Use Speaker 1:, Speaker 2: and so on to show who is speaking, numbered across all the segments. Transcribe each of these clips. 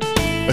Speaker 1: A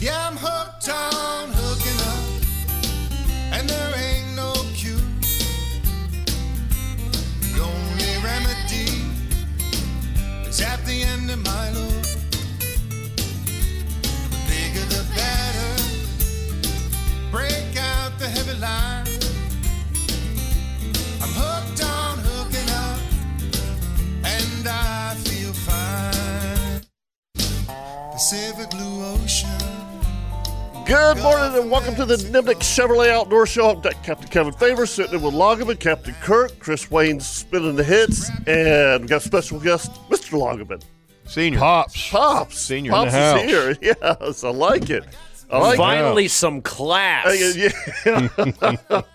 Speaker 2: Yeah, I'm hooked on hooking up, and there ain't no cure. The only remedy is at the end of my loop. The bigger the better. Break out the heavy line. I'm hooked on hooking up, and I feel fine. Pacific Blue Ocean.
Speaker 1: Good morning and welcome to the Nimnik Chevrolet Outdoor Show. I'm Captain Kevin Favor sitting in with Loggeman, Captain Kirk, Chris Wayne spinning the hits, and we've got a special guest, Mr. Loggeman.
Speaker 3: Senior. Pops.
Speaker 1: Pops.
Speaker 3: Senior
Speaker 1: Pops
Speaker 3: in the house.
Speaker 1: is here. Yes, I like it. I like
Speaker 4: Finally, some class
Speaker 1: it. Yeah,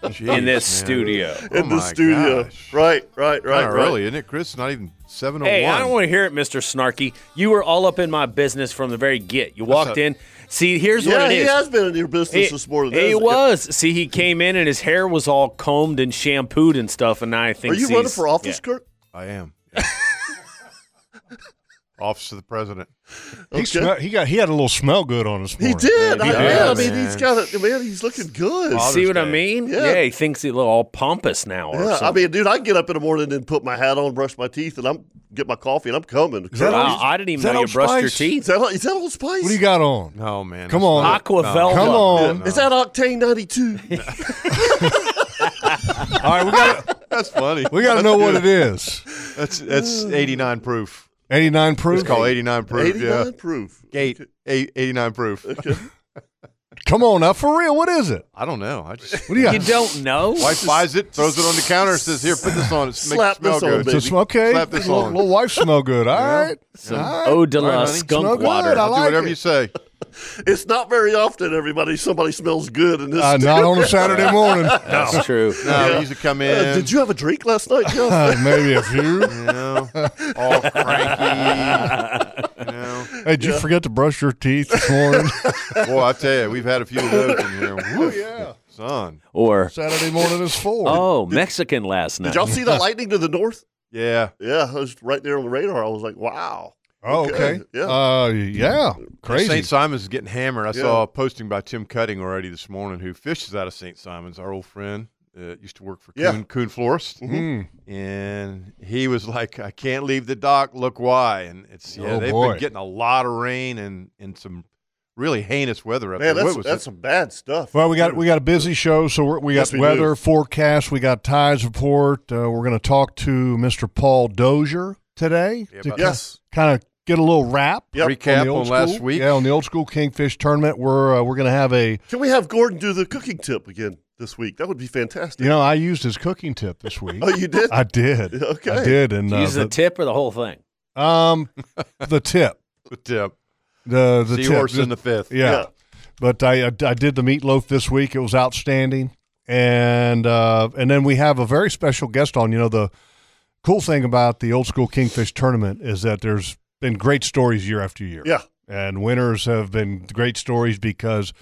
Speaker 3: Jeez,
Speaker 4: in
Speaker 3: man.
Speaker 4: this studio.
Speaker 3: Oh
Speaker 1: in the
Speaker 3: my
Speaker 1: studio.
Speaker 3: gosh.
Speaker 1: Right, right, right.
Speaker 3: Kinda
Speaker 1: right.
Speaker 3: early, isn't it, Chris? Not even 7.01.
Speaker 4: Hey, I don't want to hear it, Mr. Snarky. You were all up in my business from the very get. You walked
Speaker 3: a-
Speaker 4: in. See, here's
Speaker 1: Yeah,
Speaker 4: what it
Speaker 1: he
Speaker 4: is.
Speaker 1: has been in your business
Speaker 4: It-
Speaker 1: this morning.
Speaker 4: He
Speaker 1: hasn't he?
Speaker 4: was. See, he came in and his hair was all combed and shampooed and stuff. And I think
Speaker 1: Are you
Speaker 4: he's-
Speaker 1: running for office,
Speaker 4: yeah.
Speaker 1: Kirk?
Speaker 3: I am. Office of the President.
Speaker 5: He, smell- he got he had a little smell good on this
Speaker 1: He
Speaker 5: morning.
Speaker 1: did. I,
Speaker 4: did,
Speaker 1: man, I mean,
Speaker 3: man.
Speaker 1: he's got it. Man, he's looking good.
Speaker 3: Father's
Speaker 4: See what I
Speaker 3: Day.
Speaker 4: mean?
Speaker 1: Yeah.
Speaker 4: he thinks he look all pompous now. Or
Speaker 1: Yeah, I
Speaker 4: something.
Speaker 1: mean, dude, I get up in the morning and put my hat on, brush my teeth, and I'm get my coffee, and I'm coming. Is
Speaker 5: that
Speaker 1: that,
Speaker 4: wow, I didn't
Speaker 5: Is
Speaker 4: even
Speaker 5: that
Speaker 4: know you
Speaker 5: Old
Speaker 4: brushed your
Speaker 5: Spice?
Speaker 4: teeth.
Speaker 1: that, is that Old Spice?
Speaker 5: What do you got on?
Speaker 3: No, man.
Speaker 5: Come
Speaker 3: that's
Speaker 5: on.
Speaker 3: not-
Speaker 4: Aqua Velva.
Speaker 5: Come on.
Speaker 1: Is that Octane 92?
Speaker 5: All right, we got
Speaker 3: That's funny.
Speaker 5: we got to know what it is.
Speaker 3: That's
Speaker 4: Uh.
Speaker 3: that's 89 proof.
Speaker 5: Eighty nine proof.
Speaker 3: It's called 89 proof.
Speaker 1: 89
Speaker 3: Yeah.
Speaker 1: proof.
Speaker 3: Eight, eight, 89 proof.
Speaker 5: Come on now, for real. What is it?
Speaker 3: I don't know. I just
Speaker 5: What do you got?
Speaker 4: You don't know?
Speaker 3: wife buys it, throws it on the counter, and says, "Here, put this on. It
Speaker 1: Slap
Speaker 3: makes it smell
Speaker 1: this on,
Speaker 3: good."
Speaker 1: baby.
Speaker 5: So sm- okay,
Speaker 3: Slap this
Speaker 5: little,
Speaker 3: on.
Speaker 5: little wife smell good. All right. All right.
Speaker 4: Eau de la
Speaker 3: All right, honey.
Speaker 5: Smell
Speaker 4: skunk
Speaker 5: good.
Speaker 4: water.
Speaker 5: I
Speaker 3: I'll do
Speaker 5: like
Speaker 3: whatever
Speaker 5: it.
Speaker 3: you say.
Speaker 1: It's not very often, everybody, somebody smells good in this.
Speaker 5: Uh, not on a Saturday morning.
Speaker 4: That's true.
Speaker 3: No, you should come in.
Speaker 1: Uh, did you have a drink last night, Jeff?
Speaker 5: Uh, maybe a few.
Speaker 3: You know, all cranky. you know.
Speaker 5: Hey, did you forget to brush your teeth this morning?
Speaker 3: Boy, I tell you, we've had a few of those in
Speaker 1: Oh,
Speaker 3: here. Woo, son.
Speaker 4: Or,
Speaker 5: Saturday morning is four.
Speaker 4: oh, Mexican last night.
Speaker 1: Did y'all see the lightning to the north?
Speaker 3: Yeah,
Speaker 1: Yeah, it was right there on the radar. I was like, wow.
Speaker 5: Oh, okay.
Speaker 1: Good, yeah.
Speaker 5: Uh, yeah. Crazy.
Speaker 3: St. Simon's is getting hammered. I
Speaker 1: Yeah.
Speaker 3: saw a posting by Tim Cutting already this morning, who fishes out of St. Simon's, our old friend. Uh, used to work for
Speaker 1: Yeah. Mm-hmm.
Speaker 3: Coon, Coon Florist,
Speaker 5: Mm.
Speaker 3: and he was like, "I can't leave the dock. Look why!" And it's yeah,
Speaker 5: Oh,
Speaker 3: they've
Speaker 5: boy.
Speaker 3: been getting a lot of rain and and some really heinous weather up
Speaker 1: Man,
Speaker 3: there.
Speaker 1: that's,
Speaker 3: what was
Speaker 1: that's
Speaker 3: it?
Speaker 1: some bad stuff.
Speaker 5: Well, we got we got a busy show, so we're, we got
Speaker 1: Yes, we do.
Speaker 5: weather forecast, we got tides report. Uh, we're going to talk to Mr. Paul Dozier today
Speaker 3: Yeah,
Speaker 5: to
Speaker 3: about
Speaker 1: yes.
Speaker 5: kind of get a little wrap
Speaker 1: Yep.
Speaker 3: recap
Speaker 5: the
Speaker 3: on,
Speaker 5: old
Speaker 3: last
Speaker 5: school-
Speaker 3: week.
Speaker 5: Yeah, on the old school kingfish tournament, we're uh, we're going to have a
Speaker 1: Can we have Gordon do the cooking tip again this week? That would be fantastic.
Speaker 5: you know I used his cooking tip this week.
Speaker 1: Oh, you did?
Speaker 5: I did.
Speaker 1: Okay.
Speaker 5: I did, and uh,
Speaker 4: Use the
Speaker 5: the,
Speaker 4: tip or the whole thing?
Speaker 5: um the tip
Speaker 3: The tip.
Speaker 5: the the tip.
Speaker 3: Seahorse
Speaker 5: Just-
Speaker 3: in the fifth.
Speaker 5: Yeah.
Speaker 1: Yeah.
Speaker 5: But I, I I did the meatloaf this week. It was outstanding. And uh, and then we have a very special guest on. You know the cool thing about the old school kingfish tournament is that there's been great stories year after year.
Speaker 1: Yeah.
Speaker 5: And winners have been great stories because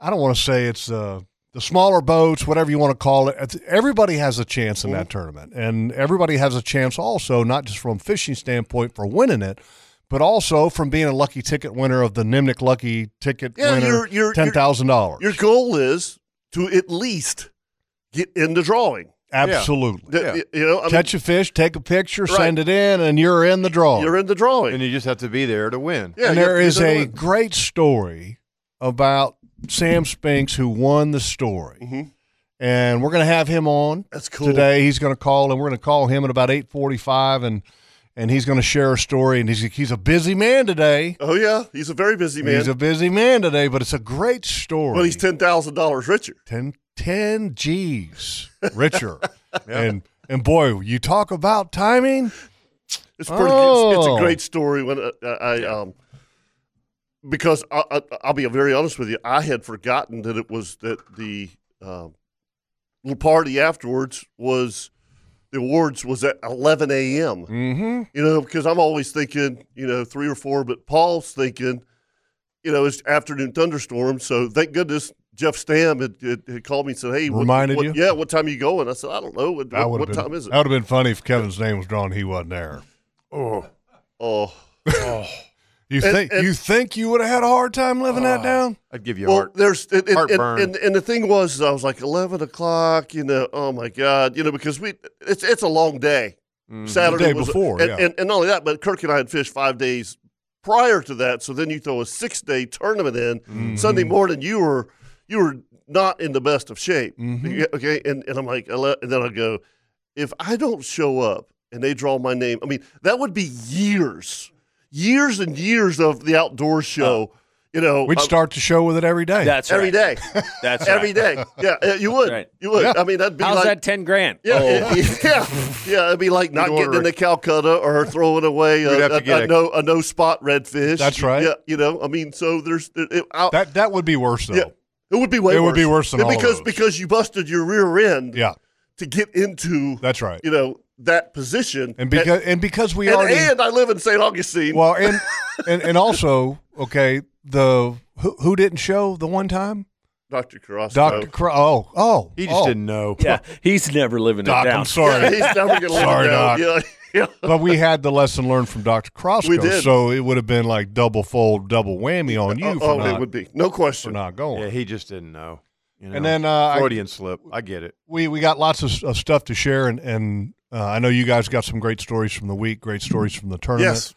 Speaker 5: I don't want to say it's uh, the smaller boats, whatever you want to call it. It's- Everybody has a chance in that
Speaker 1: Mm-hmm.
Speaker 5: tournament, and everybody has a chance also, not just from fishing standpoint for winning it, but also from being a lucky ticket winner of the Nimnik lucky ticket
Speaker 1: Yeah,
Speaker 5: winner,
Speaker 1: you're- you're-
Speaker 5: ten thousand dollars.
Speaker 1: Your goal is to at least get in the drawing.
Speaker 5: Absolutely.
Speaker 1: Th- You know, I mean,
Speaker 5: Catch a fish, take a picture,
Speaker 1: Right.
Speaker 5: send it in, and you're in the draw.
Speaker 1: you're in the drawing.
Speaker 3: and you just have to be there to win.
Speaker 1: yeah, you're-
Speaker 5: and there
Speaker 1: you're
Speaker 5: is
Speaker 1: the
Speaker 5: a
Speaker 1: one.
Speaker 5: great story about Sam Spinks who won the story. And we're going to have him on
Speaker 1: Mm-hmm. That's cool.
Speaker 5: today. He's going to call, and we're going to call him at about 845, and, and he's going to share a story. And he's, he's a busy man today.
Speaker 1: Oh yeah, he's a very busy man.
Speaker 5: He's a busy man today, but it's a great story.
Speaker 1: well, he's ten thousand dollars richer.
Speaker 5: 10, 10 G's richer. And and boy, you talk about timing.
Speaker 1: It's pretty. it's- It's,
Speaker 5: Oh.
Speaker 1: a great story. When uh, I, I um, because I, I, I'll be very honest with you, I had forgotten that it was that the um, little party afterwards was the awards was at eleven a.m.
Speaker 5: Mm-hmm.
Speaker 1: You know, because I'm always thinking, you know, three or four, but Paul's thinking, you know, it's afternoon thunderstorm. So thank goodness Jeff Stam had, had, had called me and said, hey, what-
Speaker 5: Reminded
Speaker 1: what,
Speaker 5: you?
Speaker 1: Yeah, what time are you going? I said, I don't know. What,
Speaker 5: That
Speaker 1: what
Speaker 5: would have been,
Speaker 1: time is it?
Speaker 5: That would have been funny if Kevin's name was drawn. and He wasn't there.
Speaker 3: Oh,
Speaker 1: Oh,
Speaker 5: You
Speaker 1: And-
Speaker 5: think
Speaker 1: and-
Speaker 5: you think you would have had a hard time living that down?
Speaker 3: I'd Oh. give you
Speaker 1: well,
Speaker 3: heart.
Speaker 1: there's and, and, and,
Speaker 3: heartburn.
Speaker 1: and, and the thing was, I was like eleven o'clock. You know, oh my god, you know, because we it's it's a long day.
Speaker 3: Mm-hmm.
Speaker 1: Saturday
Speaker 5: The day
Speaker 1: was a-
Speaker 5: before,
Speaker 1: and,
Speaker 5: yeah.
Speaker 1: and, and not only that, but Kirk and I had fished five days prior to that. So then you throw a six day tournament in
Speaker 5: Mm-hmm.
Speaker 1: Sunday morning. You were you were not in the best of shape.
Speaker 5: Mm-hmm.
Speaker 1: Yeah, Okay, and, and I'm like, ele- and then I go, if I don't show up and they draw my name, I mean that would be years, years and years of the outdoor show. you know,
Speaker 5: We'd
Speaker 1: um,
Speaker 5: start the show with it every day.
Speaker 4: That's
Speaker 1: every
Speaker 4: right.
Speaker 1: day.
Speaker 4: That's
Speaker 1: Every
Speaker 4: right.
Speaker 1: day. Yeah, uh, you would.
Speaker 4: Right.
Speaker 1: You would. I mean, that'd be
Speaker 4: How's
Speaker 1: like.
Speaker 4: that ten grand?
Speaker 1: yeah,
Speaker 4: Oh,
Speaker 1: it- yeah, yeah. It'd be like not
Speaker 3: order
Speaker 1: getting into
Speaker 3: a-
Speaker 1: Calcutta or throwing away
Speaker 3: You'd
Speaker 1: a,
Speaker 3: have to
Speaker 1: a,
Speaker 3: get
Speaker 1: a
Speaker 3: a-
Speaker 1: no a no spot redfish.
Speaker 5: That's right.
Speaker 1: Yeah, you know. I mean, so there's it, it- I,
Speaker 5: that that would be worse though.
Speaker 1: yeah, it would be way.
Speaker 5: It
Speaker 1: worse.
Speaker 5: would be worse than all of
Speaker 1: because
Speaker 5: those.
Speaker 1: because you busted your rear end
Speaker 5: Yeah,
Speaker 1: to get into
Speaker 5: that's right.
Speaker 1: you know that position
Speaker 5: And because and because we
Speaker 1: and,
Speaker 5: already
Speaker 1: and I live in St. Augustine.
Speaker 5: well and, and and also okay the who, who didn't show the one time
Speaker 1: Dr. Carrasco.
Speaker 5: Doctor Cro- oh oh
Speaker 3: He just
Speaker 5: oh.
Speaker 3: didn't know.
Speaker 4: yeah. He's never living
Speaker 5: Doc
Speaker 4: it down.
Speaker 5: I'm sorry
Speaker 1: He's never gonna
Speaker 5: Sorry,
Speaker 1: let
Speaker 5: Doc.
Speaker 1: it down. Yeah, yeah.
Speaker 5: but we had the lesson learned from Dr. Crosco,
Speaker 1: We did.
Speaker 5: so it would have been like double fold, double whammy on you
Speaker 1: Oh,
Speaker 5: for,
Speaker 1: oh,
Speaker 5: not,
Speaker 1: it would be no
Speaker 5: for
Speaker 1: question.
Speaker 5: not
Speaker 3: Yeah,
Speaker 5: going.
Speaker 3: he just didn't know. you
Speaker 5: and
Speaker 3: know.
Speaker 5: then uh, I,
Speaker 3: Freudian slip. I get it.
Speaker 5: we we got lots of, of stuff to share, and and uh, I know you guys got some great stories from the week, great stories from the tournament,
Speaker 1: Yes.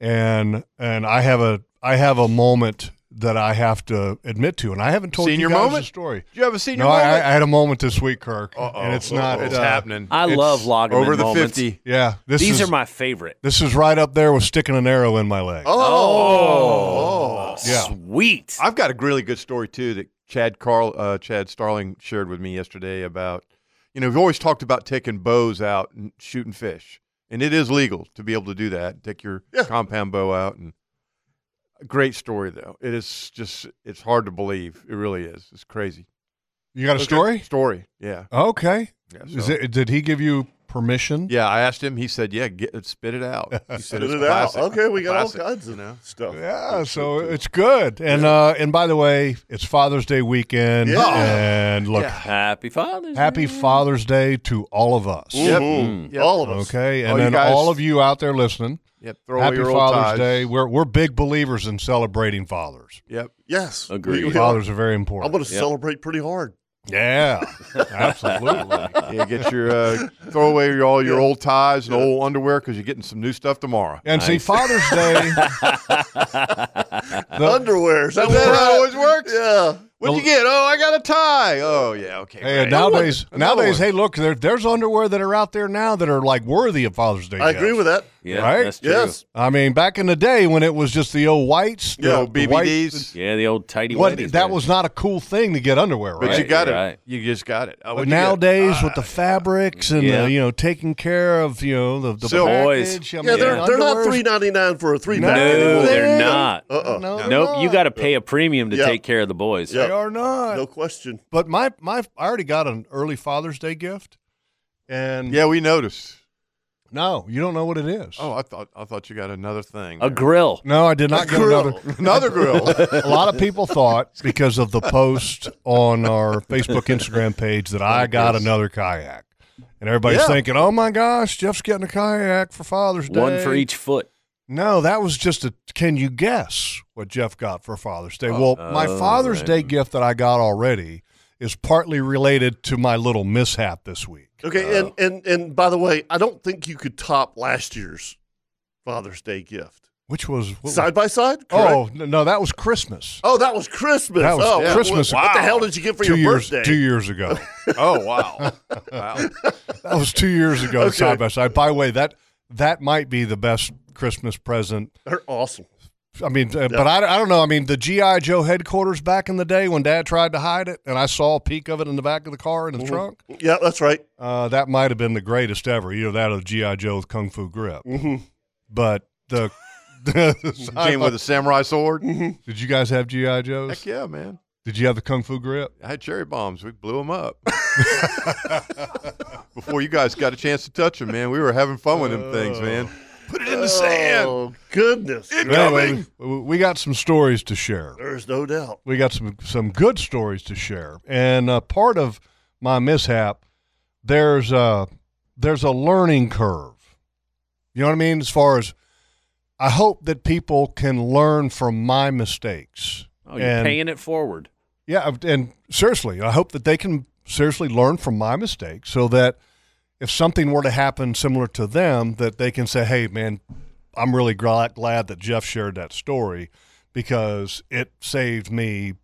Speaker 5: and and I have a I have a moment that I have to admit to, and I haven't told
Speaker 3: Senior
Speaker 5: you guys
Speaker 3: moment?
Speaker 5: the story.
Speaker 3: Did you have a senior
Speaker 5: No, I, I
Speaker 3: moment?
Speaker 5: I had a moment this week, Kirk, and it's not
Speaker 3: It's
Speaker 5: uh,
Speaker 3: happening.
Speaker 4: I
Speaker 5: It's
Speaker 4: love logging
Speaker 3: Over the
Speaker 4: moments.
Speaker 3: 50.
Speaker 5: Yeah, this
Speaker 4: These
Speaker 5: is
Speaker 4: are my favorite.
Speaker 5: this is right up there with sticking an arrow in my leg.
Speaker 1: Oh.
Speaker 5: Yeah.
Speaker 4: Sweet.
Speaker 3: I've got a really good story too that Chad Carl uh, Chad Starling shared with me yesterday about you know we've always talked about taking bows out and shooting fish, and it is legal to be able to do that. Take your
Speaker 1: Yeah.
Speaker 3: compound bow out and a great story though. It is just it's hard to believe. It really is. It's crazy
Speaker 5: You got a story?
Speaker 3: story. Yeah.
Speaker 5: Okay.
Speaker 3: Yeah,
Speaker 5: Is
Speaker 3: so-
Speaker 5: it, did he give you permission?
Speaker 3: Yeah, I asked him. He said, "Yeah, get, spit it out." He said,
Speaker 1: Spit
Speaker 3: "It's
Speaker 1: it out.
Speaker 3: classic."
Speaker 1: Okay, we got all
Speaker 3: Classic,
Speaker 1: kinds of
Speaker 3: you know.
Speaker 1: stuff.
Speaker 5: Yeah, so it's good. And uh, and by the way, it's Father's Day weekend.
Speaker 1: Yeah.
Speaker 5: And look,
Speaker 3: Yeah.
Speaker 4: Happy Father's Day.
Speaker 5: happy Father's Day to all of us.
Speaker 3: Yep. Mm-hmm.
Speaker 1: Mhm.
Speaker 3: Yep.
Speaker 1: All of us.
Speaker 5: Okay. And
Speaker 3: All you
Speaker 5: then
Speaker 3: guys-
Speaker 5: all of you out there listening,
Speaker 3: Yep. Throw
Speaker 5: happy
Speaker 3: away your old
Speaker 5: Father's
Speaker 3: ties.
Speaker 5: Day. We're, we're big believers in celebrating fathers.
Speaker 3: Yep.
Speaker 1: Yes.
Speaker 4: Agreed.
Speaker 1: We- we-
Speaker 5: Fathers are very
Speaker 1: I'm
Speaker 5: important.
Speaker 1: going to celebrate pretty hard.
Speaker 5: yeah, absolutely.
Speaker 3: Yeah, get your uh, throw away your, all your old ties and old underwear because you're getting some new stuff tomorrow.
Speaker 5: And see, Father's Day,
Speaker 1: Underwear. Is that
Speaker 3: Is that
Speaker 1: what-
Speaker 3: how it always works?
Speaker 1: Yeah.
Speaker 3: What'd you get? Oh, I got a tie. Oh yeah, okay.
Speaker 5: hey,
Speaker 3: great.
Speaker 5: nowadays,
Speaker 3: Another
Speaker 5: nowadays,
Speaker 3: one.
Speaker 5: hey, look, there, there's underwear that are out there now that are like worthy of Father's Day.
Speaker 1: I agree
Speaker 5: gifts.
Speaker 1: with that.
Speaker 4: Yeah,
Speaker 5: Right?
Speaker 4: that's true.
Speaker 1: Yes.
Speaker 5: I mean, back in the day when it was just the old whites, the,
Speaker 1: Yeah,
Speaker 5: the
Speaker 3: Oh, BBDs.
Speaker 4: Yeah, the old tidy
Speaker 5: White,
Speaker 4: whities,
Speaker 5: what, that
Speaker 4: man.
Speaker 5: was not a cool thing to get underwear, right?
Speaker 3: but you
Speaker 4: Right,
Speaker 3: got
Speaker 4: right.
Speaker 3: it. You just got it. Ah, Oh,
Speaker 5: But
Speaker 3: what'd you get?
Speaker 5: nowadays, with the fabrics and
Speaker 4: Yeah.
Speaker 5: the, you know taking care of you know the, the
Speaker 3: Silk.
Speaker 4: Boys.
Speaker 5: package, I
Speaker 1: Yeah,
Speaker 5: mean,
Speaker 1: they're, they're not
Speaker 5: underwear's-
Speaker 1: three ninety nine for a three pack
Speaker 5: No,
Speaker 4: No,
Speaker 1: anymore.
Speaker 4: they're
Speaker 5: Man.
Speaker 4: not.
Speaker 1: Uh-uh.
Speaker 5: No, they're
Speaker 4: Nope, you
Speaker 5: not.
Speaker 4: got to pay a premium to
Speaker 1: Yeah.
Speaker 4: take care of the boys.
Speaker 1: Yeah.
Speaker 5: They are not.
Speaker 1: No question.
Speaker 5: But my my I already got an early Father's Day gift, and
Speaker 3: Yeah, we noticed.
Speaker 5: no, you don't know what it is.
Speaker 3: Oh, I thought I thought you got another thing.
Speaker 4: A
Speaker 3: there.
Speaker 4: grill.
Speaker 5: no, I did not get another.
Speaker 3: another grill.
Speaker 5: a lot of people thought because of the post on our Facebook Instagram page that I got another kayak. And everybody's
Speaker 1: Yeah.
Speaker 5: thinking, "Oh my gosh, Jeff's getting a kayak for Father's Day."
Speaker 4: One for each foot.
Speaker 5: No, that was just a can you guess what Jeff got for Father's Day? well, my Father's Day gift that I got already is partly related to my little mishap this week.
Speaker 1: Okay, and, and and by the way, I don't think you could top last year's Father's Day gift.
Speaker 5: Which was what was-
Speaker 1: Side by side?
Speaker 5: Oh
Speaker 1: correct?
Speaker 5: n- no, that was Christmas.
Speaker 1: Oh, that was Christmas.
Speaker 5: That was
Speaker 1: oh, wh-
Speaker 5: Christmas.
Speaker 1: What, the hell did you get for
Speaker 5: two
Speaker 1: your
Speaker 5: years,
Speaker 1: birthday?
Speaker 5: Two years ago.
Speaker 3: Oh wow, wow.
Speaker 5: that was two years ago.
Speaker 1: Okay.
Speaker 5: Side by side. By the way, that that might be the best Christmas present
Speaker 1: They're awesome.
Speaker 5: I mean, uh, but I, I don't know. I mean, the GI Joe headquarters back in the day when Dad tried to hide it, and I saw a peek of it in the back of the car in
Speaker 3: Mm-hmm.
Speaker 5: the trunk.
Speaker 1: Yeah, that's right.
Speaker 5: Uh, that might have been the greatest ever. You know, that of GI Joe with Kung Fu grip.
Speaker 1: Mhm.
Speaker 5: But the, the
Speaker 3: Mm-hmm. Came with a samurai sword.
Speaker 5: Did you guys have GI
Speaker 3: Heck
Speaker 5: Joes?
Speaker 3: yeah, man.
Speaker 5: Did you have the Kung Fu grip?
Speaker 3: I had cherry bombs. We blew them up before you guys got a chance to touch them, man. We were having fun with them things,
Speaker 5: Uh,
Speaker 3: man. Put it in the sand.
Speaker 1: Oh goodness,
Speaker 5: Anyway, we, we got some stories to share.
Speaker 1: there's no doubt.
Speaker 5: we got some some good stories to share. And uh, part of my mishap, there's a there's a learning curve. You know what I mean? As far as I hope that people can learn from my mistakes.
Speaker 4: Oh, you're
Speaker 5: And-
Speaker 4: paying it forward.
Speaker 5: yeah, and seriously, I hope that they can seriously learn from my mistakes so that if something were to happen similar to them, that they can say, "Hey, man, I'm really glad, glad that Jeff shared that story because it saved me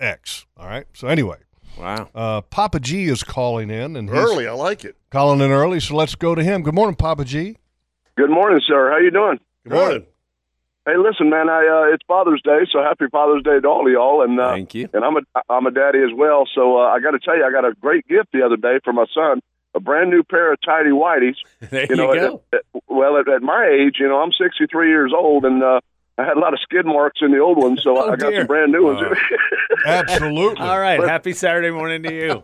Speaker 5: X." All right. So anyway,
Speaker 4: Wow.
Speaker 5: uh, Papa G is calling in and he's
Speaker 1: Early, I like it.
Speaker 5: calling in early. So let's go to him. Good morning, Papa G.
Speaker 6: Good morning, sir. How you doing?
Speaker 1: Good morning.
Speaker 6: Hey, listen, man. I uh, it's Father's Day, so happy Father's Day to all of y'all. And uh,
Speaker 4: Thank you.
Speaker 6: and I'm a I'm a daddy as well. So uh, I got to tell you, I got a great gift the other day for my son. A brand new pair of tidy whities.
Speaker 4: There you,
Speaker 6: You know,
Speaker 4: go.
Speaker 6: at- at- well, at, at my age, you know, I'm 63 years old, and uh, I had a lot of skid marks in the old ones, so
Speaker 4: Oh,
Speaker 6: I got
Speaker 4: dear.
Speaker 6: some brand new ones.
Speaker 5: Absolutely.
Speaker 4: All right. Happy Saturday morning to you.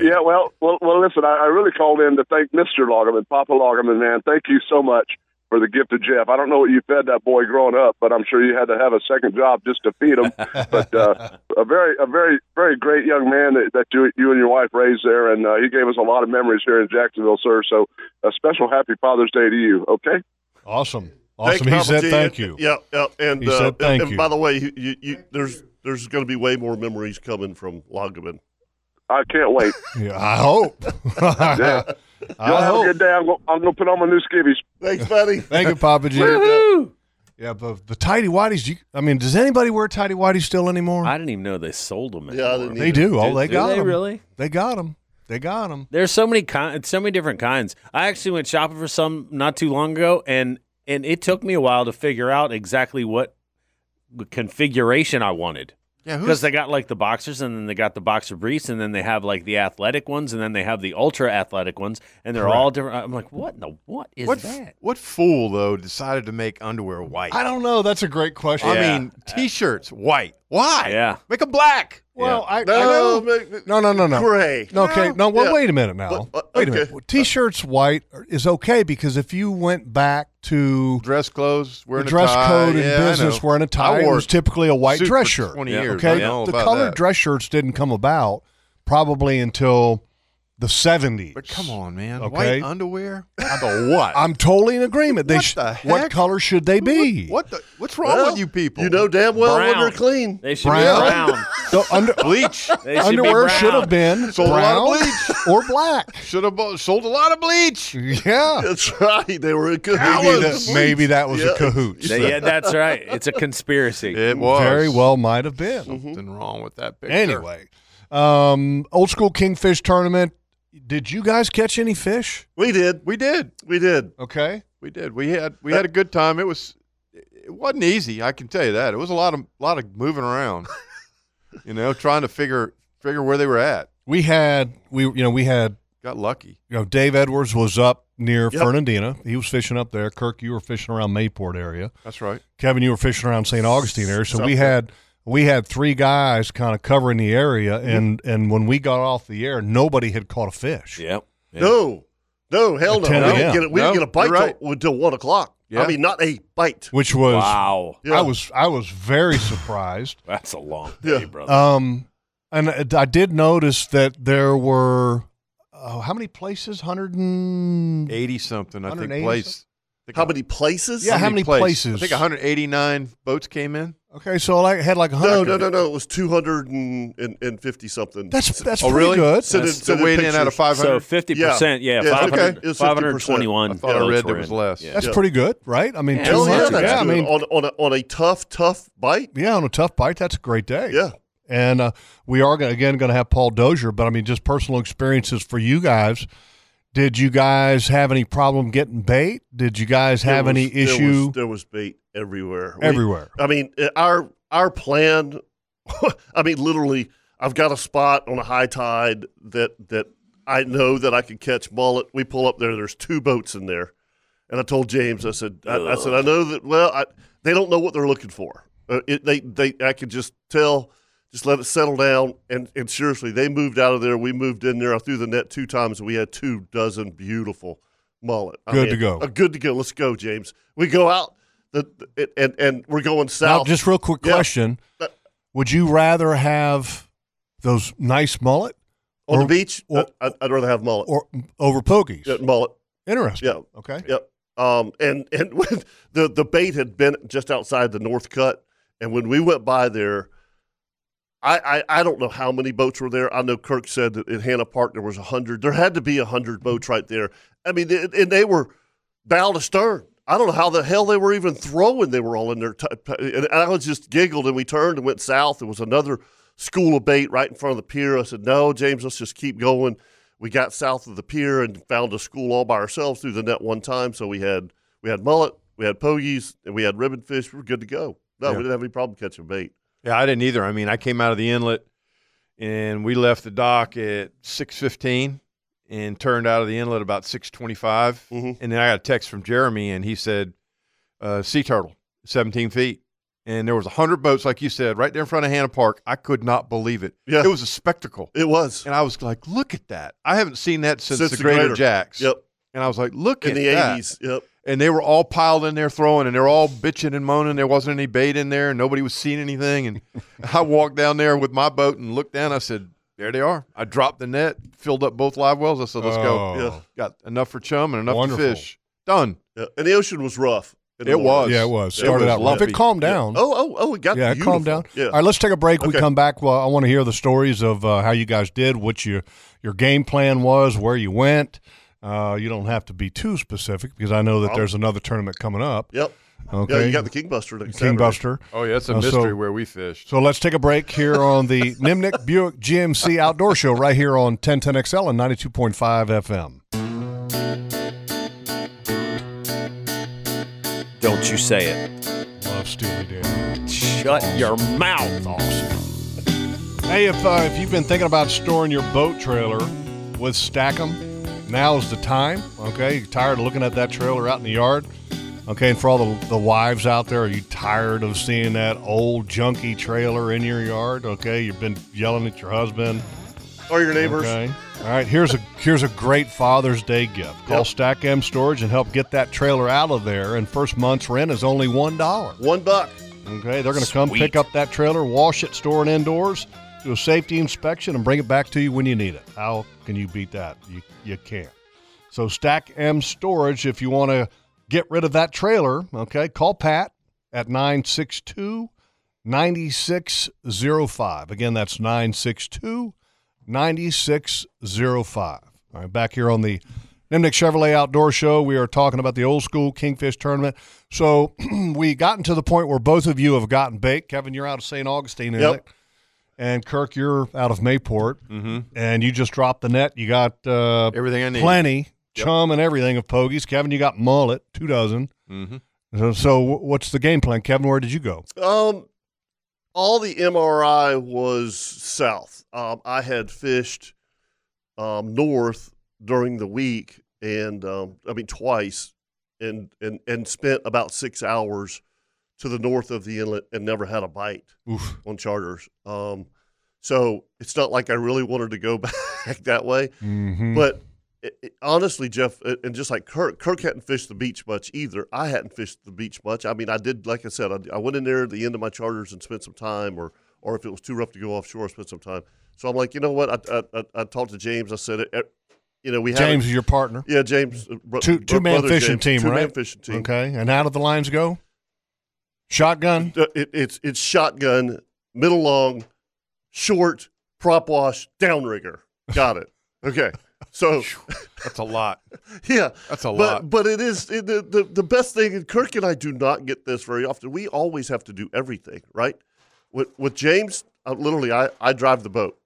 Speaker 6: yeah, well, well, well. Listen, I, I really called in to thank Mister Loggerman, Papa Loggerman, man. Thank you so much for the gift of Jeff. I don't know what you fed that boy growing up, but I'm sure you had to have a second job just to feed him. but uh, a very, a very, very great young man that, that you, you and your wife raised there, and uh, he gave us a lot of memories here in Jacksonville, sir. So, a special happy Father's Day to you. Okay.
Speaker 5: Awesome.
Speaker 1: Thank
Speaker 5: Awesome.
Speaker 1: you,
Speaker 5: He
Speaker 1: Papa
Speaker 5: said
Speaker 1: G.
Speaker 5: thank you.
Speaker 1: Yeah, yeah, and
Speaker 5: He
Speaker 1: uh,
Speaker 5: said
Speaker 1: and-
Speaker 5: thank
Speaker 1: and
Speaker 5: you.
Speaker 1: by the way, you, you, you, there's there's going to be way more memories coming from Loggeman.
Speaker 6: I can't wait.
Speaker 5: Yeah, I hope.
Speaker 6: Y'all
Speaker 5: I
Speaker 6: have
Speaker 5: hope.
Speaker 6: a good day. I'm going I'm to put on my new skivvies.
Speaker 1: Thanks, buddy.
Speaker 5: Thank you, Papa G.
Speaker 4: Woo!
Speaker 5: Yeah, but the tidy whities. You, I mean, does anybody wear tidy whities still anymore?
Speaker 4: I didn't even know they sold them.
Speaker 1: Yeah, I
Speaker 4: anymore.
Speaker 1: didn't
Speaker 5: they do. Oh,
Speaker 4: Do-
Speaker 5: they
Speaker 4: do
Speaker 5: got
Speaker 4: they
Speaker 5: them.
Speaker 4: really?
Speaker 5: They got them. They got them.
Speaker 4: There's so many kinds, so many different kinds. I actually went shopping for some not too long ago, and and it took me a while to figure out exactly what configuration I wanted
Speaker 3: Yeah,
Speaker 4: because
Speaker 3: who's
Speaker 4: they got like the boxers, and then they got the boxer briefs, and then they have like the athletic ones, and then they have the ultra athletic ones, and they're all different. I'm like, what in the what is
Speaker 3: what? f-
Speaker 4: that?
Speaker 3: What fool though decided to make underwear white?
Speaker 5: I don't know. That's a great question.
Speaker 3: I
Speaker 4: Yeah.
Speaker 3: mean, t-shirts white. Why?
Speaker 4: Yeah.
Speaker 3: Make them black.
Speaker 5: well, I, I
Speaker 1: No,
Speaker 5: know.
Speaker 1: make-
Speaker 5: No, no, no, no.
Speaker 1: Gray.
Speaker 5: No, okay. No, well,
Speaker 1: Yeah.
Speaker 5: wait a minute now.
Speaker 1: But, uh,
Speaker 5: wait
Speaker 1: okay.
Speaker 5: a minute. Well, T-shirts white is okay because if you went back to
Speaker 3: Dress clothes. Wearing
Speaker 5: the dress
Speaker 3: a tie.
Speaker 5: code in
Speaker 3: Yeah, I
Speaker 5: business
Speaker 3: know.
Speaker 5: wearing a tie
Speaker 3: I
Speaker 5: it
Speaker 3: wore
Speaker 5: was typically a white
Speaker 3: suit
Speaker 5: dress
Speaker 3: for
Speaker 5: shirt.
Speaker 3: 20
Speaker 4: Yeah.
Speaker 3: years.
Speaker 5: Okay,
Speaker 3: I know
Speaker 5: the
Speaker 3: about
Speaker 5: colored
Speaker 3: that.
Speaker 5: dress shirts didn't come about probably until the seventies.
Speaker 3: But come on, man.
Speaker 5: Okay.
Speaker 3: White underwear? The what?
Speaker 5: I'm totally in agreement. They
Speaker 3: What
Speaker 5: sh-
Speaker 3: the
Speaker 5: What
Speaker 3: heck?
Speaker 5: color should they be?
Speaker 3: what the what's wrong
Speaker 1: Well,
Speaker 3: with you people?
Speaker 1: You know damn well when
Speaker 4: Brown.
Speaker 1: they're clean.
Speaker 4: They should
Speaker 5: Brown?
Speaker 4: be brown.
Speaker 5: The under-
Speaker 3: bleach.
Speaker 4: They should
Speaker 5: underwear
Speaker 4: be
Speaker 5: should have
Speaker 4: brown.
Speaker 5: been
Speaker 3: Sold a lot
Speaker 5: brown
Speaker 3: of
Speaker 5: or black.
Speaker 3: Should have bo- sold a lot of bleach.
Speaker 5: Yeah,
Speaker 1: That's right. They were in good.
Speaker 5: maybe that, maybe that was
Speaker 1: Yeah.
Speaker 5: a cahoots.
Speaker 4: They- yeah, that's right. It's a conspiracy. Mm-hmm.
Speaker 3: It was
Speaker 5: Mm-hmm. Very well, might have been.
Speaker 3: Nothing wrong with that picture.
Speaker 5: Anyway, um, old school kingfish tournament. Did you guys catch any fish?
Speaker 1: we did.
Speaker 3: we did.
Speaker 1: We did.
Speaker 5: Okay.
Speaker 3: We did. We had we had a good time. It was it wasn't easy. I can tell you that. It was a lot of lot of moving around. you know, trying to figure figure where they were at.
Speaker 5: We had we you know we had
Speaker 3: Got lucky.
Speaker 5: you know, Dave Edwards was up near
Speaker 1: Yep.
Speaker 5: Fernandina. He was fishing up there. Kirk, you were fishing around Mayport area.
Speaker 3: That's right.
Speaker 5: Kevin, you were fishing around St. Augustine area. So we
Speaker 1: Something.
Speaker 5: had we had three guys kind of covering the area, and and when we got off the air, nobody had caught a fish.
Speaker 4: Yep. Yeah.
Speaker 1: No, no, hell no. We
Speaker 5: 10
Speaker 1: didn't
Speaker 5: a.m.
Speaker 1: get a, we didn't
Speaker 3: No,
Speaker 1: get a bite
Speaker 3: you're right.
Speaker 1: till, until one o'clock.
Speaker 3: Yeah.
Speaker 1: I mean, not a bite.
Speaker 5: Which was
Speaker 4: Wow.
Speaker 1: Yeah.
Speaker 5: I was I was very surprised.
Speaker 4: That's a long
Speaker 1: Yeah.
Speaker 4: day, brother.
Speaker 5: Um, and I did notice that there were oh, how many places? Hundred and
Speaker 3: Eighty something, I think
Speaker 5: 180
Speaker 3: place. I
Speaker 1: How many places?
Speaker 5: Yeah, how many
Speaker 3: place-
Speaker 5: places?
Speaker 3: I think 189 boats came in.
Speaker 5: Okay, so I had like 100.
Speaker 1: No, no, no, no. It was 250 something.
Speaker 5: That's that's
Speaker 3: Oh,
Speaker 5: pretty
Speaker 3: really?
Speaker 5: good.
Speaker 1: Send in-
Speaker 3: So
Speaker 1: send in
Speaker 3: weighed in out of
Speaker 1: pictures.
Speaker 3: 500.
Speaker 4: So fifty percent, yeah,
Speaker 1: Yeah, it's
Speaker 4: 500,
Speaker 1: okay. It's
Speaker 4: 521.
Speaker 1: I
Speaker 3: thought I
Speaker 4: votes
Speaker 3: read there
Speaker 4: were
Speaker 3: was
Speaker 4: in.
Speaker 3: less.
Speaker 4: Yeah.
Speaker 5: That's pretty good, right? I mean,
Speaker 4: Yeah,
Speaker 5: two
Speaker 1: Hell yeah,
Speaker 5: hundred.
Speaker 1: that's
Speaker 5: yeah, I
Speaker 1: good.
Speaker 5: mean,
Speaker 1: on, on, a, on a tough, tough bite.
Speaker 5: yeah, on a tough bite, that's a great day.
Speaker 1: Yeah.
Speaker 5: And uh, we are gonna, again going to have Paul Dozier, but I mean, just personal experiences for you guys. Did you guys have any problem getting bait? Did you guys have
Speaker 1: There was-
Speaker 5: any
Speaker 1: there was-
Speaker 5: issue
Speaker 1: There was, bait everywhere. We-
Speaker 5: everywhere?
Speaker 1: I mean, uh, our our plan. I mean, literally, I've got a spot on a high tide that that I know that I can catch mullet. We pull up there. There's two boats in there, and I told James. I said, I, I said, I know that. Well, I, they don't know what they're looking for. Uh, it, they they I could just tell. Just let it settle down, and, and seriously, they moved out of there. We moved in there. I threw the net two times. and We had two dozen beautiful mullet. I
Speaker 5: Good to go.
Speaker 1: uh, good to go. Let's go, James. We go out, the, the- and and we're going
Speaker 5: Now,
Speaker 1: south.
Speaker 5: just real quick
Speaker 1: Yeah.
Speaker 5: question:
Speaker 1: But-
Speaker 5: Would you rather have those nice mullet
Speaker 1: on
Speaker 5: or-
Speaker 1: the beach,
Speaker 5: or-
Speaker 1: I, I'd- I'd rather have mullet.
Speaker 5: or over pokies?
Speaker 1: Yeah, mullet.
Speaker 5: Interesting.
Speaker 1: Yeah.
Speaker 5: Okay.
Speaker 1: Yep. Um, and and when the the bait had been just outside the north cut, and when we went by there, I I, I don't know how many boats were there. I know Kirk said that in Hannah Park there was hundred. There had to be hundred boats right there. I mean, and and they were bow to stern. I don't know how the hell they were even throwing. They were all in their. T- t- and I was just giggled, and we turned and went south. There was another school of bait right in front of the pier. I said, "No, James, let's just keep going." We got south of the pier and found a school all by ourselves through the net one time. So we had we had mullet, we had pogies, and we had ribbon fish. We were good to go. No,
Speaker 3: Yeah.
Speaker 1: we didn't have any problem catching bait.
Speaker 3: Yeah, I didn't either. I mean, I came out of the inlet and we left the dock at 6:15 and turned out of the inlet about 6:25.
Speaker 1: Mhm.
Speaker 3: And then I got a text from Jeremy and he said uh, sea turtle 17 feet. And there was 100 boats like you said right there in front of Hannah Park. I could not believe it.
Speaker 1: Yeah.
Speaker 3: It was a spectacle.
Speaker 1: It was
Speaker 3: And I was like, "Look at that. I haven't seen that since, the, Greater, Jacks."
Speaker 1: Yep,
Speaker 3: And I was like, "Look
Speaker 1: in
Speaker 3: at
Speaker 1: the
Speaker 3: that."
Speaker 1: eighties. Yep,
Speaker 3: and they were all piled in there throwing and they're all bitching and moaning there wasn't any bait in there and nobody was seeing anything and i walked down there with my boat and looked down i said there they are i dropped the net filled up both live wells i said let's
Speaker 5: Oh.
Speaker 3: go
Speaker 1: Yeah.
Speaker 3: got enough for chum and enough
Speaker 5: Wonderful.
Speaker 3: for fish done
Speaker 1: yeah. And the ocean was rough. in the
Speaker 3: It
Speaker 1: morning.
Speaker 3: was.
Speaker 5: Yeah, it was.
Speaker 1: It
Speaker 5: Started
Speaker 1: was
Speaker 5: out rough.
Speaker 3: lumpy.
Speaker 5: It calmed down.
Speaker 1: Oh, oh, oh! It got
Speaker 5: yeah, it calmed down.
Speaker 1: beautiful. Yeah,
Speaker 5: All right, let's take a break. We
Speaker 1: Okay.
Speaker 5: come back. Well, I want to hear the stories of uh, how you guys did, what your your game plan was, where you went. Uh, you don't have to be too specific because I know that
Speaker 1: Oh.
Speaker 5: there's another tournament coming up.
Speaker 1: yep.
Speaker 5: Okay,
Speaker 1: Yeah, you got the Kingbuster next Saturday.
Speaker 5: King Buster.
Speaker 3: oh yeah it's a
Speaker 5: Uh, so-
Speaker 3: mystery where we fished
Speaker 5: So let's take a break here on the Nimnik Buick GMC Outdoor Show right here on 1010XL and 92.5 FM.
Speaker 4: Don't you say it.
Speaker 5: Love Steely Dan.
Speaker 4: Shut your mouth.
Speaker 5: Hey, if, uh, if you've been thinking about storing your boat trailer with Stack'em, now's the time. Okay, you tired of looking at that trailer out in the yard? Okay, and for all the, the wives out there, are you tired of seeing that old junky trailer in your yard? Okay, you've been yelling at your husband.
Speaker 1: Or your neighbors.
Speaker 5: Okay. All right. Here's a here's a great Father's Day gift. Call
Speaker 1: Yep.
Speaker 5: Stack M Storage and help get that trailer out of there. And first month's rent is only one dollar.
Speaker 1: One buck.
Speaker 5: Okay, they're going to come
Speaker 4: Sweet.
Speaker 5: pick up that trailer, wash it, store it indoors, do a safety inspection, and bring it back to you when you need it. How can you beat that? You, you can't. So, Stack M Storage, if you want to get rid of that trailer, okay, call Pat at 962 9605. Again, that's 962 9605. All right, back here on the Nimnik Chevrolet Outdoor Show. We are talking about the old school Kingfish tournament. So we gotten to the point where both of you have gotten baked. Kevin, you're out of St. Augustine,
Speaker 1: Yep.
Speaker 5: Inlet, and Kirk, you're out of Mayport,
Speaker 1: Mm-hmm.
Speaker 3: Mhm.
Speaker 5: and you just dropped the net. You got uh,
Speaker 3: everything i need
Speaker 5: plenty, chum, and everything of pogies. Kevin, you got mullet, two dozen.
Speaker 1: Mm-hmm.
Speaker 3: hmm
Speaker 5: So, so wh- what's the game plan, Kevin? Where did you go?
Speaker 1: Um, all the MRI was south. Um, I had fished um, north during the week, and um, I mean twice, and and and spent about six hours to the north of the inlet and never had a bite
Speaker 5: Oof.
Speaker 1: on charters. Um, so it's not like I really wanted to go back that way.
Speaker 5: Mm-hmm.
Speaker 1: But it, it- honestly, Jeff, a- and just like Kirk, Kirk hadn't fished the beach much either. I hadn't fished the beach much. I mean, I did, like I said, I, I went in there at the end of my charters and spent some time, or or if it was too rough to go offshore, I spent some time. So I'm like, you know what? I I, I, I talked to James. I said, "E- you know, we have
Speaker 5: James is your partner.
Speaker 1: Yeah, James. uh, bro-
Speaker 5: Two
Speaker 1: bro-
Speaker 5: two man
Speaker 1: brother
Speaker 5: fishing
Speaker 1: James,
Speaker 5: team,
Speaker 1: two-man
Speaker 5: right?
Speaker 1: fishing team.
Speaker 5: Okay, and how did the lines go? Shotgun.
Speaker 1: Uh, It, it's it's shotgun, middle long, short, prop wash, downrigger. Got it. Okay. So
Speaker 3: That's a lot.
Speaker 1: yeah,
Speaker 3: That's a
Speaker 1: but
Speaker 3: lot.
Speaker 1: but it is it, the, the the best thing. And Kirk and I do not get this very often. We always have to do everything right. With with James, uh, literally, I I drive the boat.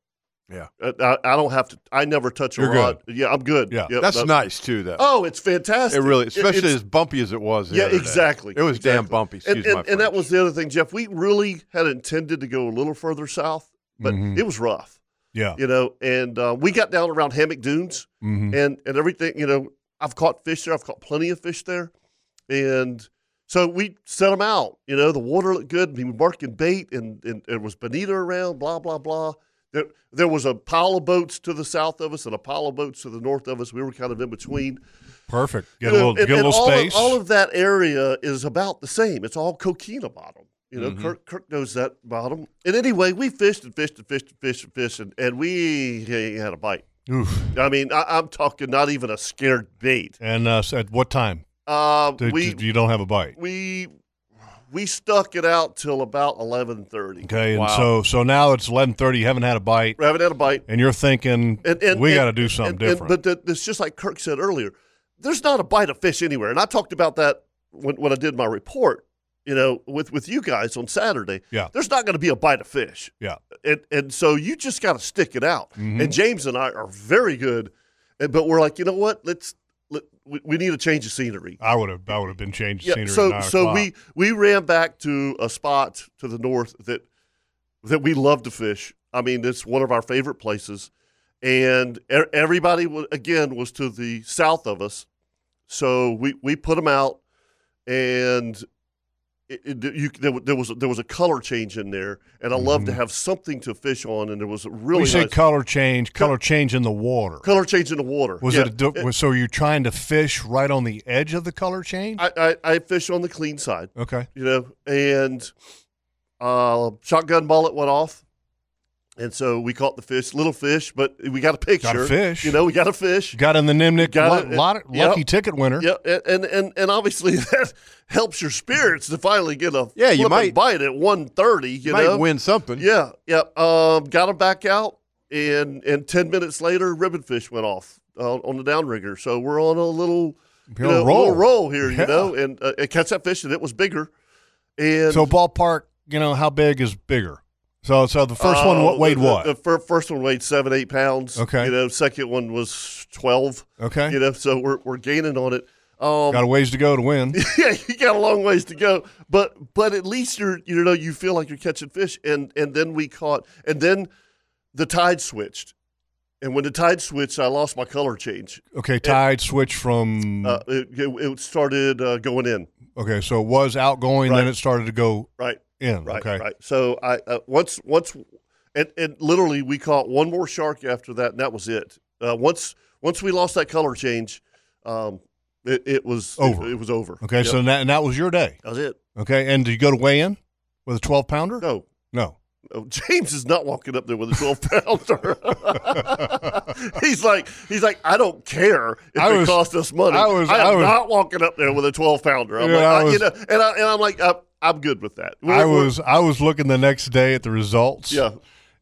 Speaker 3: Yeah.
Speaker 1: Uh, I, I don't have to. I never touch a
Speaker 5: You're
Speaker 1: rod. Yeah, I'm good.
Speaker 5: Yeah.
Speaker 1: Yep,
Speaker 3: That's
Speaker 1: that-
Speaker 3: nice too, though.
Speaker 1: Oh, it's fantastic.
Speaker 3: it really,
Speaker 1: it's-
Speaker 3: especially as bumpy as it was. the
Speaker 1: yeah,
Speaker 3: other day.
Speaker 1: exactly.
Speaker 3: It was damn
Speaker 1: exactly.
Speaker 3: bumpy.
Speaker 1: And,
Speaker 3: Excuse
Speaker 1: and-
Speaker 3: my
Speaker 1: and that
Speaker 3: French.
Speaker 1: was the other thing, Jeff. We really had intended to go a little further south, but
Speaker 3: Mm-hmm.
Speaker 5: Mhm.
Speaker 1: it was rough,
Speaker 5: Yeah.
Speaker 1: you know. And uh, we got down around Hammock Dunes
Speaker 5: hmm
Speaker 1: and and everything. You know, I've caught fish there. I've caught plenty of fish there, and so we set them out. You know, the water looked good. We were marking bait, and and there was bonita around. Blah blah blah. There, there was a pile of boats to the south of us and a pile of boats to the north of us. We were kind of in between.
Speaker 5: Perfect. Get
Speaker 1: You
Speaker 5: a
Speaker 1: know,
Speaker 5: little,
Speaker 1: and-
Speaker 5: get a
Speaker 1: Uh, and
Speaker 5: little
Speaker 1: all of-
Speaker 5: space.
Speaker 1: all of that area is about the same. It's all coquina bottom. You know,
Speaker 5: Mm-hmm.
Speaker 3: Mhm.
Speaker 1: Kirk, Kirk knows that bottom. And anyway, we fished and fished and fished and fished and fished, and, and we ain't had a bite.
Speaker 5: Oof.
Speaker 1: I mean, I, I'm talking not even a scared bait.
Speaker 5: And uh, at what time?
Speaker 1: Uh,
Speaker 5: Did-
Speaker 1: we
Speaker 5: did you don't have a bite.
Speaker 1: we we stuck it out till about 11:30.
Speaker 5: Okay, and
Speaker 3: Wow.
Speaker 5: so so now it's eleven thirty. You haven't had a bite,
Speaker 1: We haven't had a bite.
Speaker 5: and you're thinking
Speaker 1: And, and
Speaker 5: we
Speaker 1: and-
Speaker 5: got to do something
Speaker 1: and- and-
Speaker 5: different.
Speaker 1: but the, it's just like Kirk said earlier. There's not a bite of fish anywhere, and I talked about that when, when I did my report. You know, with with you guys on Saturday.
Speaker 5: Yeah.
Speaker 1: There's not going to be a bite of fish.
Speaker 5: Yeah.
Speaker 1: And and so you just got to stick it out.
Speaker 5: Mhm.
Speaker 1: And James and I are very good, and, but we're like, you know what? Let's let, we, we need a change of scenery.
Speaker 5: I would have I would have been changing scenery. at
Speaker 1: So
Speaker 5: nine
Speaker 1: so
Speaker 5: o'clock.
Speaker 1: we we ran back to a spot to the north that that we love to fish. I mean, it's one of our favorite places, and e- everybody wa- again was to the south of us. So we we put them out, and it, it- you, there, wa- there was there was a color change in there, and I love to have something to fish on. And there was a really
Speaker 5: we say
Speaker 1: nice-
Speaker 5: color change, color change in the water.
Speaker 1: color change in the water.
Speaker 5: Was
Speaker 1: Yeah.
Speaker 5: it? A, di- was, so you're trying to fish right on the edge of the color change?
Speaker 1: I, I I fish on the clean side.
Speaker 5: okay.
Speaker 1: you know, and uh, shotgun bullet went off, and so we caught the fish, little fish, but we got a picture.
Speaker 5: fish.
Speaker 1: you know, we got a fish.
Speaker 5: Got in the Nimnik
Speaker 1: Got
Speaker 5: lot,
Speaker 1: it.
Speaker 5: lot-
Speaker 1: Yep.
Speaker 5: lucky ticket winner.
Speaker 1: Yeah, a- and and and obviously that helps your spirits to finally get a
Speaker 3: Yeah, you
Speaker 1: flippin'
Speaker 3: might-
Speaker 1: bite at one thirty. You,
Speaker 3: You might
Speaker 1: know,
Speaker 3: win something.
Speaker 1: yeah, yeah. Um, got him back out, and and ten minutes later, ribbonfish went off uh, on the downrigger. So we're on a little you
Speaker 5: You're on a
Speaker 1: know, little
Speaker 5: roll.
Speaker 1: roll here, you
Speaker 5: Yeah.
Speaker 1: know, and uh, it catch that fish, and it was bigger. And
Speaker 5: So ballpark, you know how big is bigger? So so the first one
Speaker 1: Uh,
Speaker 5: what weighed
Speaker 1: the,
Speaker 5: what?
Speaker 1: The, fir- first one weighed seven, eight pounds.
Speaker 5: Okay.
Speaker 1: You know, second one was twelve.
Speaker 5: okay.
Speaker 1: You know, so we're we're gaining on it. Um,
Speaker 5: Got a ways to go to win.
Speaker 1: yeah, you got a long ways to go, but but at least you're you know you feel like you're catching fish, and and then we caught, and then the tide switched, and when the tide switched, I lost my color change.
Speaker 5: Okay, tide switch from
Speaker 1: Uh, it, it, it started uh, going in.
Speaker 5: okay, so it was outgoing, then
Speaker 1: Right.
Speaker 5: it started to go
Speaker 1: Right.
Speaker 5: in.
Speaker 1: Right,
Speaker 5: okay.
Speaker 1: right. So I uh, once once and, and literally we caught one more shark after that, and that was it. Uh, once once we lost that color change, um, it, it was
Speaker 5: Over.
Speaker 1: It, it was over.
Speaker 5: Okay,
Speaker 1: Yep.
Speaker 5: so that, and that was your day.
Speaker 1: that was it.
Speaker 5: Okay, and did you go to weigh in with a twelve pounder?
Speaker 1: No.
Speaker 5: No.
Speaker 1: no, Oh, James is not walking up there with a twelve pounder. he's like, he's like, I don't care if
Speaker 5: I
Speaker 1: it
Speaker 5: was-
Speaker 1: cost us money.
Speaker 5: I was-
Speaker 1: I am
Speaker 5: I was-
Speaker 1: not walking up there with a twelve pounder. I'm
Speaker 5: Yeah,
Speaker 1: like,
Speaker 5: I
Speaker 1: I- you
Speaker 5: was-
Speaker 1: know, and I and I'm like, I'm, I'm good with that.
Speaker 5: I
Speaker 1: We're- we're-
Speaker 5: was I was looking the next day at the results.
Speaker 1: yeah,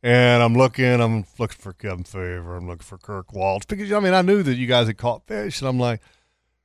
Speaker 5: And I'm looking, I'm looking for Kevin Favor, I'm looking for Kirk Waltz because I mean I knew that you guys had caught fish, and I'm like,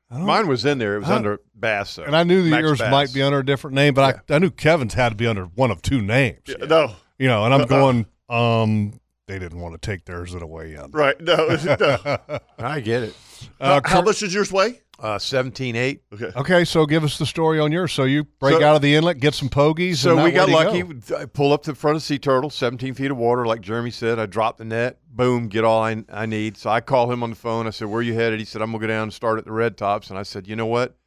Speaker 5: I don't,
Speaker 3: Mine was in there. It was
Speaker 5: Huh?
Speaker 3: under bass. Though.
Speaker 5: and I knew that
Speaker 3: Max
Speaker 5: yours
Speaker 3: Bass.
Speaker 5: might be under a different name, but I, I knew Kevin's had to be under one of two names,
Speaker 1: yeah, no.
Speaker 5: you know. And I'm going, um, they didn't want to take theirs at a weigh in.
Speaker 1: Right. No. no.
Speaker 3: I get it.
Speaker 1: how, how much does yours weigh?
Speaker 3: Uh, Seventeen eight.
Speaker 1: Okay.
Speaker 5: Okay, so give us the story on yours. So you break
Speaker 3: So-
Speaker 5: out of the inlet, get some pogies.
Speaker 3: So
Speaker 5: and
Speaker 3: we
Speaker 5: that
Speaker 3: got
Speaker 5: way to
Speaker 3: lucky.
Speaker 5: go.
Speaker 3: I pull up to the front of Sea Turtle, 17 feet of water, like Jeremy said. I drop the net, boom, get all I, I need. So I call him on the phone. I said, Where you headed? He said, I'm going to go down and start at the Red Tops. And I said, You know what?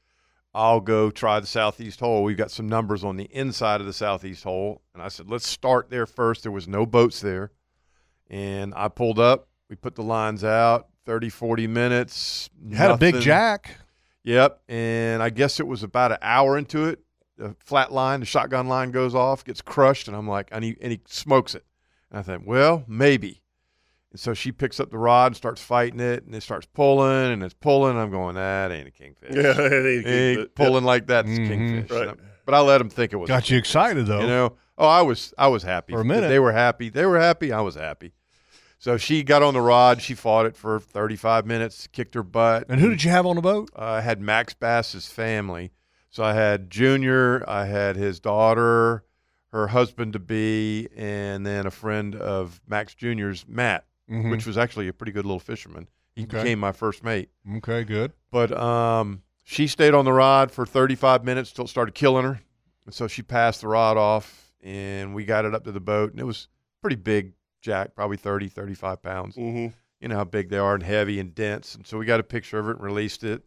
Speaker 3: I'll go try the Southeast Hole. We've got some numbers on the inside of the Southeast Hole. And I said, Let's start there first. There was no boats there. And I pulled up. We put the lines out 30, 40 minutes.
Speaker 5: You had a big
Speaker 3: nothing.
Speaker 5: jack.
Speaker 3: Yep. And I guess it was about an hour into it. The flat line, the shotgun line goes off, gets crushed, and I'm like, I need, and he smokes it. And I think, well, maybe. And so she picks up the rod and starts fighting it, and it starts pulling and it's pulling. I'm going, that ain't a kingfish.
Speaker 1: Yeah, it ain't a
Speaker 3: It ain't
Speaker 1: kingfish.
Speaker 3: pulling like that's
Speaker 5: Mhm.
Speaker 3: kingfish.
Speaker 1: Right.
Speaker 3: But I let him think it was. a
Speaker 5: Got you excited though.
Speaker 3: you know, oh, I was I was happy
Speaker 5: For a minute.
Speaker 3: They were happy. They were happy. I was happy. So she got on the rod. She fought it for 35 minutes. Kicked her butt.
Speaker 5: and who did you have on the boat?
Speaker 3: Uh, I had Max Bass's family. So I had Junior. I had his daughter, her husband to be, and then a friend of Max Junior's, Matt,
Speaker 5: Mhm.
Speaker 3: which was actually a pretty good little fisherman. He
Speaker 5: Okay.
Speaker 3: became my first mate
Speaker 5: Okay, good.
Speaker 3: but um, she stayed on the rod for 35 minutes till it started killing her. And so she passed the rod off and we got it up to the boat. And it was pretty big jack, probably 30, 35 pounds.
Speaker 1: Mhm.
Speaker 3: You know how big they are and heavy and dense. And so we got a picture of it and released it.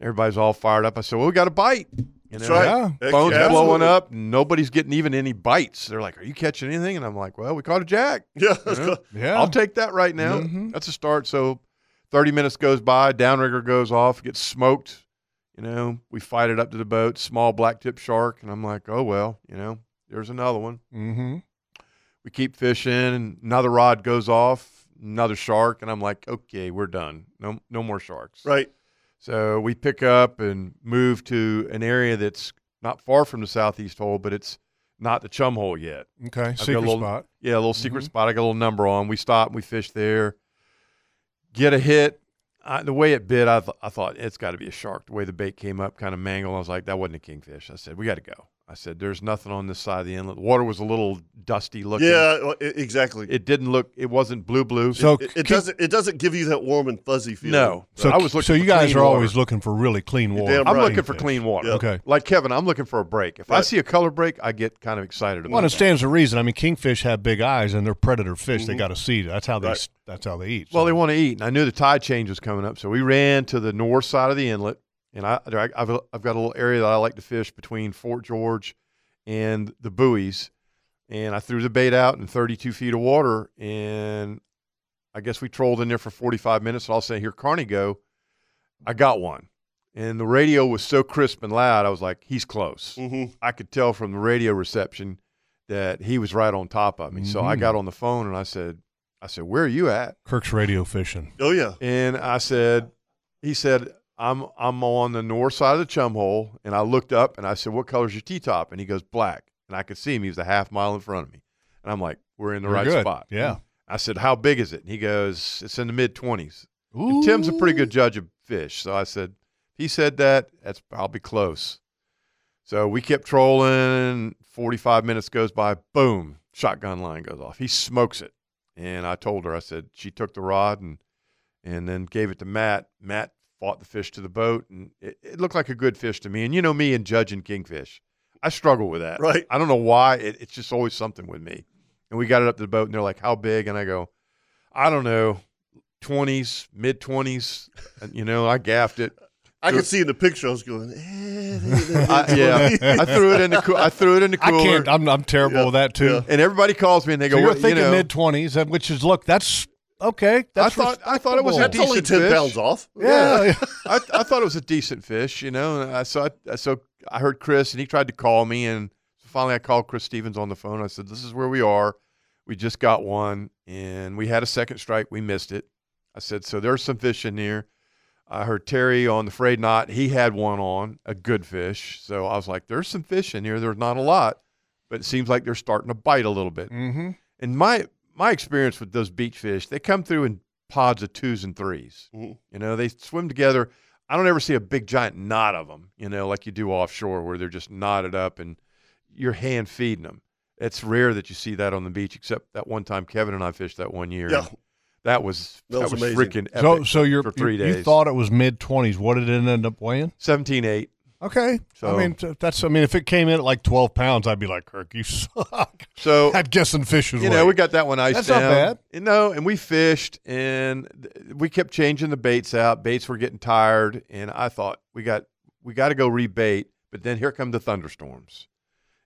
Speaker 3: Everybody's all fired up. I said, Well, we got a bite. And
Speaker 1: That's
Speaker 3: they're
Speaker 1: right.
Speaker 3: like,
Speaker 5: Yeah.
Speaker 1: Heck,
Speaker 3: Phones
Speaker 1: yeah,
Speaker 3: blowing
Speaker 1: absolutely.
Speaker 3: up. Nobody's getting even any bites. They're like, Are you catching anything? And I'm like, Well, we caught a jack.
Speaker 1: Yeah, that's
Speaker 3: Yeah.
Speaker 1: good.
Speaker 5: Yeah.
Speaker 3: I'll take that right now.
Speaker 5: Mhm.
Speaker 3: That's a start. So 30 minutes goes by, downrigger goes off, gets smoked. You know, we fight it up to the boat, small black tip shark. And I'm like, oh, well, you know, there's another one.
Speaker 5: mm-hmm.
Speaker 3: We keep fishing, and another rod goes off, another shark. And I'm like, okay, we're done. No, no more sharks.
Speaker 1: right.
Speaker 3: So we pick up and move to an area that's not far from the southeast hole, but it's not the chum hole yet.
Speaker 5: Okay.
Speaker 3: got a
Speaker 5: Secret
Speaker 3: little-
Speaker 5: spot.
Speaker 3: Yeah, a little
Speaker 1: Mm-hmm.
Speaker 3: secret spot. I got a little number on. We stop and we fish there. Get a hit. I, the way it bit, I, th- I thought it's got to be a shark. The way the bait came up, kind of mangled. I was like, that wasn't a kingfish. I said, we got to go. I said, there's nothing on this side of the inlet. The water was a little dusty looking.
Speaker 1: Yeah, well, e- exactly.
Speaker 3: It didn't look, it wasn't blue, blue.
Speaker 5: So
Speaker 1: it,
Speaker 5: keep-
Speaker 1: it doesn't. It doesn't give you that warm and fuzzy feeling.
Speaker 3: no.
Speaker 5: So
Speaker 3: I was looking
Speaker 5: So
Speaker 3: for
Speaker 5: you guys
Speaker 3: clean
Speaker 5: are
Speaker 3: water.
Speaker 5: always looking for really clean
Speaker 1: You're
Speaker 5: water.
Speaker 1: damn
Speaker 3: I'm
Speaker 1: right.
Speaker 3: looking for
Speaker 5: Fish.
Speaker 3: clean water.
Speaker 1: Yeah.
Speaker 5: Okay.
Speaker 3: Like Kevin, I'm looking for a break. If I
Speaker 1: Right.
Speaker 3: see a color break, I get kind of excited about
Speaker 5: Well, and it
Speaker 3: that.
Speaker 5: stands to reason. I mean, kingfish have big eyes, and they're predator fish.
Speaker 3: Mm-hmm.
Speaker 5: They got to see. That's how they.
Speaker 1: Right.
Speaker 5: That's how they eat.
Speaker 3: Well, they
Speaker 5: So-
Speaker 3: want to eat, and I knew the tide change was coming up, so we ran to the north side of the inlet, and I, I- I've, I've got a little area that I like to fish between Fort George and the buoys, and I threw the bait out in 32 feet of water, and I guess we trolled in there for 45 minutes, and I'll say, here, Carney go. I got one, and the radio was so crisp and loud, I was like, he's close.
Speaker 1: Mhm.
Speaker 3: I could tell from the radio reception that he was right on top of me, so I
Speaker 5: Mhm.
Speaker 3: got on the phone, and I said, I said, where are you at?
Speaker 5: Kirk's radio fishing.
Speaker 1: Oh yeah.
Speaker 3: And I said, he said, I'm I'm on the north side of the chum hole. And I looked up and I said, What color's your T top? And he goes, Black. And I could see him. He was a half mile in front of me. And I'm like, We're in the
Speaker 5: We're
Speaker 3: right
Speaker 5: good.
Speaker 3: spot.
Speaker 5: Yeah.
Speaker 3: I said, How big is it? And he goes, It's in the mid twenties. And Tim's a pretty good judge of fish. So I said, he said that, that's probably close. So we kept trolling. 45 minutes goes by, boom, shotgun line goes off. He smokes it. And I told her, I said, she took the rod and and then gave it to Matt. Matt fought the fish to the boat, and it, it looked like a good fish to me. And you know me and judging kingfish, I struggle with that.
Speaker 1: Right.
Speaker 3: I don't know why. It, it's just always something with me. And we got it up to the boat, and they're like, "How big?" And I go, "I don't know, twenties, mid twenties. You know, I gaffed it.
Speaker 1: I could see in the picture. I was going. Eh,
Speaker 3: I, yeah, I threw it in the coo- I threw it in the
Speaker 5: I
Speaker 3: cooler.
Speaker 5: can't. I'm, I'm terrible
Speaker 1: Yeah.
Speaker 5: with that too.
Speaker 1: Yeah.
Speaker 3: and everybody calls me and they go,
Speaker 5: So you're
Speaker 3: "Well,
Speaker 5: thinking
Speaker 3: you know,
Speaker 5: mid twenties, which is look. That's okay. That's
Speaker 3: thought- I thought it was
Speaker 5: respectable.
Speaker 1: that's only
Speaker 3: decent
Speaker 1: ten
Speaker 3: fish.
Speaker 1: pounds off.
Speaker 5: Yeah. yeah.
Speaker 3: I, I thought it was a decent fish, you know. And I so I, so I heard Chris, and he tried to call me, and finally I called Chris Stevens on the phone. I said, "This is where we are. We just got one, and we had a second strike. We missed it." I said, "So there's some fish in here." I heard Terry on the frayed knot. He had one on a good fish, so I was like, "There's some fish in here. There's not a lot, but it seems like they're starting to bite a little bit."
Speaker 5: Mm-hmm.
Speaker 3: And my my experience with those beach fish, they come through in pods of twos and 3s
Speaker 1: Mhm.
Speaker 3: You know, they swim together. I don't ever see a big giant knot of them. You know, like you do offshore, where they're just knotted up and you're hand feeding them. It's rare that you see that on the beach, except that one time Kevin and I fished that one year.
Speaker 1: Yeah.
Speaker 3: and that was
Speaker 1: That
Speaker 3: that was,
Speaker 1: was amazing.
Speaker 3: freaking epic.
Speaker 5: So so you're,
Speaker 3: for three
Speaker 5: you,
Speaker 3: days,
Speaker 5: you thought it was mid twenties. What did it end up weighing?
Speaker 3: 17-8.
Speaker 5: Okay.
Speaker 3: So-
Speaker 5: I mean th- that's. I mean if it came in at like twelve pounds, I'd be like Kirk, you suck.
Speaker 3: So
Speaker 5: At guessing fishes.
Speaker 3: you know, we got that one iced
Speaker 5: That's
Speaker 3: down.
Speaker 5: not bad.
Speaker 3: You know, and we fished and th- we kept changing the baits out. Baits were getting tired, and I thought we got we got to go rebait. But then here come the thunderstorms.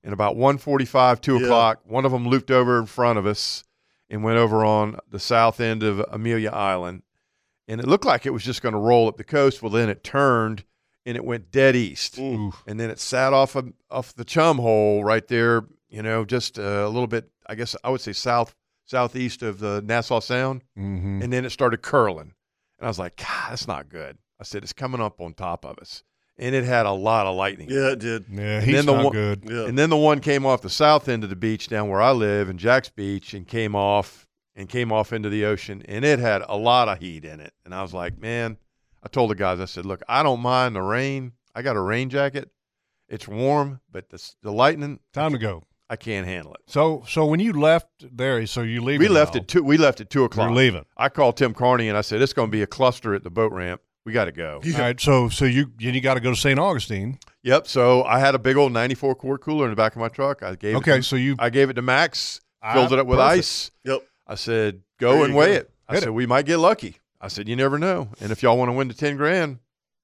Speaker 3: And about 1.45, 2
Speaker 1: Yeah.
Speaker 3: o'clock, one of them looped over in front of us and went over on the south end of Amelia Island. And it looked like it was just going to roll up the coast. Well, then it turned and it went dead east and then it sat off of, off the chum hole right there. You know, just uh, a little bit. I guess I would say south southeast of the Nassau Sound,
Speaker 5: Mhm.
Speaker 3: and then it started curling. And I was like, God, that's not good. I said, it's coming up on top of us. And it had a lot of lightning.
Speaker 1: Yeah, it did.
Speaker 5: Yeah,
Speaker 3: And
Speaker 5: he's
Speaker 3: then the
Speaker 5: not
Speaker 3: one-
Speaker 5: good.
Speaker 1: Yeah.
Speaker 3: And then the one came off the south end of the beach down where I live in Jack's Beach and came off and came off into the ocean and it had a lot of heat in it. And I was like, man, I told the guys, I said, look, I don't mind the rain. I got a rain jacket. It's warm, but the, s- the lightning,
Speaker 5: Time to go.
Speaker 3: I can't handle it.
Speaker 5: So, so when you left there, so you leave.
Speaker 3: we left at two. We left at two o'clock.
Speaker 5: You're leaving.
Speaker 3: I called Tim Carney and I said, it's going to be a cluster at the boat ramp. We got to go.
Speaker 5: All right. So, so you you got to go to St. Augustine.
Speaker 3: Yep. So I had a big old 94 quart cooler in the back of my truck. I gave it
Speaker 5: Okay.
Speaker 3: to,
Speaker 5: So you
Speaker 3: I gave it to Max, filled
Speaker 5: Ah,
Speaker 3: it up with
Speaker 5: perfect.
Speaker 3: ice.
Speaker 1: Yep.
Speaker 3: I said, go
Speaker 1: There
Speaker 3: and
Speaker 1: you
Speaker 3: weigh
Speaker 1: go.
Speaker 3: it. I
Speaker 5: Hit
Speaker 3: said, we might get lucky. I said, you never know. And if y'all want to win the 10 grand,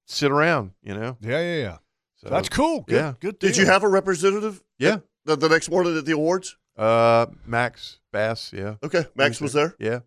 Speaker 3: sit around, you know?
Speaker 5: Yeah, yeah, yeah.
Speaker 3: So
Speaker 5: That's cool. Good,
Speaker 3: yeah.
Speaker 5: Good.
Speaker 1: Did you
Speaker 5: deal.
Speaker 1: have a representative?
Speaker 3: Yeah.
Speaker 1: The, the next morning at the awards?
Speaker 3: Uh, Max Bass. Yeah.
Speaker 1: Okay. Max was there.
Speaker 3: Yeah.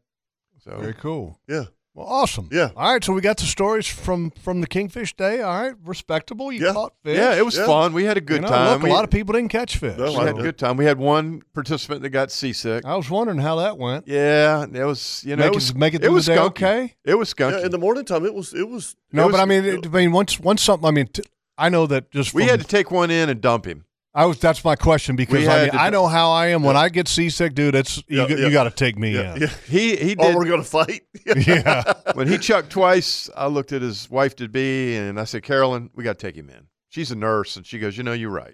Speaker 3: So
Speaker 5: Very cool.
Speaker 1: Yeah.
Speaker 5: Well, awesome.
Speaker 1: Yeah.
Speaker 5: All right. So we got the stories from from the Kingfish Day. All right. Respectable. You
Speaker 1: Yeah.
Speaker 5: caught fish.
Speaker 3: yeah, it was
Speaker 1: Yeah.
Speaker 3: fun. We had a good
Speaker 5: You know,
Speaker 3: time.
Speaker 5: Look,
Speaker 3: we,
Speaker 5: a lot of people didn't catch fish.
Speaker 1: No,
Speaker 3: we
Speaker 1: I
Speaker 5: so
Speaker 3: had a
Speaker 1: did.
Speaker 3: good time. We had one participant that got seasick.
Speaker 5: I was wondering how that went.
Speaker 3: Yeah. That was, you know,
Speaker 5: Make
Speaker 3: it
Speaker 5: it-
Speaker 3: was,
Speaker 5: make it
Speaker 3: it
Speaker 5: through
Speaker 3: was
Speaker 5: the day
Speaker 3: skunky.
Speaker 5: okay?
Speaker 3: It was skunky.
Speaker 1: Yeah. In the morning time, it was it was.
Speaker 5: No,
Speaker 1: it was-
Speaker 5: but I mean, it, I mean, once once something. I mean, t- I know that just
Speaker 3: we
Speaker 5: from-
Speaker 3: had to take one in and dump him.
Speaker 5: I was. That's my question because
Speaker 3: We
Speaker 5: I
Speaker 3: had
Speaker 5: mean,
Speaker 3: to-
Speaker 5: I know how I am when I get seasick, dude. It's you,
Speaker 1: Yeah,
Speaker 5: go-
Speaker 1: yeah.
Speaker 5: you got to take me
Speaker 1: yeah.
Speaker 5: in.
Speaker 1: yeah.
Speaker 3: He he
Speaker 1: Oh,
Speaker 3: did
Speaker 1: we're gonna fight.
Speaker 5: yeah.
Speaker 3: when he chucked twice, I looked at his wife to be, and I said, Carolyn, we got to take him in. She's a nurse, and she goes, you know, you're right.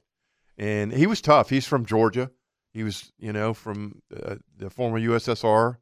Speaker 3: And he was tough. He's from Georgia. He was, you know, from uh, the former USSR,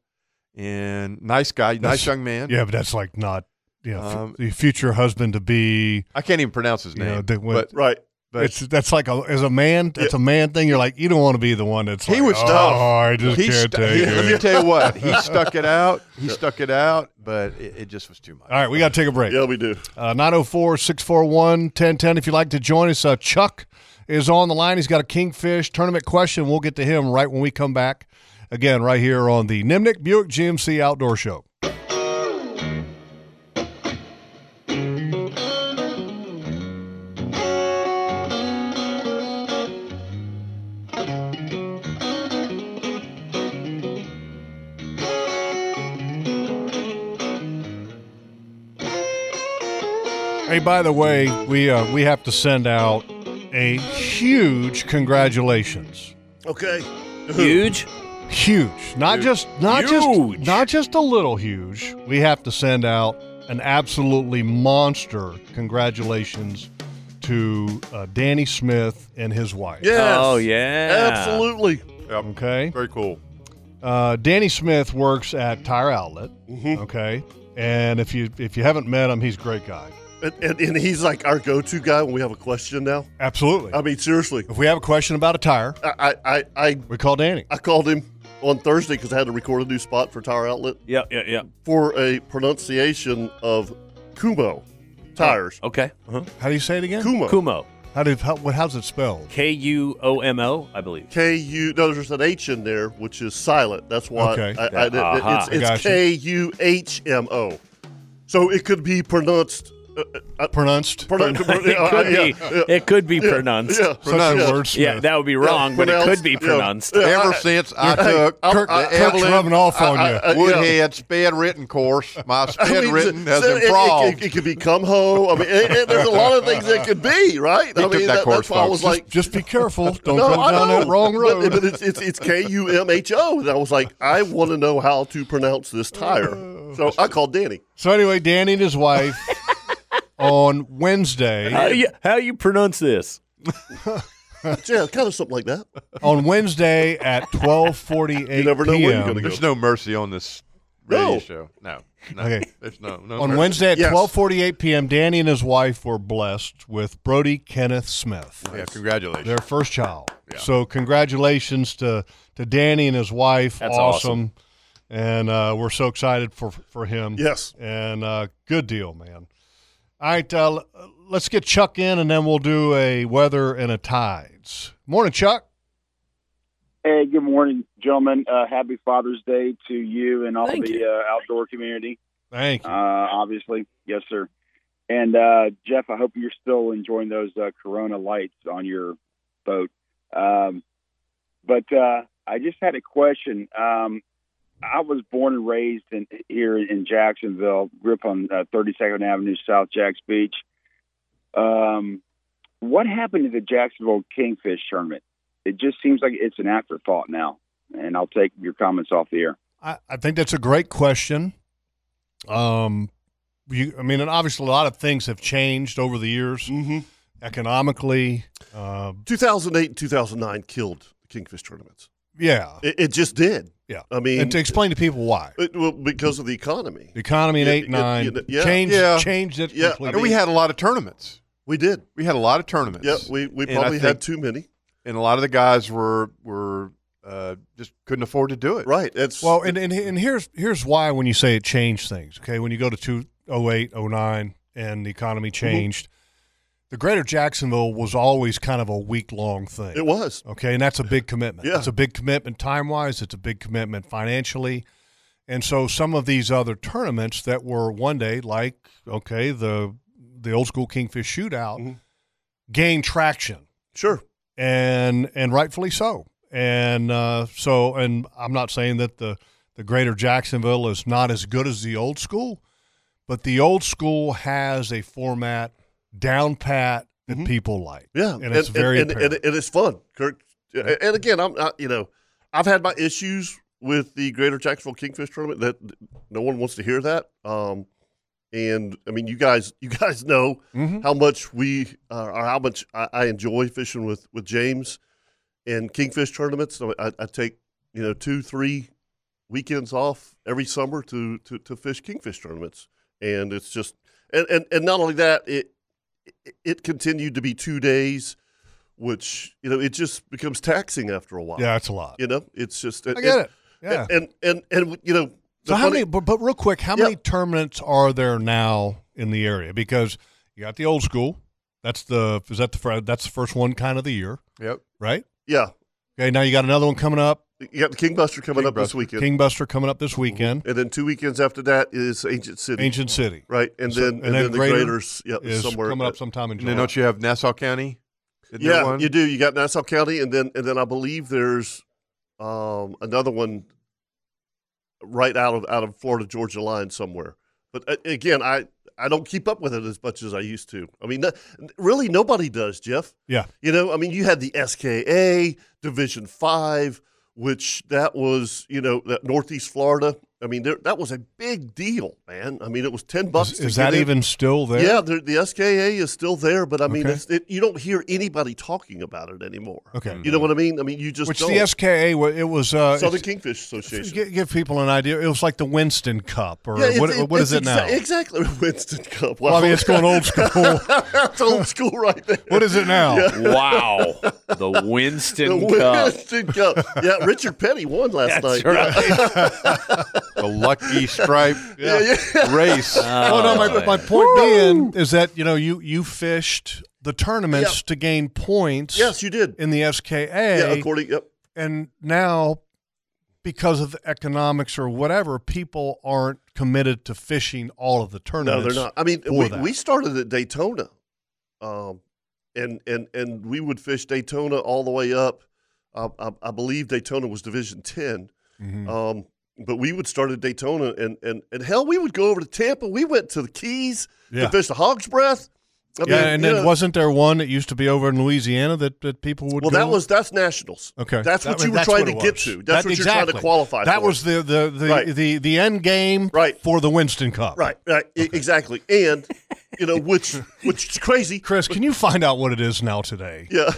Speaker 3: and nice guy, nice
Speaker 5: That's-
Speaker 3: young man.
Speaker 5: Yeah, but that's like not you know f-
Speaker 3: Um,
Speaker 5: the future husband to be.
Speaker 3: I can't even pronounce his
Speaker 5: You
Speaker 3: name,
Speaker 5: know, they went-
Speaker 3: but
Speaker 1: Right.
Speaker 3: but
Speaker 5: it's that's like a, as a man, that's a man thing. You're like you don't want to be the one that's
Speaker 3: He
Speaker 5: like,
Speaker 3: was
Speaker 5: oh,
Speaker 3: tough.
Speaker 5: I just
Speaker 3: he
Speaker 5: can't
Speaker 3: stu-
Speaker 5: take
Speaker 3: he- let me
Speaker 5: it.
Speaker 3: tell you what, he stuck it out. He stuck it out, but it, it just was too much.
Speaker 5: All right, we got to take a break.
Speaker 1: Yeah, we do.
Speaker 5: Uh, 904 641 1010. If you'd like to join us, uh, Chuck is on the line. He's got a kingfish tournament question. We'll get to him right when we come back. Again, right here on the Nimnik Buick GMC Outdoor Show. Hey, by the way, we uh, we have to send out a huge congratulations.
Speaker 1: Okay.
Speaker 4: Huge.
Speaker 5: Huge, not just not
Speaker 4: Huge.
Speaker 5: just not just a little huge. We have to send out an absolutely monster congratulations to uh, Danny Smith and his wife.
Speaker 1: Yes.
Speaker 4: Oh yeah.
Speaker 1: Absolutely.
Speaker 5: Okay.
Speaker 3: Very cool.
Speaker 5: Uh, Danny Smith works at Tire Outlet.
Speaker 1: Mhm.
Speaker 5: Okay. And if you if you haven't met him, he's a great guy.
Speaker 1: And, and, and he's like our go-to guy when we have a question now.
Speaker 5: Absolutely.
Speaker 1: I mean, seriously,
Speaker 5: if we have a question about a tire,
Speaker 1: I I I I,
Speaker 5: we call Danny.
Speaker 1: I called him on Thursday because I had to record a new spot for Tire Outlet
Speaker 4: Yeah, yeah, yeah.
Speaker 1: for a pronunciation of Kumo tires.
Speaker 4: Okay. Uh-huh.
Speaker 5: How do you say it again?
Speaker 1: Kumo.
Speaker 4: Kumo.
Speaker 5: How do how, what how's it spelled?
Speaker 4: K U O M O, I believe.
Speaker 1: K U. No, there's an H in there, which is silent. That's why
Speaker 5: Okay.
Speaker 1: I, I,
Speaker 4: Aha.
Speaker 1: it's- it's
Speaker 5: Gotcha.
Speaker 1: K U H M O. So it could be pronounced. Uh, uh,
Speaker 5: Pronounced.
Speaker 1: pronounced. uh,
Speaker 4: It could be. It could be pronounced.
Speaker 1: Yeah,
Speaker 5: Such a
Speaker 1: yeah.
Speaker 5: wordsmith.
Speaker 4: Yeah, that would be wrong, but it could be
Speaker 1: pronounced, yeah.
Speaker 4: pronounced.
Speaker 3: Ever since I took
Speaker 5: Kirk,
Speaker 3: the
Speaker 5: Kirk's
Speaker 3: Evelyn uh,
Speaker 5: rubbing off on you.
Speaker 1: I-
Speaker 3: Woodhead sped written course. My sped
Speaker 1: I mean,
Speaker 3: written
Speaker 1: so-
Speaker 3: has
Speaker 1: so it- it-
Speaker 3: improved.
Speaker 1: It, it could be come home. I mean, it, it- there's a lot of things that could be, right? I
Speaker 3: took
Speaker 1: mean,
Speaker 3: that course,
Speaker 1: that's why I was
Speaker 3: folks.
Speaker 1: like,
Speaker 5: Just be careful. Don't
Speaker 1: no,
Speaker 5: go
Speaker 1: I
Speaker 5: down
Speaker 1: know.
Speaker 5: that wrong
Speaker 1: But-
Speaker 5: road.
Speaker 1: But, it's it's it's K U M H O, and I was like, I want to know how to pronounce this tire.
Speaker 5: Oh.
Speaker 1: So I called Danny.
Speaker 5: So anyway, Danny and his wife on Wednesday.
Speaker 4: How you, how you pronounce this?
Speaker 1: Yeah, kind of something like that.
Speaker 5: On Wednesday at twelve forty eight
Speaker 1: You never know where you're
Speaker 5: p.m.
Speaker 1: going to
Speaker 3: There's
Speaker 1: go.
Speaker 3: no mercy on this radio
Speaker 1: No.
Speaker 3: show. No. no.
Speaker 5: Okay.
Speaker 3: There's no, no
Speaker 5: On
Speaker 3: mercy.
Speaker 5: Wednesday at
Speaker 1: Yes.
Speaker 5: twelve forty eight p.m., Danny and his wife were blessed with Brody Kenneth Smith,
Speaker 3: Yeah, congratulations.
Speaker 5: their first child. So congratulations to to Danny and his wife.
Speaker 4: That's
Speaker 5: awesome. And uh, we're so excited for for him.
Speaker 1: Yes.
Speaker 5: And uh, good deal, man. All right, uh, l- let's get Chuck in, and then we'll do a weather and a tides. Morning, Chuck.
Speaker 7: Hey, good morning, gentlemen. Uh, happy Father's Day to you and all
Speaker 4: Thank
Speaker 7: the
Speaker 4: you.
Speaker 7: Uh, outdoor community,
Speaker 5: Thank
Speaker 7: uh,
Speaker 5: you.
Speaker 7: obviously. Yes, sir. And uh, Jeff, I hope you're still enjoying those uh, Corona lights on your boat. Um, but uh, I just had a question. Um, I was born and raised in here in Jacksonville. Grew up on uh, 32nd Avenue, South Jacks Beach. Um, what happened to the Jacksonville Kingfish tournament? It just seems like it's an afterthought now. And I'll take your comments off the air.
Speaker 5: I, I think that's a great question. Um, you, I mean, and obviously a lot of things have changed over the years,
Speaker 1: mm-hmm.
Speaker 5: economically. Uh,
Speaker 1: 2008 and 2009 killed the Kingfish tournaments.
Speaker 5: yeah,
Speaker 1: It, it just did.
Speaker 5: yeah.
Speaker 1: I mean,
Speaker 5: and to explain to people why
Speaker 1: it, well, because of the economy.
Speaker 5: the economy in
Speaker 1: Yeah,
Speaker 5: eight nine
Speaker 1: yeah, yeah.
Speaker 5: changed
Speaker 3: Yeah.
Speaker 5: changed it
Speaker 1: Yeah, I
Speaker 5: completely.
Speaker 3: And we had a lot of tournaments.
Speaker 1: We did.
Speaker 3: We had a lot of tournaments.
Speaker 1: Yeah, we, we
Speaker 3: And I
Speaker 1: probably had
Speaker 3: think-
Speaker 1: too many.
Speaker 3: and a lot of the guys were were uh, just couldn't afford to do it.
Speaker 1: Right. That's
Speaker 5: Well, and, and and here's here's why when you say it changed things. Okay, when you go to 2008, 09, and the economy
Speaker 1: Mm-hmm.
Speaker 5: changed, the Greater Jacksonville was always kind of a week long thing.
Speaker 1: it was.
Speaker 5: Okay, and that's a big commitment.
Speaker 1: Yeah.
Speaker 5: It's a big commitment time wise. It's a big commitment financially, and so some of these other tournaments that were one day, like okay, the the old school Kingfish Shootout, gained traction
Speaker 1: Mm-hmm. Sure.
Speaker 5: and and rightfully so. And uh, so, and I'm not saying that the the Greater Jacksonville is not as good as the old school, but the old school has a format down pat that people like.
Speaker 1: Mm-hmm. Yeah,
Speaker 5: and, it's very
Speaker 1: and, and,
Speaker 5: apparent.
Speaker 1: and it's fun, Kirk. And again, I'm I, you know I've had my issues with the Greater Jacksonville Kingfish tournament that no one wants to hear that. Um, and I mean, you guys, you guys know
Speaker 5: Mhm.
Speaker 1: how much we uh, or how much I, I enjoy fishing with with James and Kingfish tournaments. So I, I take you know two, three weekends off every summer to to, to fish Kingfish tournaments, and it's just and and, and not only that it. it- It continued to be two days, which you know it just becomes taxing after a while.
Speaker 5: yeah, it's a lot.
Speaker 1: you know it's just.
Speaker 5: I get it. Yeah.
Speaker 1: and and and, you know. the
Speaker 5: so how
Speaker 1: funny-
Speaker 5: many? But, but real quick, how
Speaker 1: Yeah.
Speaker 5: many tournaments are there now in the area? Because you got the old school. That's the is that the fir- that's the first one kind of the year,
Speaker 3: Yep.
Speaker 5: right?
Speaker 1: Yeah,
Speaker 5: Okay, now you got another one coming up,
Speaker 1: you got the Kingbuster coming up this
Speaker 3: Kingbuster.
Speaker 1: weekend,
Speaker 5: King Buster coming up this weekend,
Speaker 1: and then two weekends after that is Ancient City,
Speaker 5: Ancient City.
Speaker 1: right? And
Speaker 5: So-
Speaker 1: then
Speaker 5: and
Speaker 1: and,
Speaker 5: then
Speaker 1: then, the
Speaker 5: Greater
Speaker 1: Graders, yeah,
Speaker 5: is
Speaker 1: somewhere
Speaker 5: coming up sometime in
Speaker 3: And then
Speaker 5: July.
Speaker 3: don't you have Nassau County? Isn't there
Speaker 1: yeah,
Speaker 3: one?
Speaker 1: you do. You got Nassau County, and then and then I believe there's um, another one right out of out of Florida Georgia line somewhere. But uh, again, I I don't keep up with it as much as I used to. I mean, no, really, nobody does, Jeff.
Speaker 5: Yeah.
Speaker 1: You know, I mean, you had the SKA Division Five, which that was you know that Northeast Florida. I mean, there, that was a big deal, man. I mean, it was ten bucks.
Speaker 5: Is,
Speaker 1: to
Speaker 5: is that
Speaker 1: get in.
Speaker 5: even still there?
Speaker 1: Yeah, the, the SKA is still there, but I mean,
Speaker 5: Okay.
Speaker 1: it's, it, you don't hear anybody talking about it anymore.
Speaker 5: Okay.
Speaker 1: You know what I mean? I mean, you just
Speaker 5: Which
Speaker 1: don't.
Speaker 5: the SKA wa- it was uh,
Speaker 1: Southern
Speaker 5: it's-
Speaker 1: Kingfish Association.
Speaker 5: gi- give people an idea. It was like the Winston Cup or what, what is it now?
Speaker 1: Exactly, Winston Cup.
Speaker 5: Well, I mean, it's going old school.
Speaker 1: That's old school right there.
Speaker 5: what is it now?
Speaker 4: Wow. The
Speaker 1: The
Speaker 4: Winston Cup.
Speaker 1: Winston Cup. Yeah, Richard Petty won last
Speaker 4: That's
Speaker 1: night.
Speaker 4: right.
Speaker 3: the Lucky Stripe
Speaker 1: Yeah, yeah.
Speaker 3: race. Uh,
Speaker 5: Well, no, my,
Speaker 4: Oh,
Speaker 5: my point being is that you know you you fished the tournaments to gain points.
Speaker 1: Yes, you did.
Speaker 5: in the
Speaker 1: Yeah,
Speaker 5: SKA,
Speaker 1: according. Yep.
Speaker 5: and now because of economics or whatever, people aren't committed to fishing all of the
Speaker 1: No,
Speaker 5: tournaments.
Speaker 1: they're not. I mean,
Speaker 5: for
Speaker 1: we,
Speaker 5: that.
Speaker 1: we started at Daytona, um, and and and we would fish Daytona all the way up. I, I, I believe Daytona was Division Ten,
Speaker 5: Mhm.
Speaker 1: um, but we would start at Daytona, and and and hell, we would go over to Tampa. We went to the Keys
Speaker 5: Yeah.
Speaker 1: to fish the Hog's Breath. I
Speaker 5: yeah,
Speaker 1: mean,
Speaker 5: and
Speaker 1: you
Speaker 5: then
Speaker 1: know,
Speaker 5: wasn't there one that used to be over in Louisiana that, that people would
Speaker 1: well,
Speaker 5: go?
Speaker 1: that was that's nationals.
Speaker 5: okay.
Speaker 1: that's what
Speaker 5: That-
Speaker 1: you were
Speaker 5: that's
Speaker 1: trying
Speaker 5: what
Speaker 1: to
Speaker 5: it
Speaker 1: get
Speaker 5: was.
Speaker 1: to. That's
Speaker 5: That-
Speaker 1: what you're trying to
Speaker 5: exactly.
Speaker 1: qualify
Speaker 5: That
Speaker 1: for.
Speaker 5: was the the the,
Speaker 1: Right.
Speaker 5: the the end game
Speaker 1: Right.
Speaker 5: for the Winston Cup.
Speaker 1: right, right, e- exactly. And you know, which which is crazy.
Speaker 5: Chris, can you find out what it is now today?
Speaker 1: Yeah,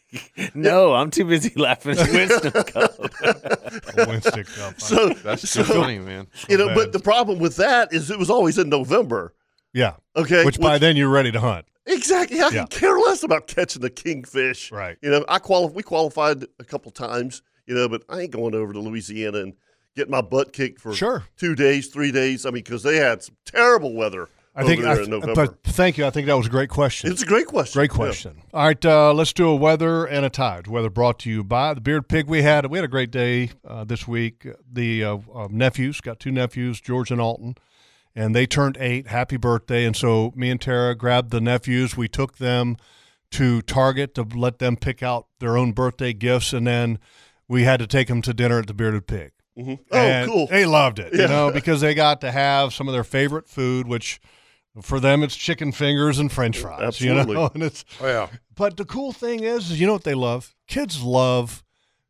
Speaker 4: No, I'm too busy laughing at the Winston Cup.
Speaker 5: The Oh, Winston Cup.
Speaker 1: so
Speaker 3: That's
Speaker 1: so,
Speaker 3: so funny, man.
Speaker 1: you know,
Speaker 5: bad.
Speaker 1: but the problem with that is it was always in November.
Speaker 5: yeah.
Speaker 1: Okay,
Speaker 5: Which by then you're ready to hunt.
Speaker 1: exactly, I
Speaker 5: Yeah.
Speaker 1: could care less about catching the kingfish.
Speaker 5: Right.
Speaker 1: You know, I quali- We qualified a couple times. You know, but I ain't going over to Louisiana and get my butt kicked for
Speaker 5: Sure.
Speaker 1: two days, three days. I mean, because they had some terrible weather
Speaker 5: I think
Speaker 1: over there
Speaker 5: I,
Speaker 1: in November.
Speaker 5: but thank you. I think that was a great question.
Speaker 1: it's a great question.
Speaker 5: Great
Speaker 1: Yeah.
Speaker 5: question. All right, uh, let's do a weather and a tide. Weather brought to you by the Beard Pig. We had we had a great day uh, this week. The uh, uh, nephews got two nephews, George and Alton, and they turned eight. Happy birthday! And so me and Tara grabbed the nephews. We took them to Target to let them pick out their own birthday gifts, and then we had to take them to dinner at the Bearded Pig.
Speaker 1: Mhm.
Speaker 5: And
Speaker 1: Oh, cool.
Speaker 5: They loved it,
Speaker 1: Yeah.
Speaker 5: you know, because they got to have some of their favorite food, which for them it's chicken fingers and French fries.
Speaker 1: Absolutely.
Speaker 5: You know, and it's
Speaker 1: Oh, yeah.
Speaker 5: But the cool thing is, is you know what they love? Kids love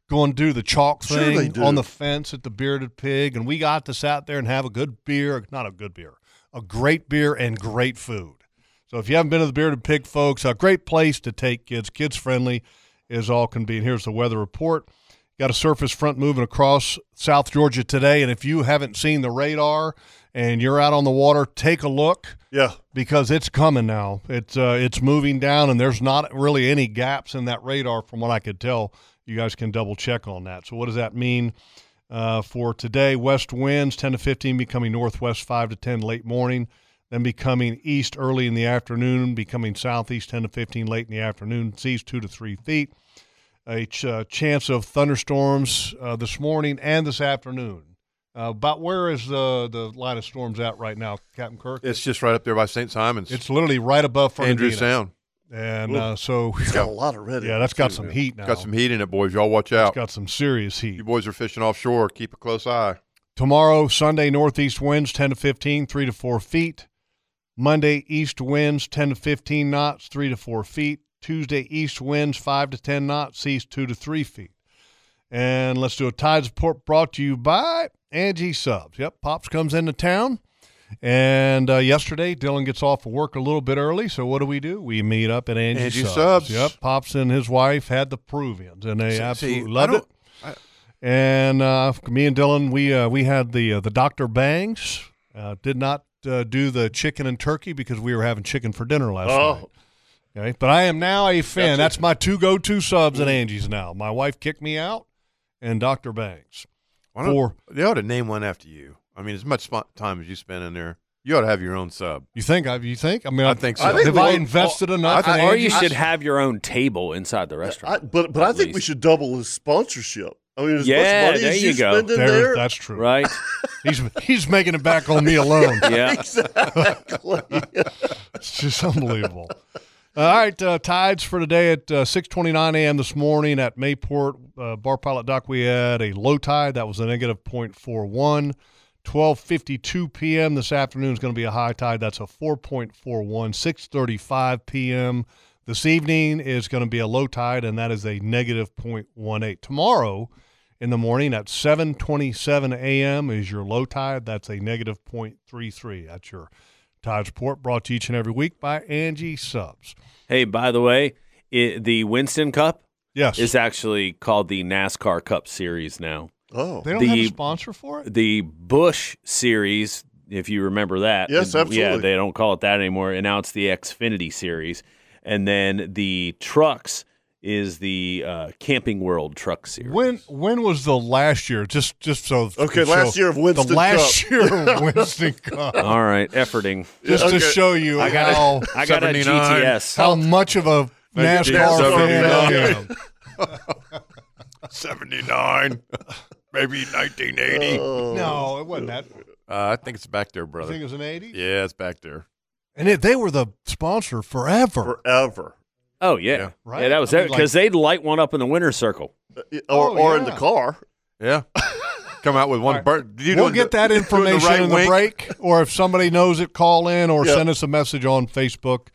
Speaker 5: going to do the chalk
Speaker 1: Sure
Speaker 5: thing
Speaker 1: they do.
Speaker 5: on the fence at the Bearded Pig, and we got to sat there and have a good beer, not a good beer, a great beer and great food. So if you haven't been to the Bearded Pig, folks, a great place to take kids. Kids friendly is all can be. And here's the weather report. Got a surface front moving across South Georgia today, and if you haven't seen the radar and you're out on the water, take a look
Speaker 1: Yeah.
Speaker 5: because it's coming now. It's uh, it's moving down, and there's not really any gaps in that radar from what I could tell. You guys can double check on that. So what does that mean uh, for today? West winds 10 to 15, becoming northwest 5 to 10 late morning, then becoming east early in the afternoon, becoming southeast 10 to 15 late in the afternoon, seas 2 to 3 feet. A ch- uh, chance of thunderstorms uh, this morning and this afternoon. Uh, about where is the, the line of storms at right now, Captain Kirk?
Speaker 3: It's just right up there by St. Simon's.
Speaker 5: It's literally right above
Speaker 3: Andrew
Speaker 5: Fernandina.
Speaker 3: Sound.
Speaker 5: And
Speaker 1: Ooh.
Speaker 5: uh, so,
Speaker 1: It's got a lot already.
Speaker 5: yeah, that's got
Speaker 1: too,
Speaker 5: some
Speaker 1: man.
Speaker 5: heat now.
Speaker 3: Got some heat in it, boys. Y'all watch out.
Speaker 5: Got some serious heat.
Speaker 3: You boys are fishing offshore. Keep a close eye.
Speaker 5: Tomorrow, Sunday, northeast winds 10 to 15, 3 to 4 feet. Monday, east winds 10 to 15 knots, 3 to 4 feet. Tuesday, east winds 5 to 10 knots, seas 2 to 3 feet. And let's do a tides report brought to you by Angie Subs. Yep, Pops comes into town. And uh, yesterday, Dylan gets off of work a little bit early. So what do we do? We meet up at Angie,
Speaker 3: Angie's Subs.
Speaker 5: Yep, Pops and his wife had the Peruvians, and they
Speaker 3: See-
Speaker 5: absolutely
Speaker 3: see, I
Speaker 5: loved it
Speaker 3: don't-
Speaker 5: and uh, me and Dylan, we uh, we had the uh, the Doctor Bangs. Uh, did not uh, do the chicken and turkey because we were having chicken for dinner last
Speaker 1: Oh,
Speaker 5: night. Okay? But I am now a fan. That's my two go to subs
Speaker 3: Mm.
Speaker 5: and Angie's now. My wife kicked me out, and Doctor Bangs.
Speaker 3: Why don't-
Speaker 5: Four.
Speaker 3: They ought to name one after you. I mean, as much spot- time as you spend in there, you ought to have your own sub.
Speaker 5: You think? I You think? I mean,
Speaker 3: I think so. I
Speaker 1: think
Speaker 5: Have
Speaker 1: we
Speaker 5: I
Speaker 1: all-
Speaker 5: invested enough? in
Speaker 4: or you
Speaker 5: Angie's?
Speaker 4: should have your own table inside the
Speaker 1: I,
Speaker 4: restaurant.
Speaker 1: but but I
Speaker 4: at
Speaker 1: think we
Speaker 4: least.
Speaker 1: should double his sponsorship. I mean, as
Speaker 4: Yeah,
Speaker 1: much money
Speaker 4: there
Speaker 1: as
Speaker 4: you
Speaker 1: you,
Speaker 4: go.
Speaker 1: spend in
Speaker 5: There-
Speaker 1: there,
Speaker 5: That's true.
Speaker 4: right?
Speaker 5: He's he's making it back on me alone.
Speaker 4: Yeah.
Speaker 1: exactly.
Speaker 5: It's just unbelievable. All right, uh, tides for today at uh, 6:29 a.m. this morning at Mayport uh, Bar Pilot Dock. We had a low tide that was a negative 0.41. 12:52 p.m. this afternoon is going to be a high tide. That's a 4.41. 6:35 p.m. this evening is going to be a low tide, and that is a negative 0.18. Tomorrow in the morning at 7:27 a.m. is your low tide. That's a negative 0.33. That's your Tides Report brought to you each and every week by Angie Subs.
Speaker 4: hey, by the way, i the Winston Cup
Speaker 5: Yes.
Speaker 4: is actually called the NASCAR Cup Series now.
Speaker 1: Oh,
Speaker 5: they don't
Speaker 4: the-
Speaker 5: have a sponsor for it?
Speaker 4: The Bush Series, if you remember that.
Speaker 1: Yes,
Speaker 4: Yeah,
Speaker 1: absolutely.
Speaker 4: they don't call it that anymore. And now it's the Xfinity Series. And then the Trucks is the uh, Camping World Truck Series.
Speaker 5: When when was the last year? Just just so
Speaker 1: Okay,
Speaker 5: so-
Speaker 1: last year of Winston
Speaker 5: The last
Speaker 1: Cup.
Speaker 5: year of Winston Cup.
Speaker 4: All right, efforting.
Speaker 5: Just to
Speaker 1: Okay.
Speaker 5: show you how
Speaker 4: I got a
Speaker 3: 79.
Speaker 4: GTS.
Speaker 5: how much of a
Speaker 3: Thank you,
Speaker 5: NASCAR
Speaker 3: Jeff.
Speaker 5: fan I am.
Speaker 3: 79, maybe 1980. Uh,
Speaker 5: No, it wasn't that.
Speaker 3: I think it's back there,
Speaker 5: I
Speaker 3: brother.
Speaker 5: think it was an eighty.
Speaker 3: yeah, it's back there.
Speaker 5: And it, they were the sponsor forever.
Speaker 1: forever,
Speaker 4: Oh yeah,
Speaker 3: Yeah.
Speaker 5: Right.
Speaker 4: Yeah, that was
Speaker 5: I
Speaker 4: it
Speaker 5: mean, like-
Speaker 4: because they'd light one up in the winner's circle.
Speaker 1: or
Speaker 5: Oh,
Speaker 1: or in the
Speaker 5: yeah.
Speaker 1: car.
Speaker 3: Yeah. Come out with one
Speaker 5: right.
Speaker 3: burn. You
Speaker 5: we'll
Speaker 3: doing
Speaker 5: get
Speaker 3: the-
Speaker 5: that
Speaker 3: doing
Speaker 5: information
Speaker 3: right
Speaker 5: in the
Speaker 3: wink?
Speaker 5: break, or if somebody knows it, call in or
Speaker 1: Yeah.
Speaker 5: send us a message on Facebook,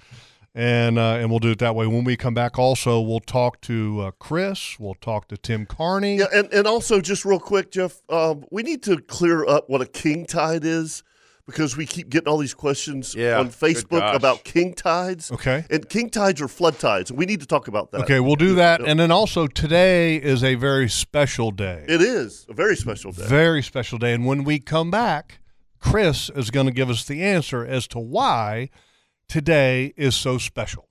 Speaker 5: and uh, and we'll do it that way. When we come back, also we'll talk to uh, Chris, we'll talk to Tim Carney.
Speaker 1: Yeah, and, and also just real quick, Jeff, um, we need to clear up what a king tide is because we keep getting all these questions
Speaker 3: Yeah,
Speaker 1: on
Speaker 3: good
Speaker 1: Facebook
Speaker 3: gosh.
Speaker 1: about king tides.
Speaker 5: Okay.
Speaker 1: and king tides are flood tides. We need to talk about that.
Speaker 5: Okay, we'll do that, and then also today is a very special day.
Speaker 1: it is a very special day.
Speaker 5: Very special day. And when we come back, Chris is going to give us the answer as to why today is so special.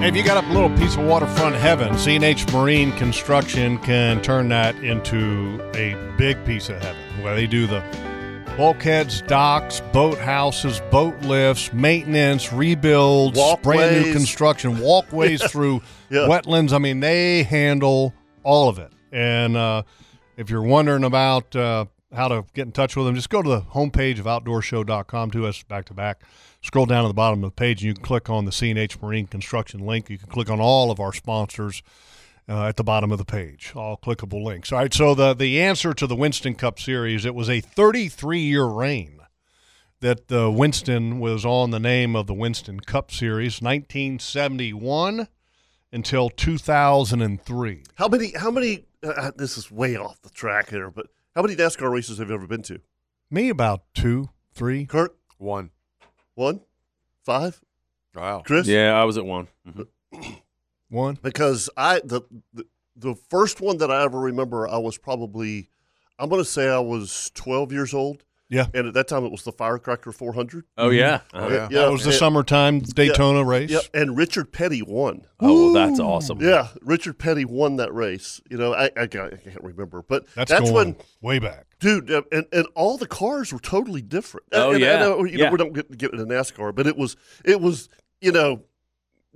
Speaker 5: Hey, if you got a little piece of waterfront heaven, CNH Marine Construction can turn that into a big piece of heaven where they do the bulkheads, docks, boathouses, boat lifts, maintenance, rebuilds, brand new
Speaker 1: Walkways.
Speaker 5: construction, walkways through
Speaker 1: Yeah.
Speaker 5: wetlands. I mean, they handle all of it. And uh, if you're wondering about uh, how to get in touch with them, just go to the homepage of outdoorshow.com, do us back to back. scroll down to the bottom of the page and you can click on the CNH Marine Construction link. You can click on all of our sponsors uh, at the bottom of the page, all clickable links. All right, so the, the answer to the Winston Cup Series, it was a 33 year reign that the Winston was on the name of the Winston Cup Series, 1971 until 2003.
Speaker 1: How many? How many? Uh, uh, this is way off the track here, but how many NASCAR races have you ever been to?
Speaker 5: Me about two, three.
Speaker 1: Kurt,
Speaker 3: One.
Speaker 1: one, five,
Speaker 3: Wow.
Speaker 1: Chris.
Speaker 4: Yeah, I was at one. Mm-hmm.
Speaker 5: One.
Speaker 1: because I the, the the first one that I ever remember, I was probably I'm going to say I was 12 years old.
Speaker 5: Yeah. Mm-hmm.
Speaker 1: and at that time it was the Firecracker 400.
Speaker 4: Oh yeah.
Speaker 3: Oh, yeah.
Speaker 5: That was the
Speaker 1: and,
Speaker 5: summertime Daytona race.
Speaker 1: Yeah, and Richard Petty won.
Speaker 4: Oh, well, that's awesome.
Speaker 1: Yeah, Richard Petty won that race. You know, I I, can't- I can't remember, but
Speaker 5: That's,
Speaker 1: that's,
Speaker 5: going
Speaker 1: when.
Speaker 5: way back.
Speaker 1: Dude, uh, and, and all the cars were totally different.
Speaker 4: Oh,
Speaker 1: and,
Speaker 4: yeah.
Speaker 1: and, uh, you know,
Speaker 4: Yeah.
Speaker 1: we don't get, get into NASCAR, but it was it was you know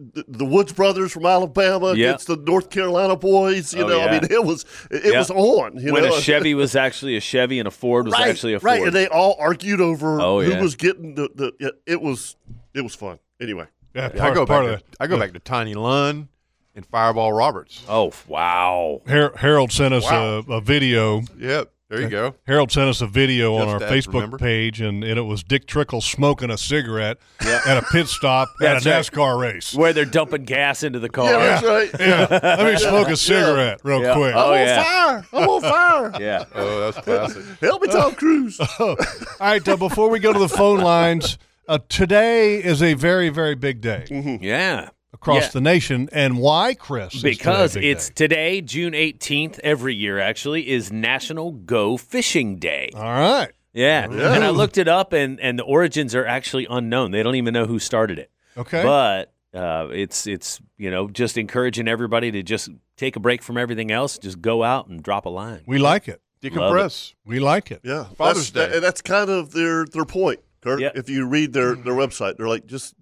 Speaker 1: the, the Woods brothers from Alabama
Speaker 4: Yeah.
Speaker 1: against the North Carolina boys. You
Speaker 4: Oh,
Speaker 1: know, I
Speaker 4: yeah.
Speaker 1: mean, it was it, it
Speaker 4: Yeah.
Speaker 1: was on. You
Speaker 4: when
Speaker 1: know, uh,
Speaker 4: a Chevy was actually a Chevy and a Ford was
Speaker 1: right,
Speaker 4: actually a Ford.
Speaker 1: right, and they all argued over
Speaker 4: Oh,
Speaker 1: who
Speaker 4: yeah.
Speaker 1: was getting the, the yeah, it was it was fun. Anyway,
Speaker 5: Yeah,
Speaker 3: I
Speaker 5: part-
Speaker 3: go
Speaker 5: part
Speaker 3: back.
Speaker 5: of
Speaker 3: To, I go back to Tiny Lunn and Fireball Roberts.
Speaker 4: oh wow.
Speaker 5: Har- Harold sent us
Speaker 3: Wow.
Speaker 5: a, a video. Uh,
Speaker 3: Yep. There you go.
Speaker 5: Harold sent us a video on
Speaker 3: Just
Speaker 5: our
Speaker 3: that,
Speaker 5: Facebook
Speaker 3: remember?
Speaker 5: page, and, and it was Dick Trickle smoking a cigarette at a pit stop at
Speaker 4: That's
Speaker 5: a
Speaker 4: right.
Speaker 5: NASCAR race.
Speaker 4: Where they're dumping gas into the car.
Speaker 1: yeah, that's right.
Speaker 5: Yeah, let me smoke a cigarette real
Speaker 4: Yeah.
Speaker 5: quick.
Speaker 4: Oh yeah.
Speaker 1: Fire! I'm on fire.
Speaker 4: Yeah.
Speaker 3: Oh, that's classic.
Speaker 1: Help me, Tom Cruise.
Speaker 5: All right, uh, before we go to the phone lines, uh, today is a very, very big day
Speaker 1: Mm-hmm.
Speaker 4: Yeah.
Speaker 5: across
Speaker 4: Yeah.
Speaker 5: the nation. And why, Chris? is today a
Speaker 4: Because
Speaker 5: big
Speaker 4: it's
Speaker 5: day?
Speaker 4: today, June 18th, every year actually, is National Go Fishing Day.
Speaker 5: All right.
Speaker 4: Yeah.
Speaker 1: Yeah.
Speaker 4: And I looked it up, and, and the origins are actually unknown. They don't even know who started it.
Speaker 5: Okay.
Speaker 4: But uh, it's, it's you know, just encouraging everybody to just take a break from everything else, just go out and drop a line.
Speaker 5: we like it.
Speaker 3: Decompress.
Speaker 5: We like it.
Speaker 1: Yeah, that's,
Speaker 3: Father's
Speaker 1: that-
Speaker 3: Day.
Speaker 1: and that's kind of their their point, Kurt.
Speaker 4: Yeah.
Speaker 1: If you read their
Speaker 3: Mm-hmm.
Speaker 1: their website, they're like, just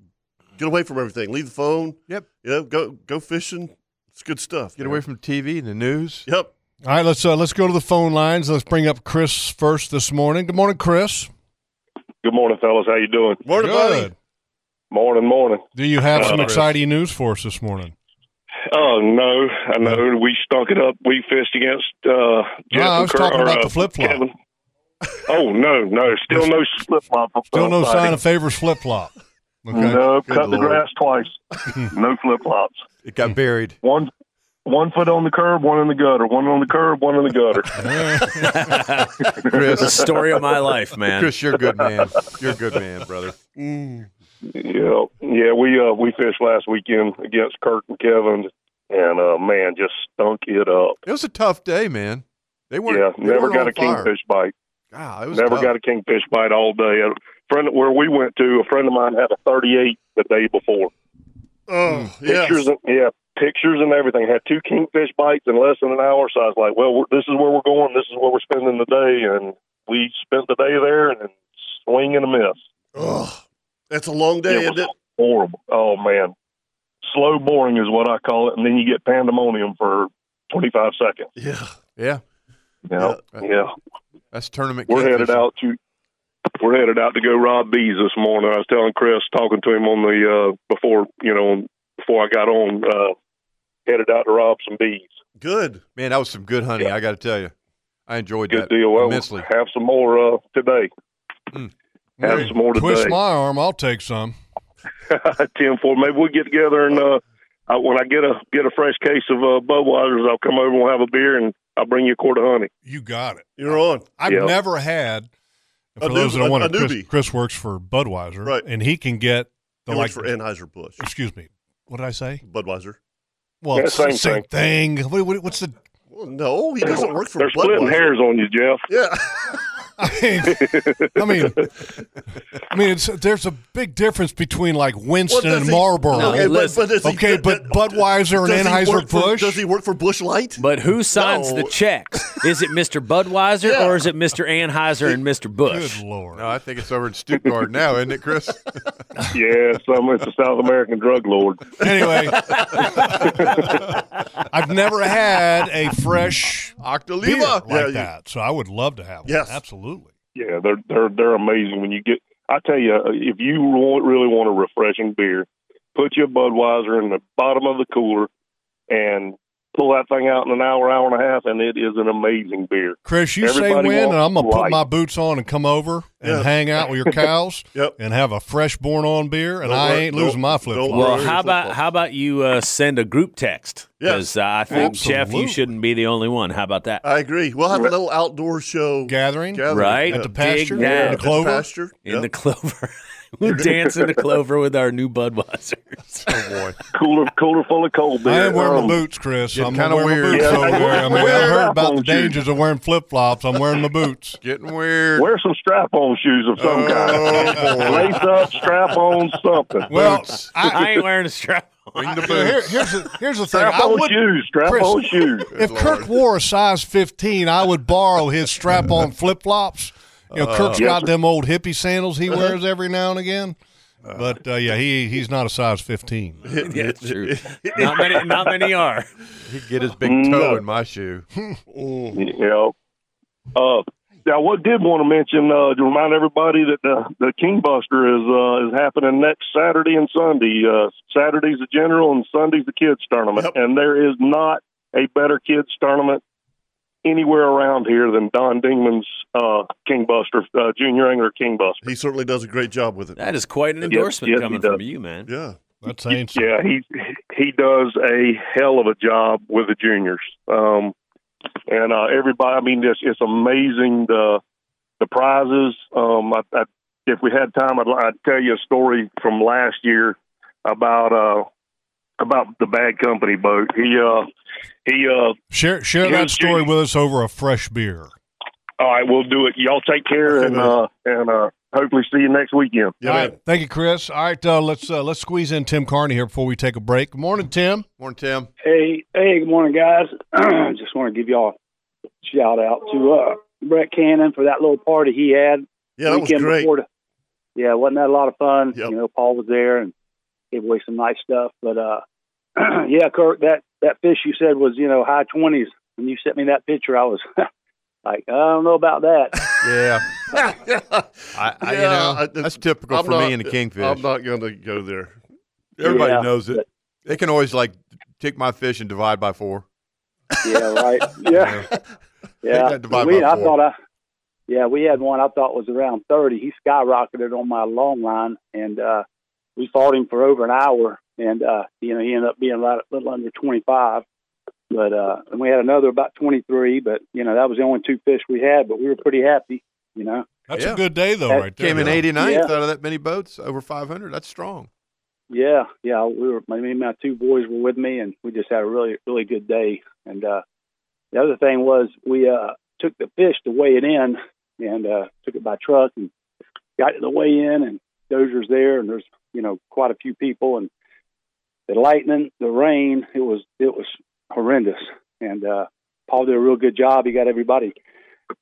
Speaker 1: get away from everything, leave the phone.
Speaker 3: Yep.
Speaker 1: You know, go go fishing. It's good stuff.
Speaker 3: Get away from TV and the news.
Speaker 1: Yep.
Speaker 5: All right, let's uh, let's go to the phone lines. Let's bring up Chris first this morning. Good morning, Chris.
Speaker 8: Good morning, fellas. How you doing?
Speaker 1: Morning, buddy.
Speaker 8: Morning, morning.
Speaker 5: Do you have some
Speaker 8: Hello, Chris.
Speaker 5: exciting news for us this morning?
Speaker 8: Oh no, I know we stunk it up. We fished against uh, Jeff
Speaker 5: I
Speaker 8: and
Speaker 5: was
Speaker 8: Kurt-
Speaker 5: talking
Speaker 8: or,
Speaker 5: about
Speaker 8: uh,
Speaker 5: the flip-flop.
Speaker 8: Kevin. Oh no, no, still no flip flop.
Speaker 5: Still no sign of favors flip flop. Okay.
Speaker 8: No,
Speaker 3: Good
Speaker 8: cut the
Speaker 3: Lord.
Speaker 8: grass twice. no flip flops.
Speaker 3: It got buried.
Speaker 8: One, one foot on the curb, one in the gutter. One on the curb, one in the gutter.
Speaker 4: The
Speaker 3: Chris,
Speaker 4: story of my life, man.
Speaker 3: Chris, you're a good man. You're a good man, brother.
Speaker 5: Mm.
Speaker 8: yeah, yeah. We uh, we fished last weekend against Kurt and Kevin, and uh, man, just stunk it up.
Speaker 3: It was a tough day, man. They weren't.
Speaker 8: Yeah,
Speaker 3: they
Speaker 8: never
Speaker 3: weren't
Speaker 8: got
Speaker 3: on
Speaker 8: a
Speaker 3: fire.
Speaker 8: kingfish bite.
Speaker 3: God, it was
Speaker 8: Never
Speaker 3: tough.
Speaker 8: got a kingfish bite all day. A friend where we went to, a friend of mine had a 38 the day before.
Speaker 1: Oh,
Speaker 4: Mm.
Speaker 1: yeah.
Speaker 8: Pictures, and, yeah, pictures and everything. Had two kingfish bites in less than an hour. So I was like, well, we're, this is where we're going. This is where we're spending the day, and we spent the day there and swing and a miss.
Speaker 1: Oh, that's a long day,
Speaker 8: it
Speaker 1: isn't
Speaker 8: was
Speaker 1: it?
Speaker 8: horrible. Oh man, slow boring is what I call it, and then you get pandemonium for 25 seconds.
Speaker 1: Yeah.
Speaker 3: Yeah,
Speaker 8: Yeah,
Speaker 3: Yeah.
Speaker 8: yeah.
Speaker 3: that's tournament.
Speaker 8: We're headed
Speaker 3: kingfishing.
Speaker 8: out to we're headed out to go rob bees this morning. I was telling Chris, talking to him on the uh, before you know before I got on, uh, headed out to rob some bees.
Speaker 1: Good.
Speaker 3: Man, that was some good honey. I got to tell you, I enjoyed
Speaker 8: Good
Speaker 3: that
Speaker 8: deal. Well,
Speaker 3: immensely. Mm.
Speaker 8: have some more uh, today. Have some more
Speaker 5: Twist
Speaker 8: today.
Speaker 5: my arm. I'll take some.
Speaker 8: Ten four. Maybe we get together and uh, I, when I get a get a fresh case of uh, Budweisers, I'll come over and we'll have a beer and I'll bring you a quart of honey.
Speaker 5: You got it.
Speaker 1: You're on.
Speaker 5: I've
Speaker 8: Yeah.
Speaker 5: never had. For
Speaker 1: A
Speaker 5: those
Speaker 1: newbie-
Speaker 5: that don't
Speaker 1: a-
Speaker 5: want
Speaker 1: a
Speaker 5: to, Chris,
Speaker 1: newbie.
Speaker 5: Chris works for Budweiser,
Speaker 1: Right.
Speaker 5: And he can get the
Speaker 1: It works
Speaker 5: like.
Speaker 1: for Anheuser Busch,
Speaker 5: excuse me. What did I say?
Speaker 1: Budweiser.
Speaker 5: Well,
Speaker 8: Yeah,
Speaker 5: it's the
Speaker 8: same
Speaker 5: same thing. What, what- what's the?
Speaker 1: Well, no, he doesn't work for
Speaker 8: They're splitting
Speaker 1: Budweiser.
Speaker 8: hairs on you, Jeff.
Speaker 1: Yeah.
Speaker 5: I mean, I mean, I mean, it's, there's a big difference between like Winston
Speaker 1: does
Speaker 5: and
Speaker 1: he-
Speaker 5: Marlboro.
Speaker 4: No,
Speaker 5: okay,
Speaker 4: it-
Speaker 5: but,
Speaker 1: but,
Speaker 4: listen.
Speaker 1: does he- d- d-
Speaker 5: Budweiser
Speaker 1: does
Speaker 5: and
Speaker 1: he
Speaker 5: Anheuser
Speaker 1: work for-
Speaker 5: Busch.
Speaker 1: Does he work for Bush Light?
Speaker 4: But who signs
Speaker 1: No.
Speaker 4: the checks? Is it Mr. Budweiser
Speaker 1: Yeah.
Speaker 4: or is it Mr. Anheuser and Mr. Bush?
Speaker 5: Good lord.
Speaker 3: No, I think it's over in Stuttgart now, isn't it, Chris?
Speaker 8: yeah, some it's a South American drug lord.
Speaker 5: Anyway, I've never had a fresh beer
Speaker 3: Octoliva.
Speaker 5: like
Speaker 1: Yeah, you-
Speaker 5: that, so I would love to have one.
Speaker 1: Yes.
Speaker 5: absolutely.
Speaker 8: Yeah, they're they're they're amazing when you get I tell you, uh, if you wa- really want a refreshing beer, put your Budweiser in the bottom of the cooler and pull that thing out in an hour, hour and a half, and it is an amazing beer.
Speaker 5: Chris, you say
Speaker 8: Everybody
Speaker 5: when, and
Speaker 8: wants
Speaker 5: I'm gonna put
Speaker 8: light.
Speaker 5: my boots on and come over and
Speaker 1: Yeah.
Speaker 5: hang out with your cows
Speaker 1: Yep.
Speaker 5: and have a fresh born on beer, and
Speaker 1: Don't
Speaker 5: I
Speaker 1: worry-
Speaker 5: ain't losing
Speaker 1: don't-
Speaker 5: my
Speaker 1: don't
Speaker 5: flip
Speaker 1: worry.
Speaker 5: flop.
Speaker 4: Well,
Speaker 1: Florida
Speaker 4: how about
Speaker 1: football.
Speaker 4: how about you uh, send a group text?
Speaker 1: Yes.
Speaker 4: Because uh, I think Jeff,
Speaker 5: Absolutely.
Speaker 4: you shouldn't be the only one. How about that?
Speaker 8: Uh,
Speaker 1: I agree. We'll have a little outdoor show
Speaker 5: Gathering,
Speaker 1: gathering
Speaker 4: Right.
Speaker 1: yeah.
Speaker 5: at the
Speaker 4: Dig
Speaker 5: pasture,
Speaker 4: that.
Speaker 5: in
Speaker 1: At
Speaker 5: the clover.
Speaker 1: pasture.
Speaker 4: in
Speaker 1: Yep.
Speaker 4: the clover, we'll dance in the clover with our new Budweisers.
Speaker 1: Oh, boy.
Speaker 8: Cooler, cooler full of cold beer.
Speaker 5: I ain't wearing
Speaker 8: Um,
Speaker 5: my boots, Chris.
Speaker 3: getting
Speaker 5: I'm kind
Speaker 3: kinda
Speaker 5: of wearing
Speaker 3: weird.
Speaker 5: my boots
Speaker 8: Yeah.
Speaker 5: over there. I mean,
Speaker 8: Wear
Speaker 5: I heard about
Speaker 8: iPhone
Speaker 5: the
Speaker 8: shoes.
Speaker 5: dangers of wearing flip flops. I'm wearing my boots.
Speaker 3: Getting weird.
Speaker 8: Wear some strap-on shoes of some kind. Lace up, strap on something.
Speaker 5: Oh, Well,
Speaker 3: Boots.
Speaker 5: I,
Speaker 4: I ain't wearing a strap. on.
Speaker 3: Bring
Speaker 5: I,
Speaker 3: the
Speaker 5: you know, here-
Speaker 3: boots.
Speaker 5: here's the, here's the thing.
Speaker 8: Strap
Speaker 5: I
Speaker 8: on
Speaker 5: would,
Speaker 8: shoes. Strap
Speaker 5: Chris.
Speaker 8: on shoes.
Speaker 5: if Kirk wore a size 15, I would borrow his strap on flip flops. You know, Kirk's
Speaker 8: Uh, Yes,
Speaker 5: got
Speaker 8: sir. Uh-huh.
Speaker 5: them old hippie sandals he wears every now and again. But uh, yeah, he he's not a size 15.
Speaker 4: Yeah, it's true. Not many, not many are.
Speaker 3: He'd get his big toe
Speaker 8: No.
Speaker 3: in my shoe.
Speaker 8: you know. Uh, now, what did want to mention uh, to remind everybody that the, the King Buster is uh, is happening next Saturday and Sunday. Uh, Saturday's the general and Sunday's the kids tournament,
Speaker 1: Yep.
Speaker 8: and there is not a better kids tournament anywhere around here than Don Dingman's uh, King Buster uh, Junior Angler King Buster.
Speaker 1: He certainly does a great job with it.
Speaker 4: That is quite an
Speaker 8: Yes,
Speaker 4: endorsement
Speaker 8: yes, he
Speaker 4: coming
Speaker 8: does.
Speaker 4: from you, man.
Speaker 1: Yeah.
Speaker 5: That's ancient.
Speaker 8: Yeah, he he does a hell of a job with the juniors. Um, and uh, everybody, I mean, it's, it's amazing the the prizes. Um, I, I, if we had time, I'd, li- I'd tell you a story from last year about uh, about the bad company boat. He uh, he uh,
Speaker 5: Share share that
Speaker 8: Here's
Speaker 5: story
Speaker 8: Junior.
Speaker 5: with us over a fresh beer.
Speaker 8: all right, we'll do it. Y'all take care and uh, and uh, hopefully see you next weekend.
Speaker 1: Yeah,
Speaker 5: All
Speaker 1: man.
Speaker 5: right, thank you, Chris. All right, uh, let's uh, let's squeeze in Tim Carney here before we take a break. Good morning, Tim.
Speaker 3: Morning, Tim.
Speaker 7: Hey, hey, good morning, guys. Just want to give y'all a shout out to uh, Brett Cannon for that little party he had
Speaker 1: Yeah, that was
Speaker 7: weekend
Speaker 1: great.
Speaker 7: before. The, yeah, wasn't that a lot of fun?
Speaker 1: Yep.
Speaker 7: You know, Paul was there and gave away some nice stuff. But uh, yeah, Kirk, that that fish you said was you know high twenties. When you sent me that picture, I was like, I don't know about that.
Speaker 3: Yeah.
Speaker 1: yeah.
Speaker 3: I, I, you
Speaker 1: Yeah,
Speaker 3: know,
Speaker 1: I-
Speaker 3: that's typical
Speaker 1: I'm
Speaker 3: for
Speaker 1: not-
Speaker 3: me and the kingfish.
Speaker 1: I'm not going to go there.
Speaker 3: Everybody
Speaker 7: Yeah.
Speaker 3: knows it. They can always like take my fish and divide by four.
Speaker 7: yeah, right. Yeah,
Speaker 3: Take
Speaker 7: yeah.
Speaker 3: that divide
Speaker 7: We,
Speaker 3: by
Speaker 7: I
Speaker 3: four.
Speaker 7: thought I. Yeah, we had one I thought was around thirty. He skyrocketed on my long line, and uh, we fought him for over an hour. And uh, you know, he ended up being right a little under twenty-five. But uh, and we had another about twenty-three. But you know, that was the only two fish we had. But we were pretty happy. You know.
Speaker 5: That's
Speaker 3: Yeah.
Speaker 5: a good day though,
Speaker 7: That
Speaker 5: right there.
Speaker 3: Came in
Speaker 5: Yeah.
Speaker 3: 89th
Speaker 7: Yeah.
Speaker 3: out of that many boats, over 500. That's strong.
Speaker 7: Yeah, yeah, we were. Me and my two boys were with me, and we just had a really, really good day. And uh, the other thing was, we uh, took the fish to weigh it in, and uh, took it by truck, and got it to weigh in. And Dozier's there, and there's you know quite a few people, and the lightning, the rain, it was it was horrendous. And uh, Paul did a real good job. He got everybody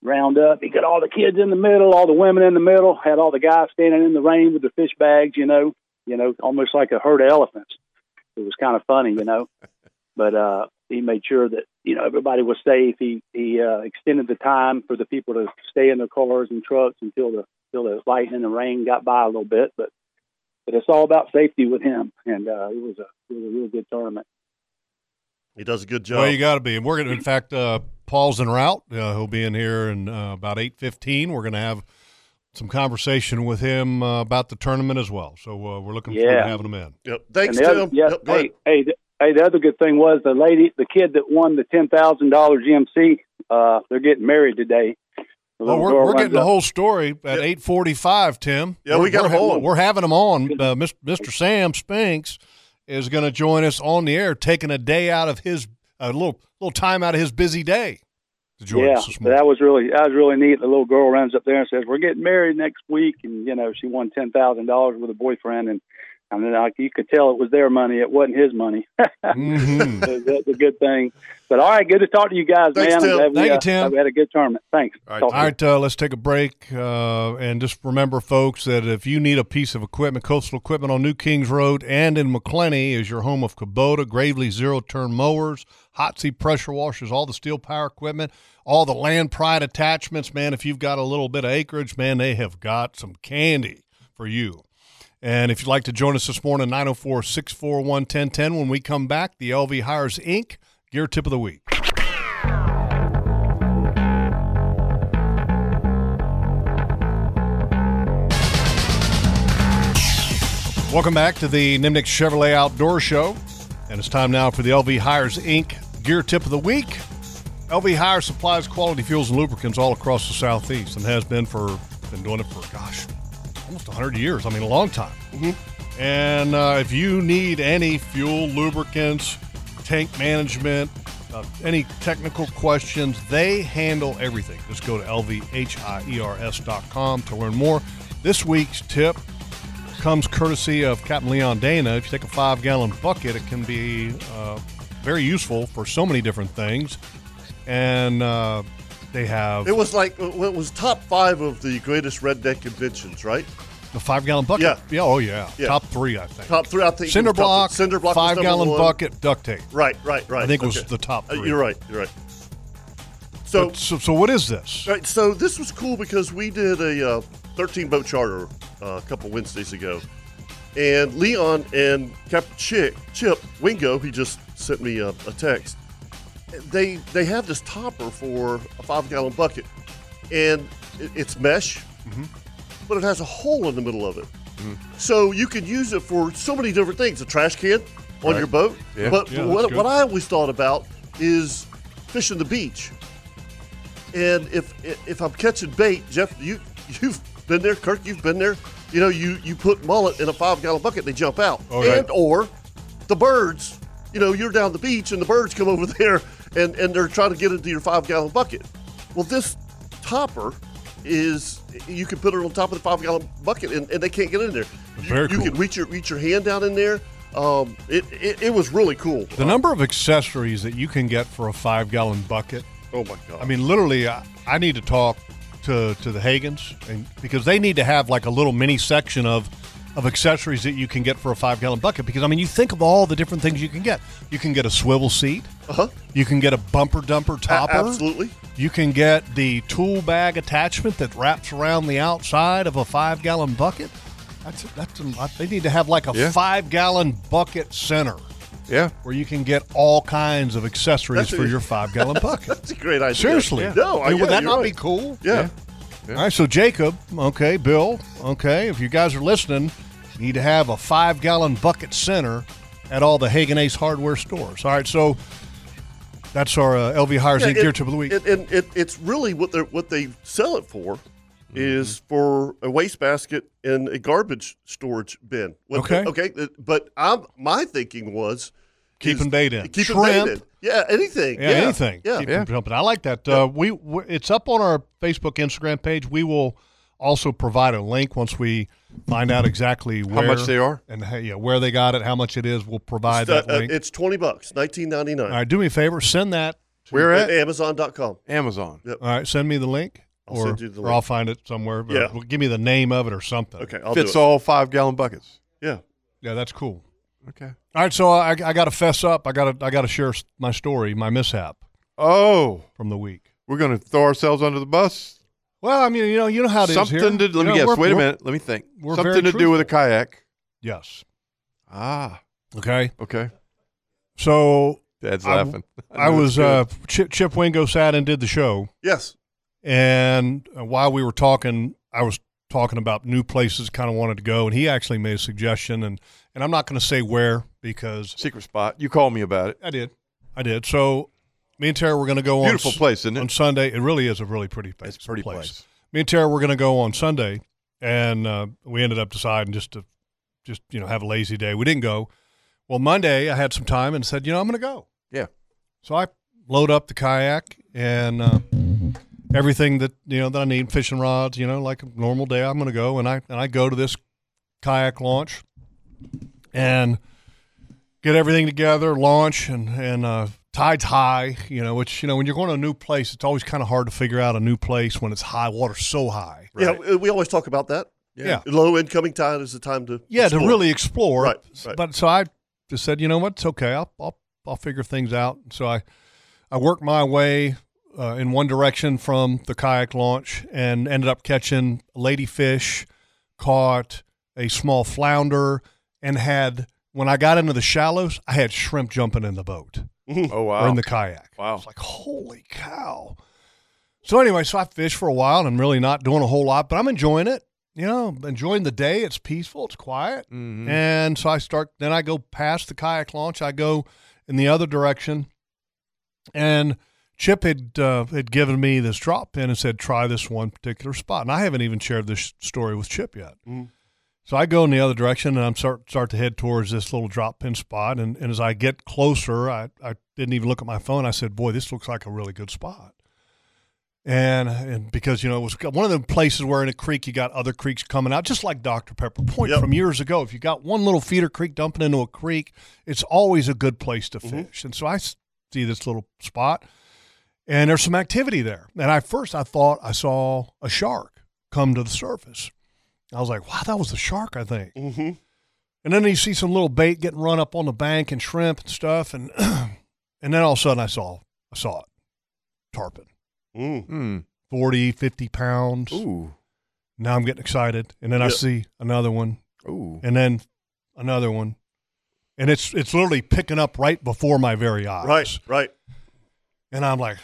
Speaker 7: round up. He got all the kids in the middle, all the women in the middle, had all the guys standing in the rain with the fish bags, you know you know, almost like a herd of elephants. It was kind of funny, you know. But uh, he made sure that you know everybody was safe. He he uh, extended the time for the people to stay in their cars and trucks until the until the lightning and the rain got by a little bit. But but it's all about safety with him, and uh, it was a it was a real good tournament.
Speaker 1: He does a good job.
Speaker 5: Well, you got to be. And we're going to, in fact, uh, Paul's en route. Uh, he'll be in here in uh, about 8.15. We're going to have some conversation with him uh, about the tournament as well. So uh, we're looking forward
Speaker 7: Yeah.
Speaker 5: to having him in.
Speaker 1: Yep. Thanks,
Speaker 7: and the
Speaker 1: Tim.
Speaker 7: other, yeah,
Speaker 1: Yep, go
Speaker 7: hey,
Speaker 1: ahead.
Speaker 7: hey, the, hey, the other good thing was the lady, the kid that won the ten thousand dollar GMC. Uh, they're getting married today. The little
Speaker 5: Well, Oh, we're,
Speaker 7: girl
Speaker 5: we're
Speaker 7: runs
Speaker 5: getting the
Speaker 7: up-
Speaker 5: whole story at 8.45, Tim.
Speaker 1: Yeah,
Speaker 5: We're-
Speaker 1: we got
Speaker 5: we're,
Speaker 1: him on.
Speaker 5: We're having him on. Uh, Mis- Mr. Sam Spinks is going to join us on the air, taking a day out of his, a little, little time out of his busy day to join
Speaker 7: yeah,
Speaker 5: us this
Speaker 7: but
Speaker 5: morning.
Speaker 7: that was really that was really neat. The little girl runs up there and says, "We're getting married next week," and you know she won ten thousand dollars with a boyfriend, and I mean like you could tell it was their money, it wasn't his money.
Speaker 5: Mhm.
Speaker 7: So That's a good thing. But all right, good to talk to you guys,
Speaker 1: Thanks,
Speaker 7: man.
Speaker 1: Tim.
Speaker 7: I'm glad we,
Speaker 5: Thank you,
Speaker 7: uh,
Speaker 5: Tim.
Speaker 7: glad we had a good tournament. Thanks.
Speaker 3: All right,
Speaker 7: Talk to
Speaker 5: All right, uh, let's take a break. Uh, and just remember, folks, that if you need a piece of equipment, Coastal Equipment on New Kings Road and in McClenny is your home of Kubota, Gravely zero turn mowers, hot seat pressure washers, all the steel power equipment, all the land pride attachments. Man, if you've got a little bit of acreage, man, they have got some candy. for you. And if you'd like to join us this morning, 904 641 1010. When we come back, the LV Hires Inc. Gear Tip of the Week. Welcome back to the Nimnik Chevrolet Outdoor Show. And it's time now for the LV Hires Inc. Gear Tip of the Week. LV Hire supplies quality fuels and lubricants all across the Southeast and has been for, been doing it for, gosh, almost 100 years. I mean, a long time. And uh, if you need any fuel, lubricants, tank management, uh, any technical questions, they handle everything. Just go to E lvhires.com to learn more. This week's tip comes courtesy of Captain Leon Dana. If you take a five gallon bucket, it can be uh, very useful for so many different things. And uh, they have
Speaker 1: It was like well, it was top five of the greatest redneck inventions, right?
Speaker 5: the five gallon bucket.
Speaker 1: Yeah.
Speaker 5: oh, yeah.
Speaker 1: Yeah.
Speaker 5: Top three, I think.
Speaker 1: Top three, I think.
Speaker 5: cinder
Speaker 1: it was top-
Speaker 5: block,
Speaker 1: cinder block, was
Speaker 5: five
Speaker 1: number
Speaker 5: gallon
Speaker 1: one.
Speaker 5: bucket, duct tape.
Speaker 1: Right, right, right.
Speaker 5: I think it was
Speaker 1: Okay.
Speaker 5: the top
Speaker 1: Uh,
Speaker 5: three.
Speaker 1: you're right. You're right. So,
Speaker 5: But so, so what is this?
Speaker 1: right, so this was cool because we did a uh, 13 boat charter uh, a couple Wednesdays ago, and Leon and Captain Chick, Chip Wingo, he just sent me a, a text. They they have this topper for a five gallon bucket, and it, it's mesh, but it has a hole in the middle of it.
Speaker 3: Mm-hmm.
Speaker 1: So you can use it for so many different things. A trash can on your boat.
Speaker 3: Yeah.
Speaker 1: But
Speaker 5: Yeah, that's
Speaker 1: what,
Speaker 5: good.
Speaker 1: what I always thought about is fishing the beach. And if if I'm catching bait, Jeff, you you've been there, Kirk, you've been there. You know, you you put mullet in a five gallon bucket, they jump out.
Speaker 5: yeah.
Speaker 1: And or the birds, you know, you're down the beach and the birds come over there and and they're trying to get into your five gallon bucket. Well, this topper is you can put it on top of the five gallon bucket and, and they can't get in there.
Speaker 5: Very
Speaker 1: you, you
Speaker 5: cool.
Speaker 1: can reach your reach your hand down in there. Um, it, it it was really cool.
Speaker 5: The number of accessories that you can get for a five gallon bucket.
Speaker 1: Oh my god!
Speaker 5: I mean, literally, I, I need to talk to, to the Hagens and because they need to have like a little mini section of of accessories that you can get for a five gallon bucket. Because I mean, you think of all the different things you can get. You can get a swivel seat.
Speaker 1: Uh-huh.
Speaker 5: You can get a bumper dumper
Speaker 1: A-
Speaker 5: topper.
Speaker 1: absolutely.
Speaker 5: You can get the tool bag attachment that wraps around the outside of a five gallon bucket. That's that's a lot. They need to have like a
Speaker 3: Yeah.
Speaker 5: five gallon bucket center
Speaker 3: Yeah.
Speaker 5: where you can get all kinds of accessories
Speaker 1: That's a-
Speaker 5: for your five gallon bucket.
Speaker 1: That's a great idea.
Speaker 5: Seriously,
Speaker 1: No,
Speaker 5: I mean, would
Speaker 1: yeah,
Speaker 5: that
Speaker 1: you're
Speaker 5: not be
Speaker 1: right.
Speaker 5: cool?
Speaker 1: Yeah.
Speaker 5: All right, so Jacob, okay, Bill, okay, if you guys are listening, you need to have a five gallon bucket center at all the Hagen Ace hardware stores. All right, so that's our uh, LV Hires
Speaker 1: Yeah,
Speaker 5: Inc. Gear Tip of the Week.
Speaker 1: And, and it, it's really what they what they sell it for
Speaker 5: Mm-hmm.
Speaker 1: is for a wastebasket and a garbage storage bin. What the-
Speaker 5: Okay.
Speaker 1: okay. But I'm my thinking was
Speaker 5: Keeping
Speaker 1: is-
Speaker 5: bait in.
Speaker 1: keeping
Speaker 5: Shrimp.
Speaker 1: bait in. Yeah, anything.
Speaker 5: yeah, anything.
Speaker 1: Yeah.
Speaker 5: Keep 'em jumping. I like that. Uh, we we it's up on our Facebook, Instagram page. We will also provide a link once we find out exactly where
Speaker 3: much they are?
Speaker 5: and how, yeah, where they got it, how much it is. We'll provide
Speaker 1: Uh,
Speaker 5: that Oh,
Speaker 1: uh,
Speaker 5: link.
Speaker 1: it's twenty bucks, nineteen ninety
Speaker 5: All
Speaker 1: nine.
Speaker 5: right, do me a favor, send that.
Speaker 3: Where
Speaker 1: At
Speaker 3: at?
Speaker 1: Amazon.com.
Speaker 3: Amazon.
Speaker 5: All right, send me the link,
Speaker 1: I'll
Speaker 5: or,
Speaker 1: send you the
Speaker 5: or
Speaker 1: link.
Speaker 5: I'll find it somewhere. but
Speaker 1: Yeah.
Speaker 5: well, give me the name of it or something.
Speaker 1: Okay, I'll
Speaker 3: Fits
Speaker 1: do it.
Speaker 3: all five gallon buckets.
Speaker 1: Yeah.
Speaker 5: yeah, that's cool.
Speaker 3: Okay.
Speaker 5: All right, so I, I got to fess up. I got to I got to share s- my story, my mishap
Speaker 3: Oh,
Speaker 5: from the week.
Speaker 3: we're going to throw ourselves under the bus.
Speaker 5: Well, I mean, you know, you know how it is
Speaker 3: Something
Speaker 5: here.
Speaker 3: to, let
Speaker 5: You
Speaker 3: me
Speaker 5: know,
Speaker 3: guess.
Speaker 5: we're-
Speaker 3: Wait a
Speaker 5: we're-
Speaker 3: minute. Let me think.
Speaker 5: we're
Speaker 3: Something to
Speaker 5: very
Speaker 3: do with a kayak.
Speaker 5: Yes.
Speaker 3: Ah,
Speaker 5: Okay.
Speaker 3: okay.
Speaker 5: So
Speaker 3: Dad's
Speaker 5: I-
Speaker 3: laughing.
Speaker 5: I,
Speaker 3: know it's
Speaker 5: was
Speaker 3: good.
Speaker 5: uh, Chip, Chip Wingo sat and did the show,
Speaker 1: Yes.
Speaker 5: and uh, while we were talking, I was talking about new places, kind of wanted to go, and he actually made a suggestion, and and I'm not going to say where because
Speaker 3: secret spot. You called me about it.
Speaker 5: I did, I did. So me and Tara were going to go
Speaker 3: Beautiful
Speaker 5: on s-
Speaker 3: place, isn't it?
Speaker 5: on Sunday. It really is a really pretty place.
Speaker 3: It's a pretty place.
Speaker 5: Me and Tara were going to go on Sunday, and uh, we ended up deciding just to just you know have a lazy day. We didn't go. Well, Monday I had some time and said, you know, I'm going to go.
Speaker 3: Yeah.
Speaker 5: So I load up the kayak and uh, everything that you know that I need, fishing rods, you know, like a normal day. I'm going to go and I and I go to this kayak launch and get everything together, launch, and and uh, tide's high. You know, which you know when you're going to a new place, it's always kind of hard to figure out a new place when it's high water's so high.
Speaker 3: Right.
Speaker 1: Yeah, we always talk about that.
Speaker 5: Yeah.
Speaker 1: Low incoming tide is the time to
Speaker 5: yeah, to
Speaker 1: explore.
Speaker 5: really explore.
Speaker 1: Right, right.
Speaker 5: But so I just said, you know what? It's okay. I'll I'll, I'll figure things out. So I I worked my way uh, in one direction from the kayak launch and ended up catching ladyfish, caught a small flounder, and had when I got into the shallows, I had shrimp jumping in the boat
Speaker 3: Oh
Speaker 5: or
Speaker 3: wow!
Speaker 5: in the kayak.
Speaker 3: wow!
Speaker 5: It's like, holy cow. So anyway, so I fished for a while and I'm really not doing a whole lot, but I'm enjoying it. You know, enjoying the day. It's peaceful. It's quiet.
Speaker 3: Mhm.
Speaker 5: And so I start, then I go past the kayak launch. I go in the other direction. And Chip had, uh, had given me this drop pin and said, try this one particular spot. And I haven't even shared this story with Chip yet. So I go in the other direction and I'm start, start to head towards this little drop pin spot. And, and as I get closer, I, I didn't even look at my phone. I said, boy, this looks like a really good spot. And, and because, you know, it was one of the places where in a creek you got other creeks coming out, just like Dr. Pepper Point
Speaker 1: Yep.
Speaker 5: from years ago. If you got one little feeder creek dumping into a creek, it's always a good place to
Speaker 1: Mm-hmm.
Speaker 5: fish. And so I s- see this little spot and there's some activity there. And I first I thought I saw a shark come to the surface. I was like, wow, that was a shark, I think.
Speaker 1: Mm-hmm.
Speaker 5: And then you see some little bait getting run up on the bank and shrimp and stuff, and and then all of a sudden I saw I saw it, tarpon,
Speaker 1: Mm.
Speaker 3: Hmm.
Speaker 5: 40, 50 pounds.
Speaker 3: Ooh.
Speaker 5: Now I'm getting excited, and then I
Speaker 1: Yeah.
Speaker 5: see another one,
Speaker 3: Ooh.
Speaker 5: and then another one, and it's it's literally picking up right before my very eyes.
Speaker 1: Right, right.
Speaker 5: And I'm like,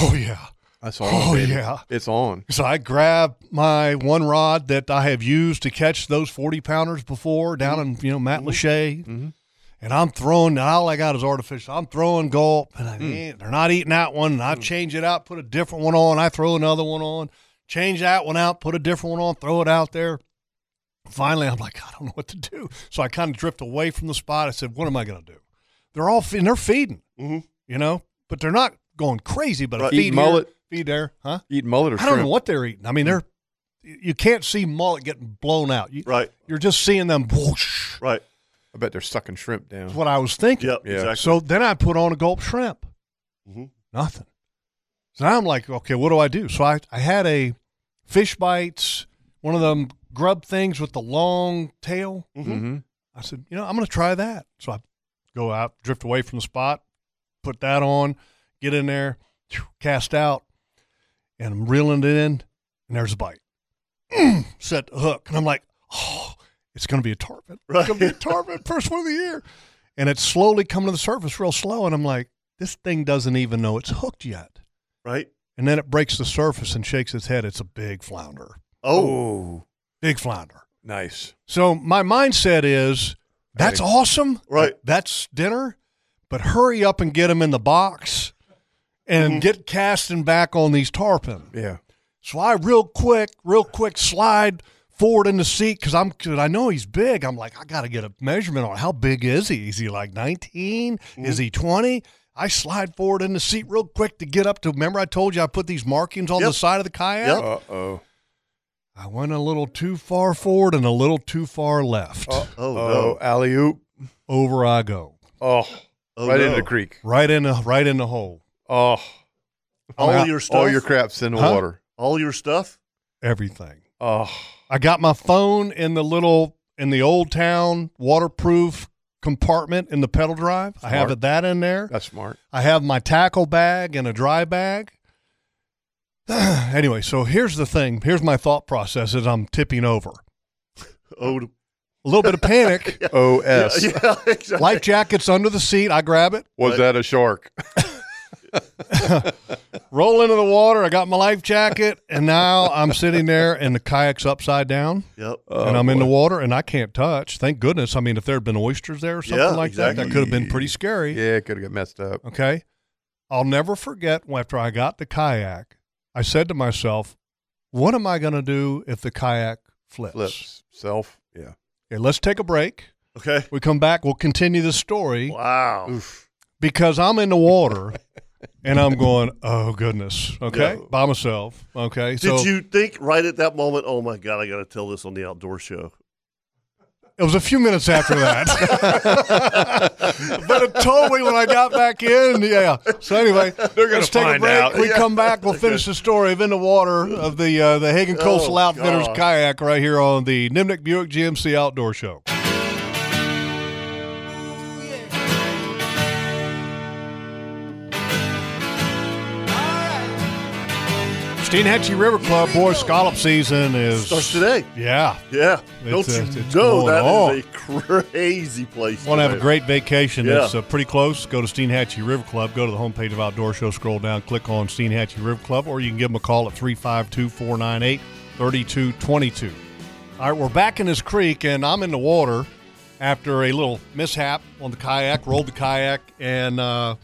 Speaker 5: oh yeah,
Speaker 3: That's on.
Speaker 5: oh
Speaker 3: baby.
Speaker 5: yeah.
Speaker 3: It's on.
Speaker 5: So I grab my one rod that I have used to catch those 40 pounders before down
Speaker 3: Mm-hmm.
Speaker 5: in, you know, Matt Lachey.
Speaker 9: Mm-hmm.
Speaker 3: Mhm.
Speaker 5: And I'm throwing, and all I got is artificial. I'm throwing gulp, and
Speaker 3: Hmm.
Speaker 5: I, eh, they're not eating that one. And I change it out, put a different one on. I throw another one on, change that one out, put a different one on, throw it out there. Finally, I'm like, I don't know what to do. So I kind of drift away from the spot. I said, What am I going to do? They're all feeding, they're feeding,
Speaker 1: Mhm.
Speaker 5: you know, but they're not going crazy, but a
Speaker 1: Right.
Speaker 5: feed
Speaker 3: Mm-hmm. Eat
Speaker 5: here,
Speaker 3: mullet.
Speaker 5: feed there, huh?
Speaker 3: Eat mullet or
Speaker 5: I don't know
Speaker 3: shrimp. Hmm.
Speaker 5: what they're eating. I mean, they're you you can't see mullet getting blown out. You,
Speaker 1: Right,
Speaker 5: You're just seeing them. Whoosh,
Speaker 1: right.
Speaker 3: I bet they're sucking shrimp down.
Speaker 5: is what I was thinking.
Speaker 1: Yep,
Speaker 3: Yeah.
Speaker 1: exactly.
Speaker 5: So then I put on a gulp shrimp.
Speaker 1: Mhm.
Speaker 5: Nothing. So now I'm like, okay, what do I do? So I, I had a fish bites, one of them grub things with the long tail.
Speaker 3: Mm-hmm.
Speaker 5: I said, you know, I'm going to try that. So I go out, drift away from the spot, put that on, get in there, cast out, and I'm reeling it in, and there's a bite. Mm, Set the hook, and I'm like, oh, it's going to be a tarpon. It's going to be a tarpon, first one of the year. And it's slowly coming to the surface real slow, and I'm like, this thing doesn't even know it's hooked yet.
Speaker 1: right.
Speaker 5: And then it breaks the surface and shakes its head. It's a big flounder,
Speaker 1: Oh,
Speaker 5: big flounder.
Speaker 3: nice.
Speaker 5: So my mindset is that's
Speaker 3: Right.
Speaker 5: awesome.
Speaker 1: Right.
Speaker 5: That's dinner, but hurry up and get them in the box and
Speaker 1: Mm-hmm.
Speaker 5: get casting back on these tarpon.
Speaker 3: Yeah.
Speaker 5: So I real quick, real quick slide forward in the seat because I'm cause I know he's big. I'm like, I gotta get a measurement on how big is he? Is he like 19?
Speaker 1: Mm-hmm.
Speaker 5: Is he 20? I slide forward in the seat real quick to get up to remember I told you I put these markings on the
Speaker 1: Yep.
Speaker 5: side of the kayak?
Speaker 1: Yep.
Speaker 3: Uh oh.
Speaker 5: I went a little too far forward and a little too far left.
Speaker 1: oh,
Speaker 3: Oh,
Speaker 1: no.
Speaker 3: alley oop.
Speaker 5: over I go.
Speaker 3: Oh,
Speaker 1: Oh,
Speaker 3: right
Speaker 1: no.
Speaker 3: into the creek.
Speaker 5: Right in the right in the hole.
Speaker 3: Oh,
Speaker 1: All
Speaker 5: All
Speaker 1: your stuff.
Speaker 3: all your crap's in the
Speaker 5: Huh?
Speaker 3: water.
Speaker 1: all your stuff.
Speaker 5: Everything.
Speaker 3: Oh,
Speaker 5: I got my phone in the little in the old town waterproof compartment in the pedal drive. I have
Speaker 3: Smart.
Speaker 5: it that in there.
Speaker 3: that's smart.
Speaker 5: I have my tackle bag and a dry bag. anyway, so here's the thing. Here's my thought process as I'm tipping over.
Speaker 1: Oh,
Speaker 5: A little bit of panic.
Speaker 3: O
Speaker 1: yeah,
Speaker 3: S.
Speaker 1: yeah, exactly.
Speaker 5: Life jacket's under the seat. I grab it.
Speaker 3: Was that a shark?
Speaker 5: roll into the water. I got my life jacket, and now I'm sitting there, and the kayak's upside down,
Speaker 1: Yep. Oh,
Speaker 5: and I'm in the water, and I can't touch. Thank goodness. I mean, if there had been oysters there or something
Speaker 1: Yeah,
Speaker 5: like that, that
Speaker 1: exactly.
Speaker 5: could have been pretty scary.
Speaker 3: Yeah, it could have got messed up.
Speaker 5: Okay. I'll never forget after I got the kayak, I said to myself, "What am I going to do if the kayak flips?"
Speaker 3: Flips self. Yeah.
Speaker 5: Okay, let's take a break.
Speaker 1: Okay.
Speaker 5: We come back. We'll continue the story
Speaker 1: Wow.
Speaker 5: because I'm in the water. And I'm going, oh goodness, okay,
Speaker 1: Yeah.
Speaker 5: by myself, okay.
Speaker 1: Did you think right at that moment? Oh my God! I got to tell this on the outdoor show.
Speaker 5: It was a few minutes after that. but it totally when I got back in. Yeah. So anyway,
Speaker 3: They're gonna
Speaker 5: let's take a
Speaker 3: find
Speaker 5: break.
Speaker 3: out.
Speaker 5: We come back. We'll finish the story of in the water of the uh, the Hagen Coastal
Speaker 1: Oh,
Speaker 5: Outfitters
Speaker 1: God.
Speaker 5: kayak right here on the Nimnik Buick GMC Outdoor Show.
Speaker 2: Alright.
Speaker 5: Steenhatchee River Club boys scallop season is
Speaker 1: Starts today.
Speaker 5: Yeah,
Speaker 1: Yeah. Don't
Speaker 5: It's, uh,
Speaker 1: you
Speaker 5: it's
Speaker 1: know
Speaker 5: going
Speaker 1: that
Speaker 5: on.
Speaker 1: is a crazy place.
Speaker 5: want to have a
Speaker 1: live.
Speaker 5: great vacation.
Speaker 1: Yeah.
Speaker 5: It's uh, pretty close. Go to Steenhatchee River Club. Go to the homepage of Outdoor Show. Scroll down, click on Steenhatchee River Club, or you can give them a call at 352 498 3222. All right, we're back in this creek, and I'm in the water after a little mishap on the kayak, rolled the kayak, and uh,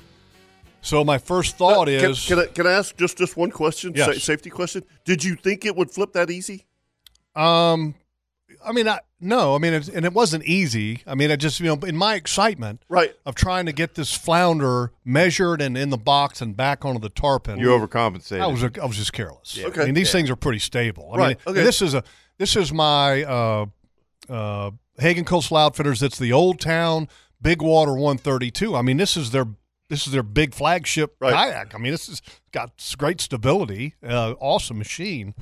Speaker 5: so my first thought
Speaker 1: Uh, Can-
Speaker 5: is
Speaker 1: Can, I, can I ask just just one question?
Speaker 5: Yes.
Speaker 1: Sa- safety question. Did you think it would flip that easy?
Speaker 5: Um, I mean, I no, I mean, it's, and it wasn't easy. I mean, I just you know, in my excitement,
Speaker 1: Right.
Speaker 5: of trying to get this flounder measured and in the box and back onto the tarpon.
Speaker 3: You overcompensated.
Speaker 5: I was I was just careless.
Speaker 1: Okay.
Speaker 5: I mean, these things are pretty stable. I
Speaker 1: Right,
Speaker 5: mean,
Speaker 1: okay.
Speaker 5: this is a this is my uh, uh, Hagen Coastal Outfitters. It's the Old Town Big Water 132. I mean, this is their this is their big flagship
Speaker 1: Right.
Speaker 5: kayak. I mean, this has got s- great stability. Uh, awesome machine.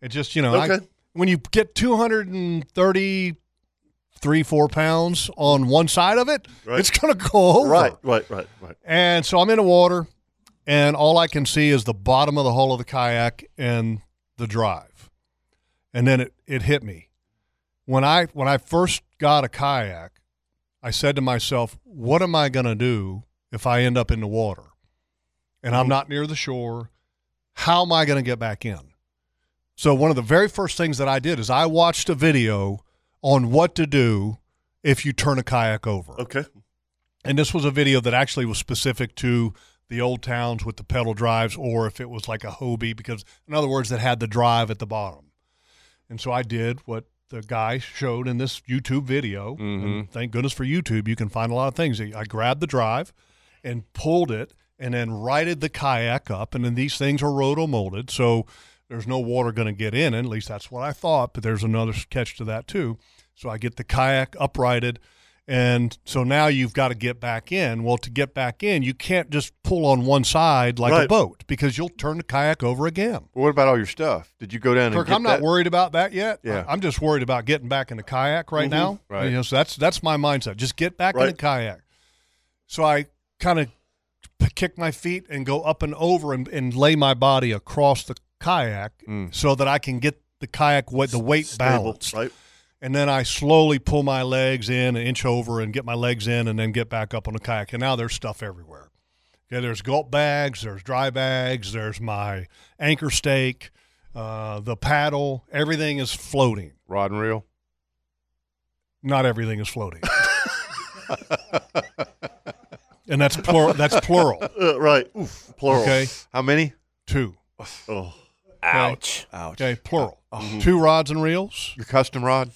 Speaker 5: It just you know, I-
Speaker 1: Okay.
Speaker 5: when you get 233 four pounds on one side of it,
Speaker 1: Right.
Speaker 5: it's gonna go over.
Speaker 1: Right, right, right, right.
Speaker 5: And so I'm in the water, and all I can see is the bottom of the hull of the kayak and the drive. And then it, it hit me. When I when I first got a kayak, I said to myself, what am I gonna do if I end up in the water? And I'm not near the shore. How am I gonna get back in? So one of the very first things that I did is I watched a video on what to do if you turn a kayak over.
Speaker 1: Okay.
Speaker 5: And this was a video that actually was specific to the old towns with the pedal drives, or if it was like a Hobie, because in other words, that had the drive at the bottom. And so I did what the guy showed in this YouTube video. And thank goodness for YouTube, you can find a lot of things. I grabbed the drive and pulled it and then righted the kayak up. And then these things are roto molded. So there's no water going to get in. At least that's what I thought. But there's another catch to that, too. So I get the kayak uprighted. And so now you've got to get back in. Well, to get back in, you can't just pull on one side like a
Speaker 1: Right.
Speaker 5: boat because you'll turn the kayak over again.
Speaker 3: What about all your stuff? Did you go down and
Speaker 5: Kirk,
Speaker 3: get
Speaker 5: I'm not
Speaker 3: that?
Speaker 5: worried about that yet.
Speaker 3: Yeah. Mm-hmm.
Speaker 5: I- I'm just worried about getting back in the kayak right now.
Speaker 3: Right.
Speaker 5: You know, so that's that's my mindset. Just get back in the
Speaker 1: Right.
Speaker 5: kayak. So I kind of kick my feet and go up and over and, and lay my body across the kayak
Speaker 3: Mm.
Speaker 5: so that I can get the kayak what the weight balanced.
Speaker 1: Right.
Speaker 5: And then I slowly pull my legs in, an inch over, and get my legs in, and then get back up on the kayak. And now there's stuff everywhere. Okay, there's gulp bags, there's dry bags, there's my anchor stake, uh, the paddle. Everything is floating.
Speaker 3: Rod and reel.
Speaker 5: Not everything is floating. and that's plural. That's plural.
Speaker 1: Uh, right. Plural.
Speaker 5: Okay,
Speaker 3: How many?
Speaker 5: two.
Speaker 1: Oh.
Speaker 4: Ouch.
Speaker 3: Ouch.
Speaker 5: Okay, plural. Mm-hmm. Two rods and reels.
Speaker 3: Mm-hmm. Your custom rod.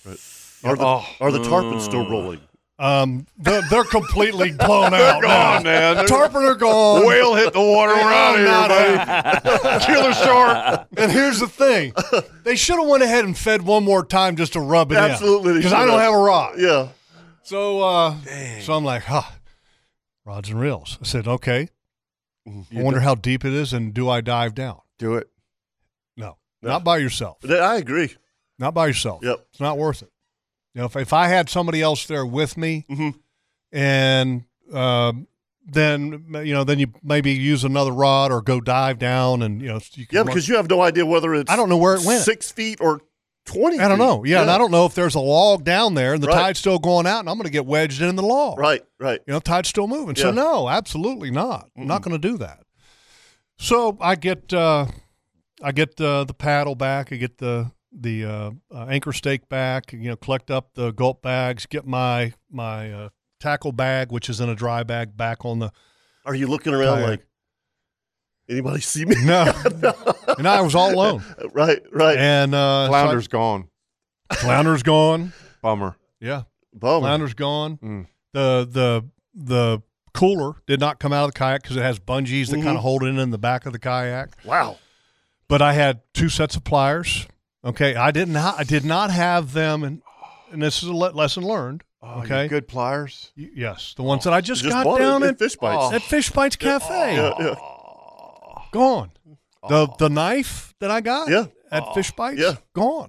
Speaker 1: Are the, are the tarpon still rolling?
Speaker 5: Um, they're, they're completely blown out.
Speaker 3: gone,
Speaker 5: now.
Speaker 3: man.
Speaker 5: Tarpon are gone.
Speaker 3: Whale hit the water. We're out of
Speaker 5: not
Speaker 3: here, buddy.
Speaker 5: Killer shark. And here's the thing: they should have went ahead and fed one more time just to rub it in.
Speaker 1: Absolutely, they
Speaker 5: because I
Speaker 1: should
Speaker 5: don't
Speaker 1: have.
Speaker 5: have a rod.
Speaker 1: Yeah.
Speaker 5: So, uh, so I'm like, huh, rods and reels. I said, okay. I wonder how deep it is, and do I dive down?
Speaker 3: Do it.
Speaker 5: No, not by yourself.
Speaker 1: Th- I agree.
Speaker 5: Not by yourself.
Speaker 1: Yep.
Speaker 5: It's not worth it. You know, if, if I had somebody else there with me,
Speaker 1: Mhm.
Speaker 5: and um, then you know, then you maybe use another rod or go dive down, and you know, you can
Speaker 1: Yeah,
Speaker 5: run-
Speaker 1: because you have no idea whether it's
Speaker 5: I don't know where it went.
Speaker 1: six feet or twenty.
Speaker 5: I don't
Speaker 1: feet.
Speaker 5: know. Yeah, and I don't know if there's a log down there and the
Speaker 1: Right.
Speaker 5: tide's still going out, and I'm going to get wedged in the log.
Speaker 1: Right. Right.
Speaker 5: You know, tide's still moving. So
Speaker 1: Yeah.
Speaker 5: no, absolutely not. I'm not going to do that. So I get uh, I get uh, the paddle back. I get the the uh, uh, anchor stake back. You know, collect up the gulp bags. Get my my uh, tackle bag, which is in a dry bag, back on the
Speaker 1: Are you looking around
Speaker 5: Kayak.
Speaker 1: like anybody see me?
Speaker 5: no. and I was all alone.
Speaker 1: right. Right.
Speaker 5: And uh, so I-
Speaker 3: Flounder's gone.
Speaker 5: flounder's gone.
Speaker 3: Bummer.
Speaker 5: Yeah,
Speaker 1: Bummer.
Speaker 5: flounder's gone.
Speaker 3: Mm.
Speaker 5: The the the cooler did not come out of the kayak because it has bungees that
Speaker 3: Mm-hmm.
Speaker 1: Mhm.
Speaker 5: kind of hold it in the back of the kayak.
Speaker 1: Wow.
Speaker 5: But I had two sets of pliers. Okay, I did not I did not have them, and and this is a le- lesson learned.
Speaker 3: Oh, you
Speaker 5: Okay.
Speaker 3: Good pliers.
Speaker 5: Y- Yes, the ones that I just,
Speaker 1: Just
Speaker 5: got
Speaker 1: bought it
Speaker 5: down
Speaker 1: in
Speaker 5: at,
Speaker 1: Fish Bites.
Speaker 5: at Fish Bites Cafe.
Speaker 1: Yeah, yeah.
Speaker 5: Gone. The the knife that I got
Speaker 1: Yeah.
Speaker 5: at Fish Bites
Speaker 1: Yeah.
Speaker 5: gone.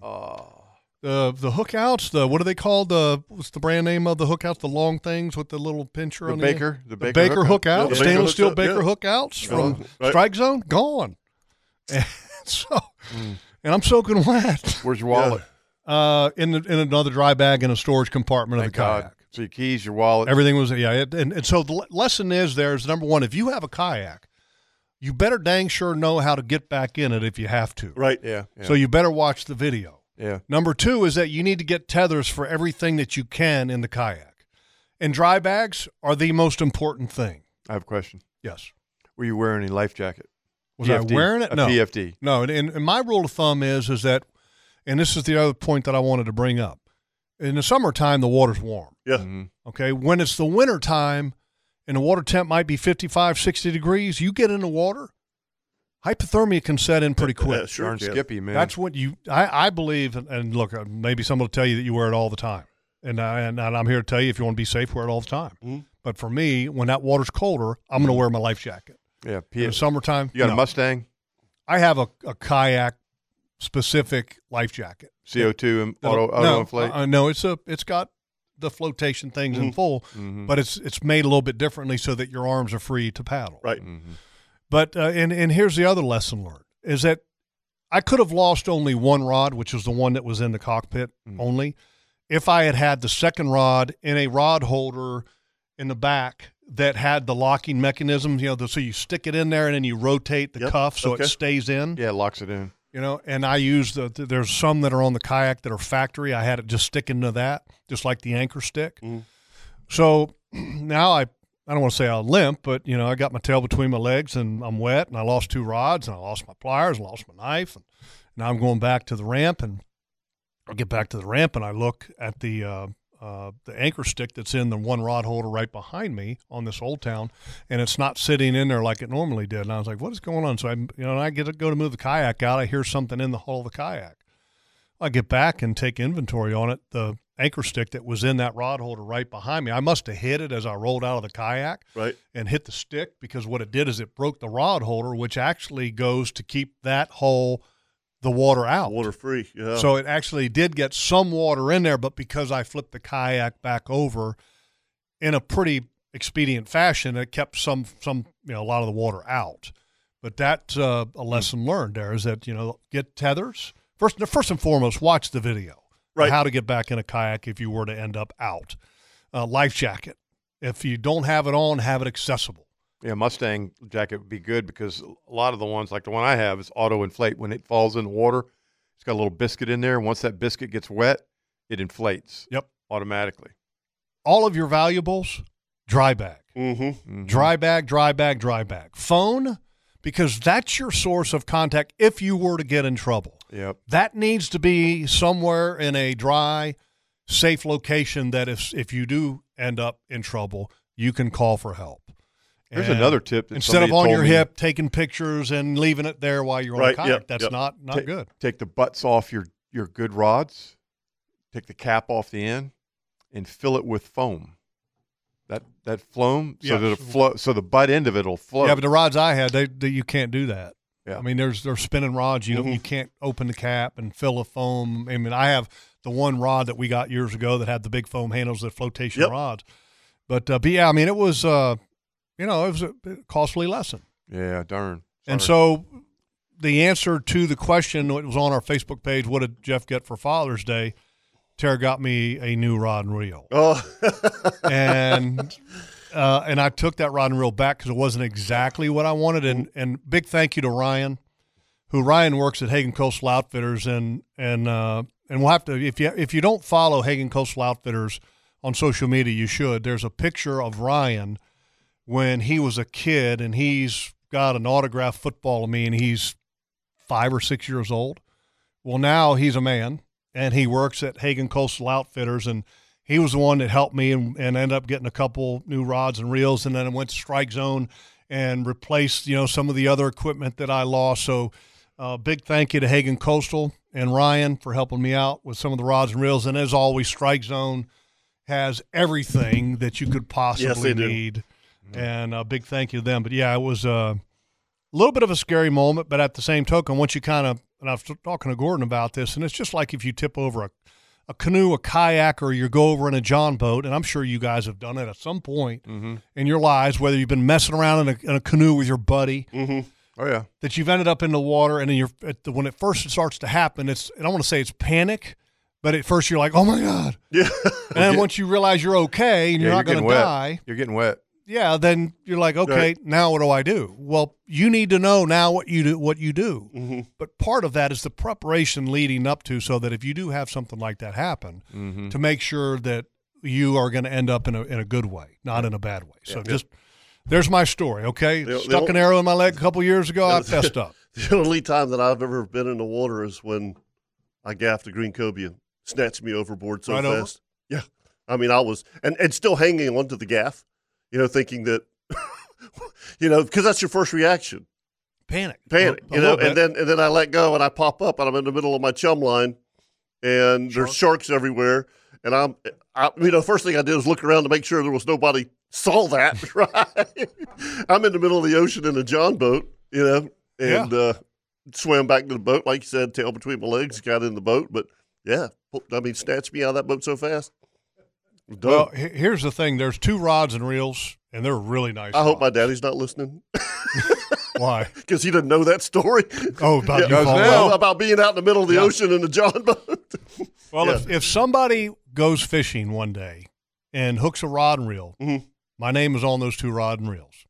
Speaker 5: The the hookouts, the what are they called? The what's the brand name of the hookouts? The long things with the little pincher
Speaker 3: The
Speaker 5: on
Speaker 3: baker-
Speaker 5: the,
Speaker 3: the
Speaker 5: end?
Speaker 3: baker
Speaker 5: baker
Speaker 3: hookout.
Speaker 5: hookout,
Speaker 1: Yeah, the baker
Speaker 5: stainless steel
Speaker 1: hookout,
Speaker 5: baker
Speaker 1: yeah.
Speaker 5: hookouts from
Speaker 1: Right.
Speaker 5: Strike Zone gone. And so,
Speaker 1: Mm.
Speaker 5: and I'm soaking wet.
Speaker 3: Where's your wallet?
Speaker 5: Uh, in the, in another dry bag in a storage compartment
Speaker 3: Thank
Speaker 5: of the kayak.
Speaker 3: God. So your keys, your wallet.
Speaker 5: Everything was yeah. It, and, and so the le- lesson is there's number one. If you have a kayak, you better dang sure know how to get back in it if you have to.
Speaker 1: Right.
Speaker 3: yeah, yeah.
Speaker 5: So you better watch the video.
Speaker 3: yeah.
Speaker 5: Number two is that you need to get tethers for everything that you can in the kayak, and dry bags are the most important thing.
Speaker 3: I have a question.
Speaker 5: Yes.
Speaker 3: Were you wearing any life jacket?
Speaker 5: Was
Speaker 3: PFD?
Speaker 5: I wearing it?
Speaker 3: A
Speaker 5: No.
Speaker 3: PFD.
Speaker 5: No. And, and, and my rule of thumb is is that, and this is the other point that I wanted to bring up. In the summertime, the water's warm.
Speaker 1: Yeah.
Speaker 3: Mhm.
Speaker 5: Okay. When it's the winter time and the water temp might be 55, 60 degrees, you get in the water, hypothermia can set in pretty
Speaker 1: Yeah,
Speaker 5: quick.
Speaker 1: sure
Speaker 3: Darn
Speaker 1: can.
Speaker 3: Skippy, man.
Speaker 5: That's what you, I, I believe, and, and look, uh, maybe someone will tell you that you wear it all the time. And, I, and I'm here to tell you if you want to be safe, wear it all the time.
Speaker 3: Mm-hmm.
Speaker 5: But for me, when that water's colder, I'm going to wear my life jacket.
Speaker 3: yeah.
Speaker 5: In the
Speaker 3: PFD.
Speaker 5: summertime,
Speaker 3: You got
Speaker 5: no.
Speaker 3: a Mustang,
Speaker 5: I have a, a kayak specific life jacket.
Speaker 3: CO2, and auto,
Speaker 5: That'll-
Speaker 3: auto
Speaker 5: no,
Speaker 3: inflate.
Speaker 5: uh, no, it's a it's got the flotation things in full, but it's it's made a little bit differently so that your arms are free to paddle.
Speaker 1: Right.
Speaker 5: But uh, and and here's the other lesson learned is that I could have lost only one rod, which was the one that was in the cockpit only, if I had had the second rod in a rod holder in the back that had the locking mechanism. You know, the, so you stick it in there and then you rotate the
Speaker 1: Yep,
Speaker 5: cuff so
Speaker 1: okay.
Speaker 5: it stays in
Speaker 3: yeah, it locks it in.
Speaker 5: you know and i use the th- there's some that are on the kayak that are factory i had it just sticking to that just like the anchor stick so now i i don't want to say i limp but you know i got my tail between my legs and i'm wet and i lost two rods and i lost my pliers and lost my knife and now i'm going back to the ramp and i get back to the ramp and i look at the uh uh, the anchor stick that's in the one rod holder right behind me on this old town, and it's not sitting in there like it normally did. And I was like, "What is going on?" So I, you know, and I get to go to move the kayak out. I hear something in the hull of the kayak. I get back and take inventory on it. The anchor stick that was in that rod holder right behind me, I must have hit it as I rolled out of the kayak
Speaker 1: Right.
Speaker 5: and hit the stick because what it did is it broke the rod holder, which actually goes to keep that hole the water out.
Speaker 1: Water free. Yeah.
Speaker 5: So it actually did get some water in there, but because I flipped the kayak back over in a pretty expedient fashion, it kept some some you know a lot of the water out. But that's uh, a
Speaker 1: Hmm.
Speaker 5: lesson learned there is that you know get tethers first. First and foremost, watch the video. on
Speaker 1: Right.
Speaker 5: How to get back in a kayak if you were to end up out. Uh, life jacket. If you don't have it on, have it accessible.
Speaker 3: Yeah, Mustang jacket would be good because a lot of the ones, like the one I have, is auto inflate. When it falls in the water, it's got a little biscuit in there. And once that biscuit gets wet, it inflates
Speaker 5: Yep.
Speaker 3: automatically.
Speaker 5: All of your valuables, dry bag.
Speaker 1: hmm
Speaker 3: Mm-hmm.
Speaker 5: Dry bag, dry bag, dry bag. Phone, because that's your source of contact if you were to get in trouble.
Speaker 3: Yep.
Speaker 5: That needs to be somewhere in a dry, safe location that if if you do end up in trouble, you can call for help.
Speaker 3: There's another tip that
Speaker 5: instead of
Speaker 3: somebody
Speaker 5: on
Speaker 3: told
Speaker 5: your
Speaker 3: me.
Speaker 5: hip taking pictures and leaving it there while you're on a
Speaker 1: Right,
Speaker 5: kayak,
Speaker 1: yep,
Speaker 5: that's
Speaker 1: yep.
Speaker 5: not not
Speaker 3: Ta-
Speaker 5: good.
Speaker 3: Take the butts off your, your good rods, take the cap off the end, and fill it with foam. That that foam, so
Speaker 5: Yeah.
Speaker 3: that it flow, so the butt end of it will flow.
Speaker 5: Yeah, but the rods I had, they, they you can't do that.
Speaker 3: Yeah.
Speaker 5: I
Speaker 3: Mm-hmm.
Speaker 5: mean, there's there's spinning rods. You you can't open the cap and fill a foam. I mean, I have the one rod that we got years ago that had the big foam handles, the flotation
Speaker 1: Yep.
Speaker 5: rods. But uh, but yeah, I mean, it was uh, you know, it was a costly lesson.
Speaker 3: yeah, darn.
Speaker 5: And
Speaker 3: Sorry.
Speaker 5: so the answer to the question it was on our Facebook page, what did Jeff get for Father's Day? Tara got me a new rod and reel
Speaker 1: Oh,
Speaker 5: and uh, and I took that rod and reel back because it wasn't exactly what I wanted. And and big thank you to Ryan, who Ryan works at Hagen Coastal Outfitters, and and uh, and we'll have to if you if you don't follow Hagen Coastal Outfitters on social media, you should. There's a picture of Ryan when he was a kid, and he's got an autographed football of me, and he's five or six years old. Well, now he's a man and he works at Hagen Coastal Outfitters, and he was the one that helped me and, and ended up getting a couple new rods and reels, and then I went to Strike Zone and replaced you know some of the other equipment that I lost. So, uh, big thank you to Hagen Coastal and Ryan for helping me out with some of the rods and reels, and as always, Strike Zone has everything that you could
Speaker 1: they
Speaker 5: possibly
Speaker 1: do.
Speaker 5: need.
Speaker 3: Mm.
Speaker 5: And a big thank you to them. But yeah, it was. Uh, a little bit of a scary moment, but at the same token, once you kind of, and I was talking to Gordon about this, and it's just like if you tip over a, a canoe, a kayak, or you go over in a John boat, and I'm sure you guys have done it
Speaker 3: Mm-hmm.
Speaker 5: at some point in your lives, whether you've been messing around in a, in a canoe with your buddy
Speaker 3: Oh yeah.
Speaker 5: that you've ended up in the water, and then you're at the, when it first starts to happen, it's and I want to say it's panic, but at first you're like, oh my god,
Speaker 1: Yeah.
Speaker 5: and then once you realize you're okay and
Speaker 3: Yeah,
Speaker 5: you're not going
Speaker 3: getting
Speaker 5: to
Speaker 3: wet.
Speaker 5: die,
Speaker 3: You're getting wet.
Speaker 5: yeah, then you're like, okay, now what do I do? Well, you need to know now what you do. What you do,
Speaker 1: Mhm.
Speaker 5: but part of that is the preparation leading up to, so that if you do have something like that happen,
Speaker 3: Mm-hmm.
Speaker 5: to make sure that you are going to end up in a in a good way, not in a bad way. So just there's my story. Okay,
Speaker 1: They'll-
Speaker 5: stuck
Speaker 1: they'll-
Speaker 5: an arrow in my leg a couple years ago. I
Speaker 1: They'll-
Speaker 5: fessed up.
Speaker 1: The only time that I've ever been in the water is when I gaffed a green cobia, snatched me overboard so
Speaker 5: Right over?
Speaker 1: fast. Yeah. I mean, I was, and, and still hanging onto the gaff, you know, thinking that, you know, because that's your first reaction
Speaker 5: Panic,
Speaker 1: panic,
Speaker 5: A
Speaker 1: you know,
Speaker 5: little
Speaker 1: and
Speaker 5: bit.
Speaker 1: then and then I let go and I pop up and I'm in the middle of my chum line, and there's sharks everywhere, and I'm, I, you know, first thing I did was look around to make sure there was nobody saw that. Right, I'm in the middle of the ocean in a john boat, you know, and uh, swam back to the boat, like you said, tail between my legs, got in the boat, but yeah, I mean, snatched me out of that boat so fast. Done.
Speaker 5: well, he- here's the thing. There's two rods and reels, and they're really nice.
Speaker 1: I hope my
Speaker 5: rods.
Speaker 1: daddy's not listening
Speaker 5: why.
Speaker 1: because he doesn't know that story.
Speaker 5: Oh, about you
Speaker 1: Yeah,
Speaker 5: falling
Speaker 3: now.
Speaker 5: off.
Speaker 1: about being out in the middle of the ocean in a john boat.
Speaker 5: Well,
Speaker 1: Yeah.
Speaker 5: if, if somebody goes fishing one day and hooks a rod and reel,
Speaker 1: Mhm.
Speaker 5: my name is on those two rod and reels.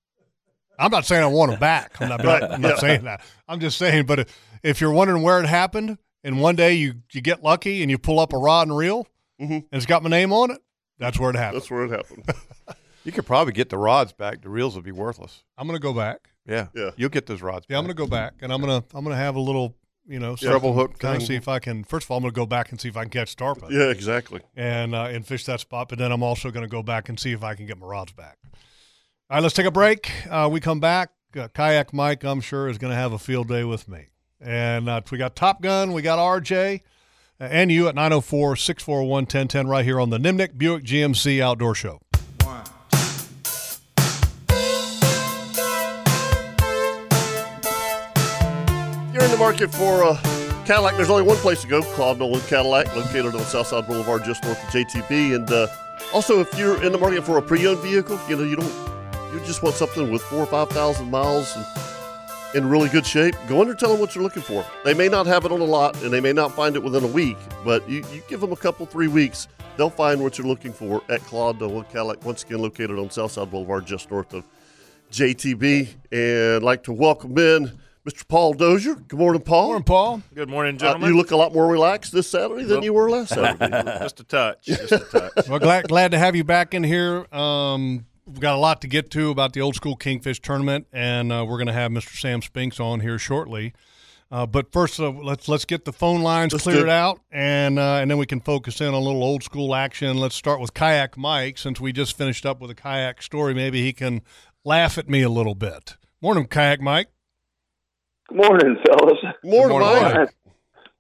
Speaker 5: I'm not saying I want them back. I'm not,
Speaker 1: Right,
Speaker 5: I'm not
Speaker 1: yeah.
Speaker 5: saying that. I'm just saying, but if, if you're wondering where it happened and one day you, you get lucky and you pull up a rod and reel
Speaker 1: Mhm.
Speaker 5: and it's got my name on it, that's where it happened.
Speaker 1: That's where it happened.
Speaker 3: You could probably get the rods back. The reels would be worthless.
Speaker 5: I'm going to go back.
Speaker 3: Yeah.
Speaker 1: Yeah.
Speaker 3: You'll get those rods.
Speaker 5: Yeah, I'm going
Speaker 3: back.
Speaker 5: to go back and I'm going to I'm going to have a little, you know,
Speaker 3: treble hook
Speaker 5: kind
Speaker 3: thing.
Speaker 5: of see if I can. First of all, I'm going to go back and see if I can catch tarpon.
Speaker 1: yeah, exactly.
Speaker 5: and uh, and fish that spot. But then I'm also going to go back and see if I can get my rods back. All right, let's take a break. Uh, we come back. Uh, Kayak Mike, I'm sure, is going to have a field day with me. And uh, we got Top Gun, we got RJ, uh, and you at 904 641 1010 right here on the Nimnik Buick GMC Outdoor Show.
Speaker 1: You're in the market for uh, Cadillac. There's only one place to go, Claude Nolan Cadillac, located on Southside Boulevard, just north of JTB. And uh, also, if you're in the market for a pre-owned vehicle, you know you don't, you just want something with four or five thousand miles and in really good shape. Go in there, tell them what you're looking for. They may not have it on a lot, and they may not find it within a week. But you, you give them a couple, three weeks, they'll find what you're looking for at Claude Nolan Cadillac. Once again, located on Southside Boulevard, just north of JTB, and I'd like to welcome in Mr. Paul Dozier. Good morning, Paul.
Speaker 5: Morning, Paul.
Speaker 9: Good morning,
Speaker 1: Uh,
Speaker 9: gentlemen.
Speaker 1: you look a lot more relaxed this Saturday than you were last Saturday.
Speaker 9: just a touch. Just a touch.
Speaker 5: Well, glad, glad to have you back in here. Um, we've got a lot to get to about the old school Kingfish tournament, and uh, we're going to have Mr. Sam Spinks on here shortly. Uh, but first, uh, let's let's get the phone lines
Speaker 1: Let's do
Speaker 5: cleared
Speaker 1: it.
Speaker 5: out, and uh, and then we can focus in on a little old school action. Let's start with Kayak Mike, since we just finished up with a kayak story. Maybe he can laugh at me a little bit. Morning, Kayak Mike.
Speaker 10: Good morning, fellas.
Speaker 1: More
Speaker 3: Good morning,
Speaker 1: Mike.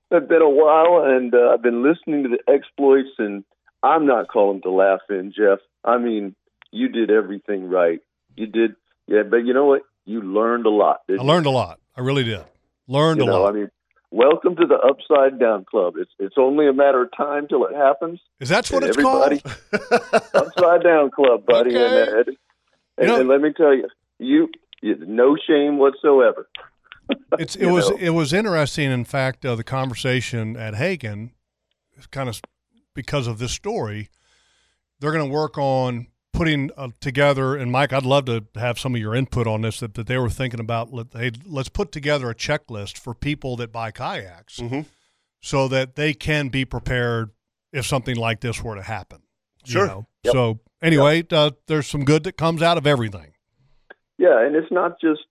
Speaker 10: It's been a while, and uh, I've been listening to the exploits, and I'm not calling to laugh in, Jeff. I mean, you did everything right. You did, yeah, but you know what? You learned a lot.
Speaker 5: I
Speaker 10: didn't
Speaker 5: learned a lot. I really did. Learned
Speaker 10: you? You
Speaker 5: a
Speaker 10: know,
Speaker 5: lot.
Speaker 10: I mean, welcome to the Upside Down Club. It's it's only a matter of time till it happens.
Speaker 5: Is that what
Speaker 10: and
Speaker 5: it's
Speaker 10: everybody-
Speaker 5: called?
Speaker 10: Upside Down Club, buddy.
Speaker 5: Okay.
Speaker 10: And, uh, and,
Speaker 5: know-
Speaker 10: and let me tell you, you, you no shame whatsoever.
Speaker 5: It's it
Speaker 10: you
Speaker 5: was
Speaker 10: know.
Speaker 5: it was interesting. In fact, uh, the conversation at Hagen, kind of because of this story, they're going to work on putting uh, together. And Mike, I'd love to have some of your input on this. That, that they were thinking about. Let, hey, let's put together a checklist for people that buy kayaks,
Speaker 10: Mm-hmm.
Speaker 1: Mhm.
Speaker 5: so that they can be prepared if something like this were to happen. you
Speaker 1: Sure.
Speaker 5: know?
Speaker 10: Yep.
Speaker 5: So anyway, uh, there's some good that comes out of everything.
Speaker 10: Yeah, and it's not just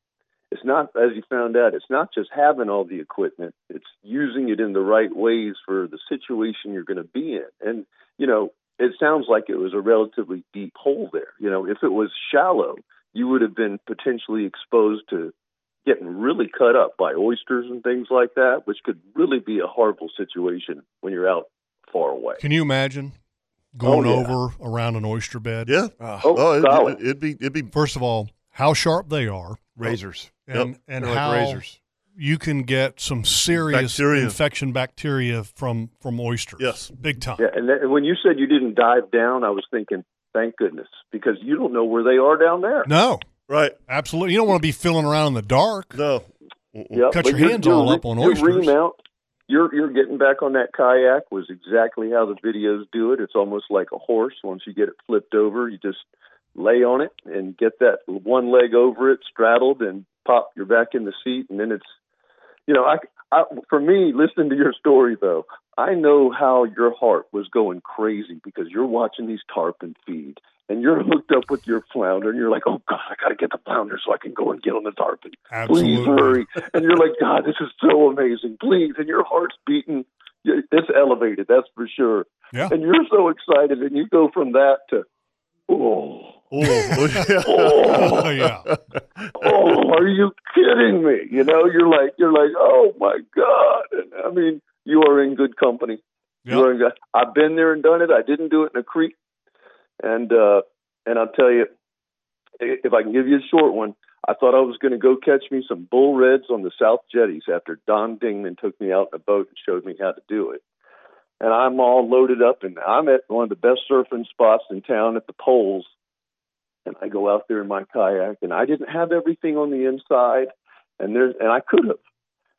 Speaker 10: it's not as you found out, it's not just having all the equipment, it's using it in the right ways for the situation you're going to be in. And you know, it sounds like it was a relatively deep hole there. You know, if it was shallow, you would have been potentially exposed to getting really cut up by oysters and things like that, which could really be a horrible situation when you're out far away.
Speaker 5: Can you imagine going
Speaker 10: yeah.
Speaker 5: over around an oyster bed?
Speaker 1: Oh, Yeah.
Speaker 3: Ah,
Speaker 10: Oh,
Speaker 1: Oh,
Speaker 10: solid.
Speaker 1: it, it'd be it'd be
Speaker 5: first of all, how sharp they are,
Speaker 3: razors.
Speaker 5: and and
Speaker 3: They're like
Speaker 5: how
Speaker 3: razors.
Speaker 5: you can get some serious
Speaker 1: Bacteria.
Speaker 5: infection bacteria from from oysters.
Speaker 1: Yes.
Speaker 5: big time.
Speaker 10: Yeah, and, that, and when you said you didn't dive down, I was thinking, thank goodness, because you don't know where they are down there.
Speaker 5: No,
Speaker 1: Right.
Speaker 5: Absolutely. You don't want to be filling around in the dark.
Speaker 1: No.
Speaker 10: Yep,
Speaker 5: Cut
Speaker 10: but
Speaker 5: your hands all
Speaker 10: re-
Speaker 5: up on
Speaker 10: your
Speaker 5: oysters.
Speaker 10: Remount, your your getting back on that kayak was exactly how the videos do it. It's almost like a horse. Once you get it flipped over, you just lay on it and get that one leg over it, straddled, and pop. You're back in the seat, and then it's you know, I, I for me, listening to your story though, I know how your heart was going crazy because you're watching these tarpon feed. And you're hooked up with your flounder, and you're like, "Oh God, I got to get the flounder so I can go and get on the tarpon." Please
Speaker 5: Absolutely.
Speaker 10: hurry. And you're like, God, this is so amazing. Please. And your heart's beating. You- It's elevated, that's for sure.
Speaker 5: Yeah.
Speaker 10: And you're so excited. And you go from that to, oh,
Speaker 5: Oh, yeah.
Speaker 10: oh, are you kidding me? You know, you're like, you're like, oh my God. And, I mean, you are in good company. You
Speaker 5: Yeah.
Speaker 10: are in good, I've been there and done it. I didn't do it in a creek. And, uh, and I'll tell you, i- if I can give you a short one, I thought I was going to go catch me some bull reds on the South Jetties after Don Dingman took me out in a boat and showed me how to do it. And I'm all loaded up, and I'm at one of the best surfing spots in town at the Poles. And I go out there in my kayak, and I didn't have everything on the inside, and there's and I could have.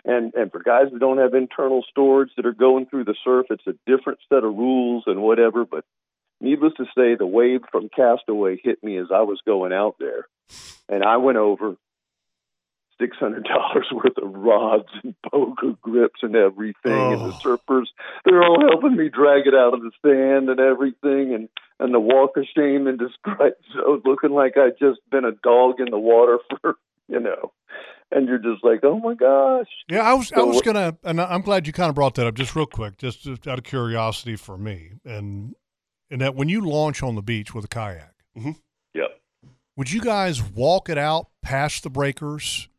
Speaker 10: And and for guys that don't have internal storage that are going through the surf, it's a different set of rules and whatever. But needless to say, the wave from Castaway hit me as I was going out there, and I went over six hundred dollars worth of rods and poker grips and everything.
Speaker 5: Oh.
Speaker 10: And the surfers, they're all helping me drag it out of the sand and everything, and and the walk of shame and disgrace. So looking like I'd just been a dog in the water for you know, and you're just like, oh my gosh.
Speaker 5: Yeah, I was I
Speaker 10: So
Speaker 5: was
Speaker 10: what-
Speaker 5: gonna, and I- I'm glad you kind of brought that up, just real quick, just, just out of curiosity for me, and and that when you launch on the beach with a kayak,
Speaker 1: Mm-hmm.
Speaker 10: Yep.
Speaker 5: would you guys walk it out past the breakers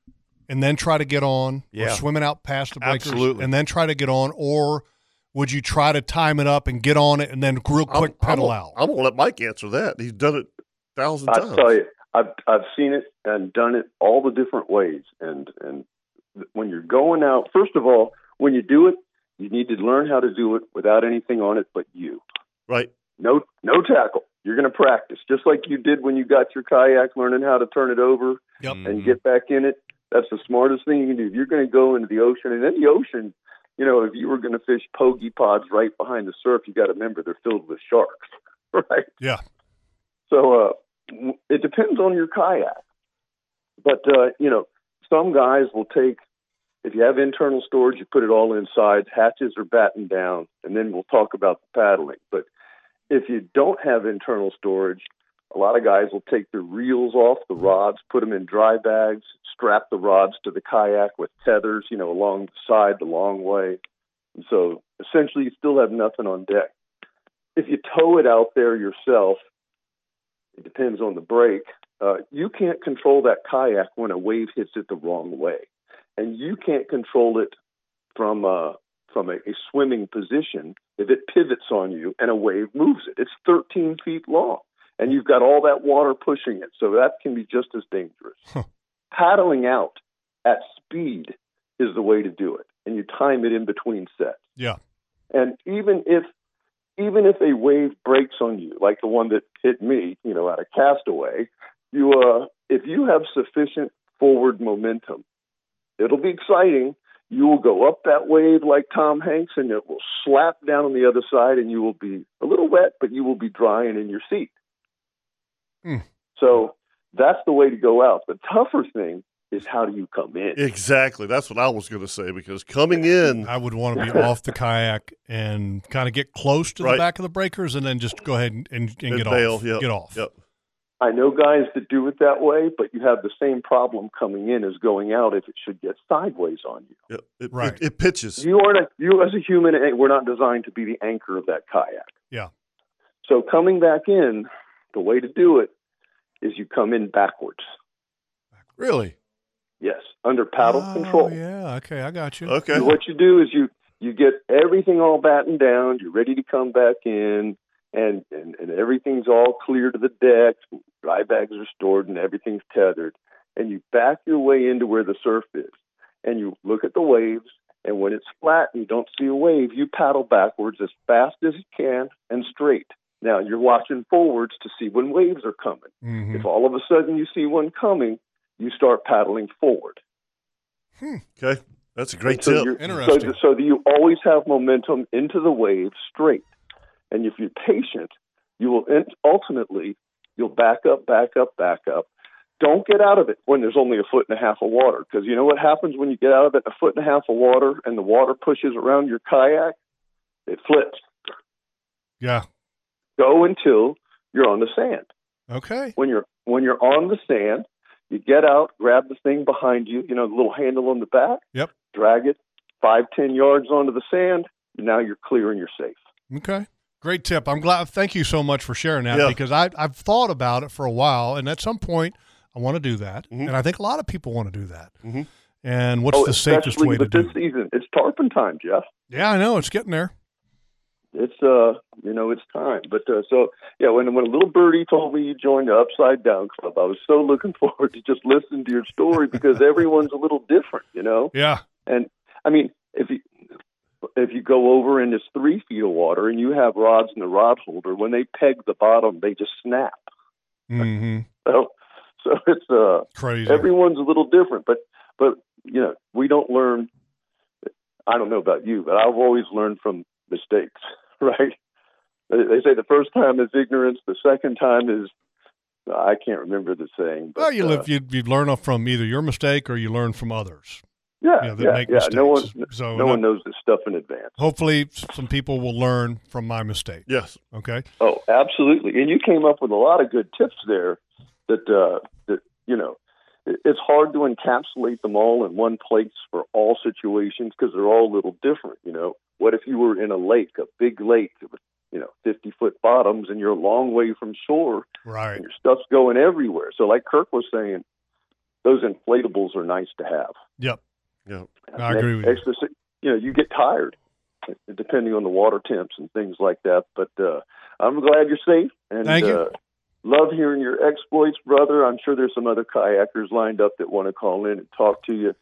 Speaker 5: and then try to get on,
Speaker 3: Yeah.
Speaker 5: or swimming out past the breakers
Speaker 3: Absolutely.
Speaker 5: and then try to get on, or would you try to time it up and get on it and then real quick pedal out?
Speaker 1: I'm gonna let Mike answer that. He's done it a thousand
Speaker 10: I
Speaker 1: times.
Speaker 10: tell you, I've I've seen it and done it all the different ways. And and when you're going out, first of all, when you do it, you need to learn how to do it without anything on it but you.
Speaker 1: Right.
Speaker 10: No no tackle. You're going to practice just like you did when you got your kayak, learning how to turn it over
Speaker 5: Yep.
Speaker 10: and
Speaker 6: Mm-hmm.
Speaker 10: get back in it. That's the smartest thing you can do. If you're going to go into the ocean, and in the ocean, you know, if you were going to fish pogey pods right behind the surf, you got to remember they're filled with sharks, right?
Speaker 5: Yeah.
Speaker 10: So uh, w- it depends on your kayak. But, uh, you know, some guys will take, if you have internal storage, you put it all inside, hatches are battened down, and then we'll talk about the paddling. But if you don't have internal storage, a lot of guys will take their reels off the rods, put them in dry bags, strap the rods to the kayak with tethers, you know, along the side, the long way. And so essentially, you still have nothing on deck. If you tow it out there yourself, it depends on the break. Uh, you can't control that kayak when a wave hits it the wrong way, and you can't control it from uh, from a, a swimming position if it pivots on you and a wave moves it. It's 13 feet long, and you've got all that water pushing it, so that can be just as dangerous. Paddling out at speed is the way to do it, and you time it in between sets.
Speaker 5: Yeah.
Speaker 10: And even if even if a wave breaks on you, like the one that hit me, you know, out of Castaway, you uh, if you have sufficient forward momentum, it'll be exciting. You will go up that wave like Tom Hanks, and it will slap down on the other side, and you will be a little wet, but you will be dry and in your seat.
Speaker 5: Hmm.
Speaker 10: So that's the way to go out. The tougher thing is how do you come in?
Speaker 1: Exactly. That's what I was gonna say because coming in
Speaker 5: I would want to be off the kayak and kind of get close to the
Speaker 1: Right.
Speaker 5: back of the breakers and then just go ahead and, and, and
Speaker 1: and
Speaker 5: get
Speaker 1: bail,
Speaker 5: off.
Speaker 1: Yep.
Speaker 5: Get off.
Speaker 1: Yep.
Speaker 10: I know guys that do it that way, but you have the same problem coming in as going out if it should get sideways on you.
Speaker 1: yep. It,
Speaker 5: Right.
Speaker 1: it, it pitches.
Speaker 10: You aren't a, you as a human, eh, we're not designed to be the anchor of that kayak.
Speaker 5: Yeah.
Speaker 10: So coming back in, the way to do it is you come in backwards.
Speaker 3: Really?
Speaker 10: Yes, under paddle control.
Speaker 5: Oh, yeah. Okay. I got you.
Speaker 1: Okay.
Speaker 10: And What you do is you you get everything all battened down. You're ready to come back in, and and, and everything's all clear to the deck. Dry bags are stored, and everything's tethered. And you back your way into where the surf is, and you look at the waves. And when it's flat and you don't see a wave, you paddle backwards as fast as you can and straight. Now you're watching forwards to see when waves are coming.
Speaker 5: Mm-hmm.
Speaker 10: If all of a sudden you see one coming, you start paddling forward.
Speaker 1: Okay, that's a great
Speaker 10: So
Speaker 1: tip.
Speaker 10: you're- So, so that you always have momentum into the wave straight. And if you're patient, you will in, ultimately you'll back up, back up, back up. Don't get out of it when there's only a foot and a half of water, because you know what happens when you get out of it a foot and a half of water and the water pushes around your kayak, it flips.
Speaker 5: Yeah.
Speaker 10: Go until you're on the sand.
Speaker 5: Okay.
Speaker 10: When you're when you're on the sand, you get out, grab the thing behind you, you know, the little handle on the back.
Speaker 5: Yep.
Speaker 10: Drag it five, ten yards onto the sand. Now you're clear and you're safe.
Speaker 5: Okay. Great tip. I'm glad. Thank you so much for sharing that
Speaker 10: Yeah.
Speaker 5: because I, I've thought about it for a while, and at some point, I want to do that, and I think a lot of people want to do that.
Speaker 1: Mm-hmm.
Speaker 5: And what's
Speaker 10: Mm-hmm. Oh,
Speaker 5: the safest
Speaker 10: especially
Speaker 5: way to
Speaker 10: with
Speaker 5: do?
Speaker 10: this season? It's tarpon time, Jeff.
Speaker 5: Yeah, I know it's getting there.
Speaker 10: It's uh, you know, it's time. But uh, so yeah, when when little birdie told me you joined the Upside Down Club, I was so looking forward to just listening to your story because everyone's a little different, you know.
Speaker 5: Yeah.
Speaker 10: And I mean, if you if you go over and it's three feet of water and you have rods in the rod holder, when they peg the bottom, they just snap.
Speaker 5: Mm-hmm.
Speaker 10: So, so it's uh,
Speaker 5: Crazy.
Speaker 10: Everyone's a little different, but but you know we don't learn. I don't know about you, but I've always learned from mistakes, right? They they say the first time is ignorance, the second time is I can't remember the saying. But,
Speaker 5: Well, you
Speaker 10: uh,
Speaker 5: live, you, you learn from either your mistake or you learn from others.
Speaker 10: yeah,
Speaker 5: you know, that
Speaker 10: yeah,
Speaker 5: make
Speaker 10: yeah. No one,
Speaker 5: mistakes. So,
Speaker 10: no
Speaker 5: and I-
Speaker 10: one knows this stuff in advance.
Speaker 5: Hopefully, some people will learn from my mistake.
Speaker 1: Yes.
Speaker 5: Okay.
Speaker 10: Oh, absolutely. And you came up with a lot of good tips there that uh, that you know it- it's hard to encapsulate them all in one place for all situations because they're all a little different. You know, what if you were in a lake, a big lake with you know fifty foot bottoms, and you're a long way from shore,
Speaker 5: Right.
Speaker 10: and your stuff's going everywhere. So, like Kirk was saying, those inflatables are nice to have.
Speaker 5: Yep.
Speaker 1: Yep.
Speaker 5: I agree with you.
Speaker 10: Extra, you know, you get tired depending on the water temps and things like that. But uh, I'm glad you're safe. And,
Speaker 5: Thank you.
Speaker 10: Uh, love hearing your exploits, brother. I'm sure there's some other kayakers lined up that want to call in and talk to you.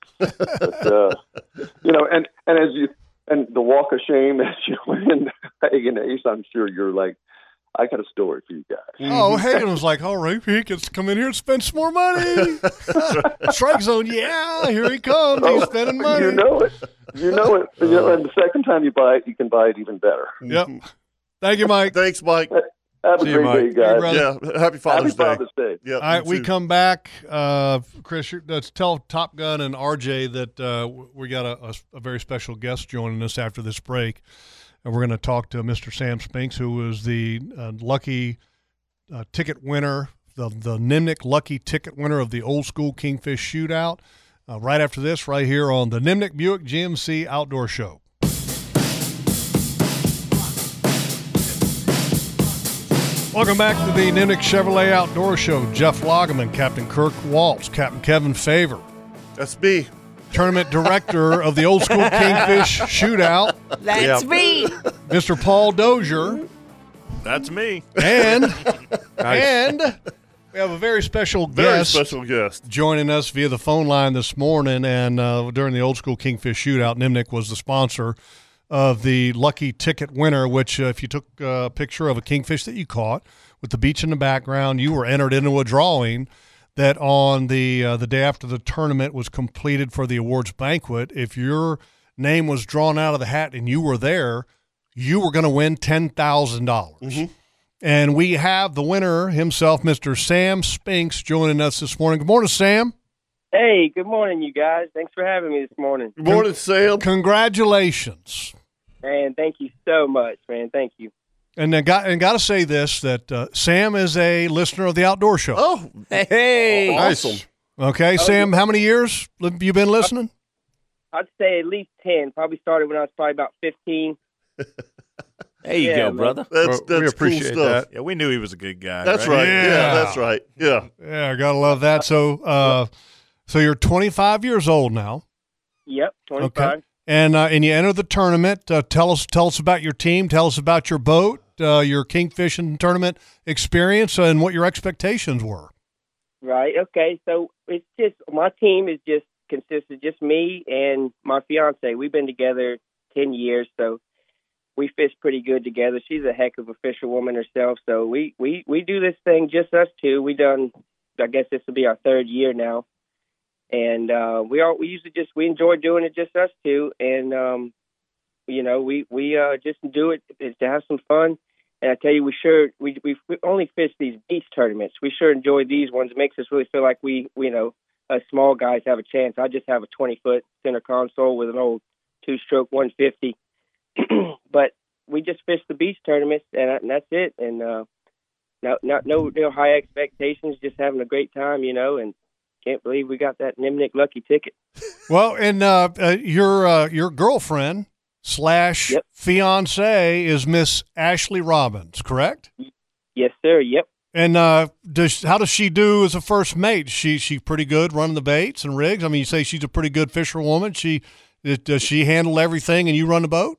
Speaker 10: but, uh, you know, and and as you and the walk of shame as you went in Hagen Ace, I'm sure you're like, I got a story for you guys.
Speaker 5: Oh,
Speaker 10: Mm-hmm.
Speaker 5: Hagen was like, "All right, he gets to come in here and spend some more money." Strike zone, yeah. Here he comes. He's spending money.
Speaker 10: You know it. You know it. You know, and the second time you buy it, you can buy it even better.
Speaker 5: Yep. Thank you, Mike.
Speaker 1: Mm-hmm. Thanks, Mike.
Speaker 10: Have a
Speaker 5: See you,
Speaker 10: great
Speaker 5: Mike.
Speaker 10: day, guys.
Speaker 5: Hey, brother.
Speaker 1: Yeah, happy Father's Day.
Speaker 10: Father's Day.
Speaker 1: Yeah.
Speaker 5: All right,
Speaker 1: you
Speaker 5: we
Speaker 1: too.
Speaker 5: come back. Uh, Chris, you're, let's tell Top Gun and RJ that uh, w- we got a, a- a very special guest joining us after this break. And we're going to talk to Mr. Sam Spinks, who was the uh, lucky uh, ticket winner, the, the Nimnik lucky ticket winner of the old school Kingfish shootout. Uh, right after this, right here on the Nimnik Buick GMC Outdoor Show. Welcome back to the Nimnik Chevrolet Outdoor Show. Jeff Loggeman, Captain Kirk Waltz, Captain Kevin Favor.
Speaker 1: That's me.
Speaker 5: Tournament Director of the Old School Kingfish Shootout.
Speaker 11: That's
Speaker 5: Yeah.
Speaker 11: me.
Speaker 5: Mr. Paul Dozier.
Speaker 9: That's me.
Speaker 5: And, and we have a very special
Speaker 1: Very
Speaker 5: guest
Speaker 1: special guest.
Speaker 5: joining us via the phone line this morning. And uh, during the Old School Kingfish Shootout, Nimnik was the sponsor of the lucky ticket winner, which uh, if you took a picture of a kingfish that you caught with the beach in the background, you were entered into a drawing that on the uh, the day after the tournament was completed for the awards banquet, if your name was drawn out of the hat and you were there, you were going to win ten dollars.
Speaker 1: Mm-hmm.
Speaker 5: And we have the winner himself, Mr. Sam Spinks, joining us this morning. Good morning, Sam.
Speaker 12: Hey, good morning, you guys. Thanks for having me this morning.
Speaker 1: Good morning, Sam.
Speaker 5: Congratulations.
Speaker 12: And thank you so much, man. Thank you.
Speaker 5: And I got and got to say this that uh, Sam is a listener of the Outdoor Show.
Speaker 1: Oh,
Speaker 4: hey,
Speaker 1: awesome. Oh,
Speaker 5: Okay, Sam, how many years have you been listening?
Speaker 12: I'd say at least 10. Probably started when I was probably about 15.
Speaker 4: There you
Speaker 12: Yeah,
Speaker 4: go,
Speaker 12: man.
Speaker 4: brother.
Speaker 1: That's
Speaker 9: Well,
Speaker 1: that's
Speaker 9: we appreciate
Speaker 1: cool stuff.
Speaker 9: that. Yeah, we knew he was a good guy.
Speaker 1: That's right. Yeah.
Speaker 5: Yeah.
Speaker 1: that's right. Yeah.
Speaker 5: Yeah, I gotta love that. So, uh, so you're 25 years old now.
Speaker 12: Yep, 25.
Speaker 5: and uh, and you enter the tournament. Uh, tell us tell us about your team. Tell us about your boat, uh, your kingfishing tournament experience, and what your expectations were.
Speaker 12: Right. Okay. So it's just my team is just consists of just me and my fiance. We've been together ten years, so we fish pretty good together. She's a heck of a fisherwoman herself, so we we we do this thing just us two. We done, I guess this will be our third year now, and uh, we all we usually just we enjoy doing it just us two, and um, you know we we uh, just do it is to have some fun. And I tell you, we sure we we we only fish these beach tournaments. We sure enjoy these ones. It makes us really feel like we, we you know us small guys have a chance. I just have a 20 foot center console with an old two stroke 150 but we just fish the beach tournaments and, and that's it and uh no no no real high expectations just having a great time you know and can't believe we got that nimnik lucky ticket
Speaker 5: Well, and uh, uh, your uh, your girlfriend slash fiance is Miss Ashley Robbins, correct?
Speaker 12: yes sir yep
Speaker 5: And uh, does how does she do as a first mate? She she pretty good running the baits and rigs. I mean, you say she's a pretty good fisherwoman. She does she handle everything, and you run the boat.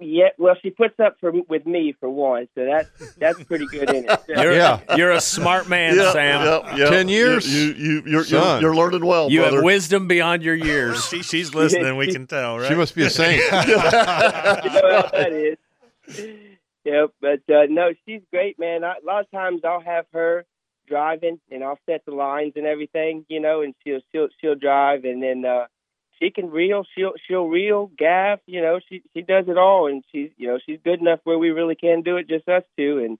Speaker 12: yeah well she puts up for with me for one so that's that's pretty good in it
Speaker 4: You're, you're a smart man,
Speaker 12: Yeah,
Speaker 4: Sam.
Speaker 1: yeah, yeah. Ten years? You- you- you- you're- Son. you're- you're learning well,
Speaker 4: You
Speaker 1: brother.
Speaker 4: have wisdom beyond your years.
Speaker 9: she, she's listening. We can tell, right?
Speaker 3: She must be a saint.
Speaker 12: you know what that is. Yep, but uh, no, she's great, man. I, a lot of times I'll have her driving, and I'll set the lines and everything, you know, and she'll she'll she'll drive, and then uh, she can reel, she'll she'll reel, gaff, you know, she she does it all, and she's you know she's good enough where we really can do it just us two, and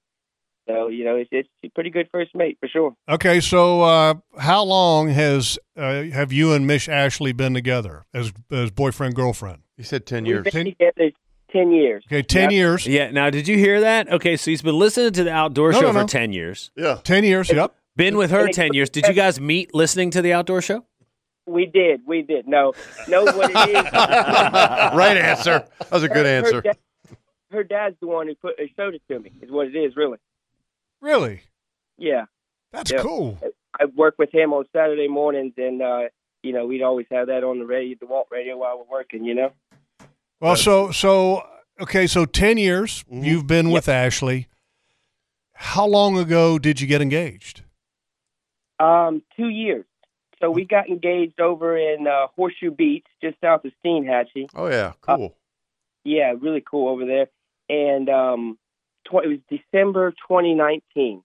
Speaker 12: so you know it's it's a pretty good first mate for sure.
Speaker 5: Okay, so uh, how long has uh, have you and Miss Ashley been together as as boyfriend girlfriend?
Speaker 3: You said ten
Speaker 12: We've been together ten years.
Speaker 5: Okay, ten years.
Speaker 4: Yeah. Now, did you hear that? Okay, so he's been listening to the outdoor
Speaker 5: No,
Speaker 4: show
Speaker 5: no, no.
Speaker 4: for ten years.
Speaker 1: Yeah,
Speaker 5: ten years. Yep.
Speaker 4: Been with her ten years. Did you guys meet listening to the outdoor show?
Speaker 12: We did, we did. No, no, what it is?
Speaker 3: right answer. That was a
Speaker 12: Her-
Speaker 3: good answer.
Speaker 12: Her, dad, her dad's the one who put who showed it to me. Is what it is, really.
Speaker 5: Really?
Speaker 12: Yeah,
Speaker 5: that's
Speaker 12: cool. I work with him on Saturday mornings, and uh, you know we'd always have that on the radio, the Walt radio, while we're working. You know,
Speaker 5: Well, so so okay, so ten years
Speaker 3: Mm-hmm.
Speaker 5: you've been with Ashley. How long ago did you get engaged?
Speaker 12: um, two years. So we got engaged over in uh, Horseshoe Beach, just south of Steenhatchee.
Speaker 3: Oh yeah, cool.
Speaker 12: Yeah, really cool over there. And um, tw- it was December 2019.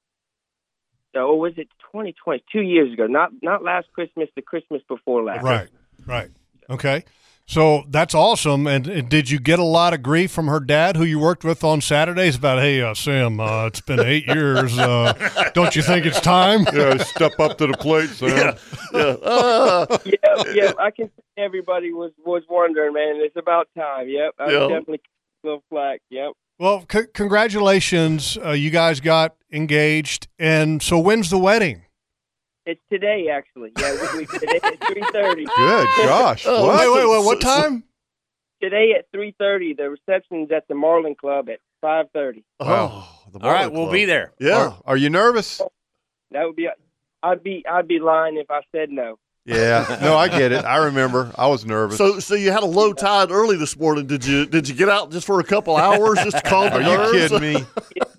Speaker 12: So or was it 2020? Two years ago, not not last Christmas, the Christmas before last.
Speaker 5: Right, right. Okay, so that's awesome. And, and did you get a lot of grief from her dad, who you worked with on Saturdays, about hey uh, Sam, uh, it's been eight years. Uh, don't you think it's time?
Speaker 3: Yeah, step up to the plate, Sam.
Speaker 12: Oh, yep, yep. I can see everybody was was wondering, man. It's about time. Yep, I
Speaker 5: Yeah.
Speaker 12: was definitely a little flack. Yep.
Speaker 5: Well, c- congratulations, uh, you guys got engaged. And so, when's the wedding?
Speaker 12: It's today, actually. Yeah, we, we, today at three thirty.
Speaker 5: Good gosh, Oh, what? wait, wait, wait, what time?
Speaker 12: Today at three thirty. The reception's at the Marlin Club at five thirty.
Speaker 3: Oh, the
Speaker 4: All right,
Speaker 3: Bartlett
Speaker 4: we'll
Speaker 3: Club.
Speaker 4: be there.
Speaker 3: Yeah. Are, are you nervous?
Speaker 12: That would be. I'd be. I'd be lying if I said no.
Speaker 3: Yeah. No, I get it. I remember. I was nervous.
Speaker 1: So, so you had a low tide early this morning. Did you did you get out just for a couple hours just to calm the
Speaker 3: Are you
Speaker 1: nerves?
Speaker 3: kidding me?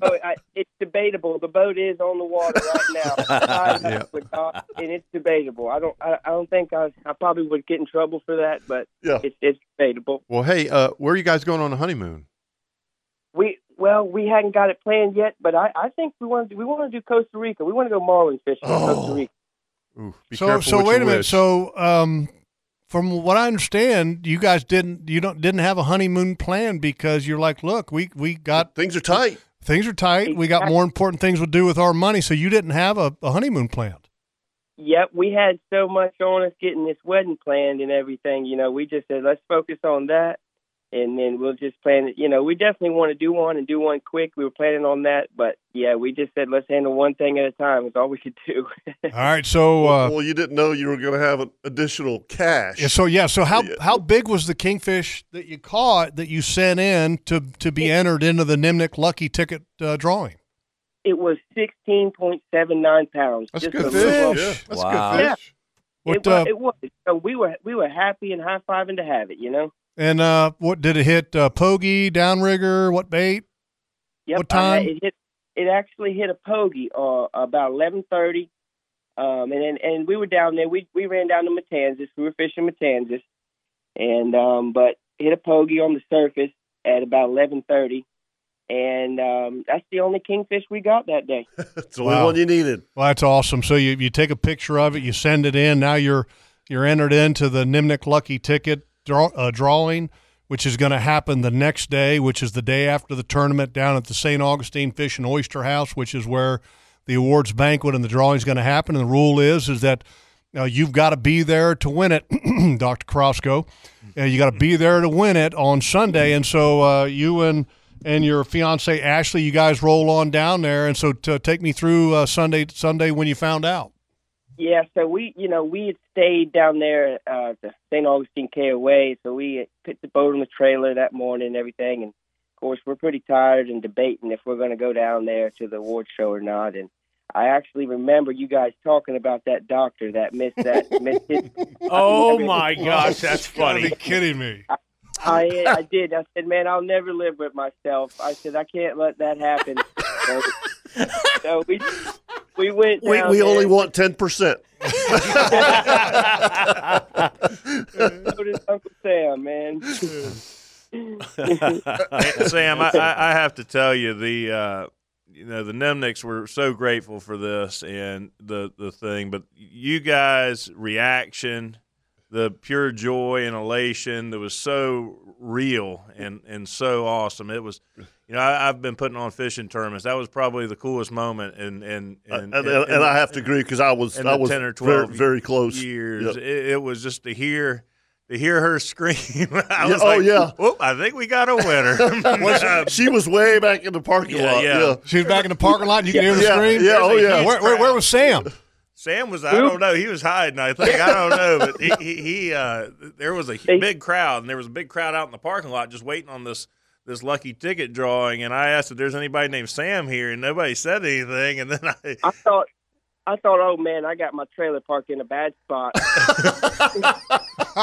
Speaker 12: So I, it's debatable. The boat is on the water right now, I
Speaker 3: Yeah.
Speaker 12: would not- and it's debatable. I don't. I, I don't think I. I probably would get in trouble for that, but it's it's debatable.
Speaker 3: Well, hey, uh, where are you guys going on the honeymoon?
Speaker 12: We well, we hadn't got it planned yet, but I, I think we want to we want to do Costa Rica. We want to go marlin fishing in Costa Rica.
Speaker 3: Be
Speaker 5: so,
Speaker 3: careful
Speaker 5: so
Speaker 3: what
Speaker 5: wait
Speaker 3: you
Speaker 5: a minute.
Speaker 3: wish.
Speaker 5: So, um, from what I understand, you guys didn't you don't didn't have a honeymoon plan because you're like, look, we we got
Speaker 1: things are tight.
Speaker 5: Things are tight. We got more important things to do with our money, so you didn't have a, a honeymoon plan.
Speaker 12: Yep, we had so much on us getting this wedding planned and everything. You know, we just said let's focus on that, and then we'll just plan it. You know, we definitely want to do one and do one quick. We were planning on that, but yeah, we just said let's handle one thing at a time. Is all we could do.
Speaker 5: All right, so uh,
Speaker 1: well, you didn't know you were going to have an additional cash.
Speaker 5: yeah, so yeah, so how how big was the kingfish that you caught that you sent in to to be entered into the Nimnik Lucky ticket uh, drawing?
Speaker 12: it was sixteen point seven nine pounds. That's
Speaker 5: good fish. Yeah, that's good Wow. fish.
Speaker 12: Yeah.
Speaker 5: What,
Speaker 12: it, wa-
Speaker 5: uh,
Speaker 12: it was. So we were we were happy and high fiving to have it. You know.
Speaker 5: And uh, what did it hit? Uh, pogie, downrigger, what bait?
Speaker 12: Yep,
Speaker 5: What
Speaker 12: I had-
Speaker 5: time?
Speaker 12: it hit. It actually hit a pogie uh, about eleven thirty, um, and, and and we were down there. We we ran down to Matanzas. We were fishing Matanzas, and um, but hit a pogie on the surface, at about eleven thirty, and um, that's the only kingfish we got that day.
Speaker 1: It's the only one you needed.
Speaker 5: Well, that's awesome. So you, you take a picture of it, you send it in. Now you're you're entered into the Nimnik Lucky Ticket draw, uh, drawing, which is going to happen the next day, which is the day after the tournament down at the St. Augustine Fish and Oyster House, which is where the awards banquet and the drawing is going to happen. And the rule is is that uh, you've got to be there to win it, Dr. Crosco. Uh, you got to be there to win it on Sunday. And so uh, you and and your fiance Ashley, you guys roll on down there. And so to take me through uh, Sunday Sunday when you found out.
Speaker 12: Yeah, so we, you know, we had stayed down there uh, at the St. Augustine KOA, so we had put the boat on the trailer that morning and everything. And of course, we're pretty tired and debating if we're going to go down there to the award show or not. And I actually remember you guys talking about that doctor that missed that missed his.
Speaker 4: Oh my gosh, that's funny.
Speaker 5: You're kidding me.
Speaker 12: I I did. I said, man, I'll never live with myself. I said, I can't let that happen. so, so we we went.
Speaker 1: We,
Speaker 12: down
Speaker 1: we
Speaker 12: there.
Speaker 1: only want 10%.
Speaker 12: So did Uncle Sam, man.
Speaker 9: Hey, Sam, I, I, I have to tell you the uh, you know the Nemniks were so grateful for this and the the thing, but you guys' reaction, the pure joy and elation that was so real and and so awesome. It was, you know, I, I've been putting on fishing tournaments. That was probably the coolest moment, and and
Speaker 1: And, and, and I have to agree because I was
Speaker 9: in
Speaker 1: I
Speaker 9: the
Speaker 1: was
Speaker 9: 10 or
Speaker 1: very,
Speaker 9: 12
Speaker 1: very close.
Speaker 9: years.
Speaker 1: Yep.
Speaker 9: It, it was just to hear to hear her scream. I
Speaker 1: Yeah,
Speaker 9: was
Speaker 1: oh,
Speaker 9: like,
Speaker 1: yeah.
Speaker 9: "Whoop, I think we got a winner.
Speaker 1: Well, she, she was way back in the parking
Speaker 9: Yeah,
Speaker 1: lot.
Speaker 9: yeah.
Speaker 1: Yeah.
Speaker 5: She was back in the parking lot. And you can hear the
Speaker 1: Yeah,
Speaker 5: scream.
Speaker 1: yeah, oh, yeah.
Speaker 5: Where, where, where was Sam?
Speaker 9: Sam was I don't know he was hiding I think I don't know but he he, he uh, there was a hu- big crowd and there was a big crowd out in the parking lot just waiting on this this lucky ticket drawing and I asked if there's anybody named Sam here and nobody said anything and then I
Speaker 12: I thought, I thought, oh man, I got my trailer parked in a bad spot.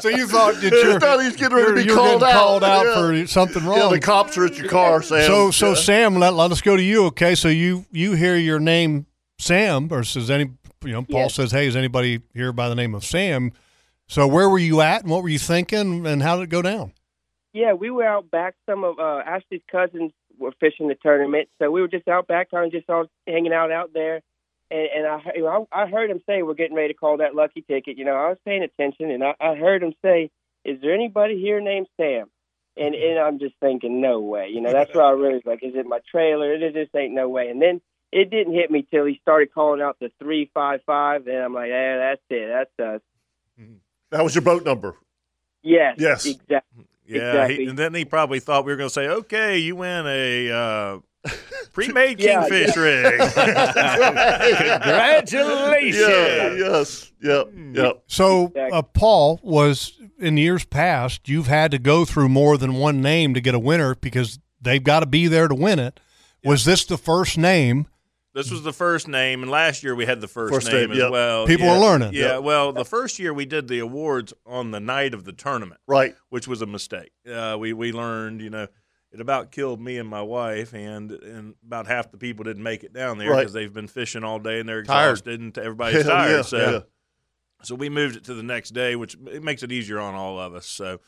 Speaker 5: So you thought that
Speaker 1: You
Speaker 5: you're,
Speaker 1: thought he was getting ready to
Speaker 5: you're,
Speaker 1: be
Speaker 5: you're
Speaker 1: called
Speaker 5: getting
Speaker 1: out.
Speaker 5: called out
Speaker 1: Yeah.
Speaker 5: for something wrong.
Speaker 1: Yeah, the cops are at your car, Sam.
Speaker 5: So so
Speaker 1: Yeah.
Speaker 5: Sam, let, let us go to you. Okay, so you you hear your name Sam, or says any you know Paul
Speaker 12: Yes.
Speaker 5: says, hey, is anybody here by the name of Sam? So where were you at, and what were you thinking, and how did it go down?
Speaker 12: Yeah, we were out back. Some of uh, Ashley's cousins were fishing the tournament, so we were just out back, kind of just all hanging out out there. And, and I, he- I, I heard him say, "We're getting ready to call that lucky ticket." You know, I was paying attention, and I, I heard him say, "Is there anybody here named Sam?" And and I'm just thinking, "No way." You know, that's what I really was like. Is it my trailer? It just ain't no way. And then it didn't hit me till he started calling out the three five five, and I'm like, "Yeah, that's it. That's us."
Speaker 1: that was your boat number.
Speaker 12: Yes.
Speaker 1: Yes.
Speaker 12: Exactly.
Speaker 9: yeah
Speaker 12: Exactly.
Speaker 9: he, and then he probably thought we were going to say okay you win a uh, pre-made
Speaker 12: Yeah,
Speaker 9: kingfish rig
Speaker 4: Congratulations.
Speaker 1: Yeah, yes. Yep. Yep.
Speaker 5: So uh, Paul was in years past. You've had to go through more than one name to get a winner because they've got to be there to win it. Was this the first name?
Speaker 9: This was the first name, and last year we had the first,
Speaker 1: First
Speaker 9: name,
Speaker 1: name,
Speaker 9: as
Speaker 1: yep.
Speaker 9: well.
Speaker 5: People
Speaker 9: yeah.
Speaker 5: are learning.
Speaker 9: Yeah, well, the first year we did the awards on the night of the tournament,
Speaker 1: Right.
Speaker 9: which was a mistake. Uh, we we learned, you know, it about killed me and my wife, and and about half the people didn't make it down there
Speaker 1: Right.
Speaker 9: because they've been fishing all day and they're
Speaker 3: Tired.
Speaker 9: exhausted and everybody's
Speaker 1: Hell yeah,
Speaker 9: tired. So
Speaker 1: yeah.
Speaker 9: so we moved it to the next day, which it makes it easier on all of us. So.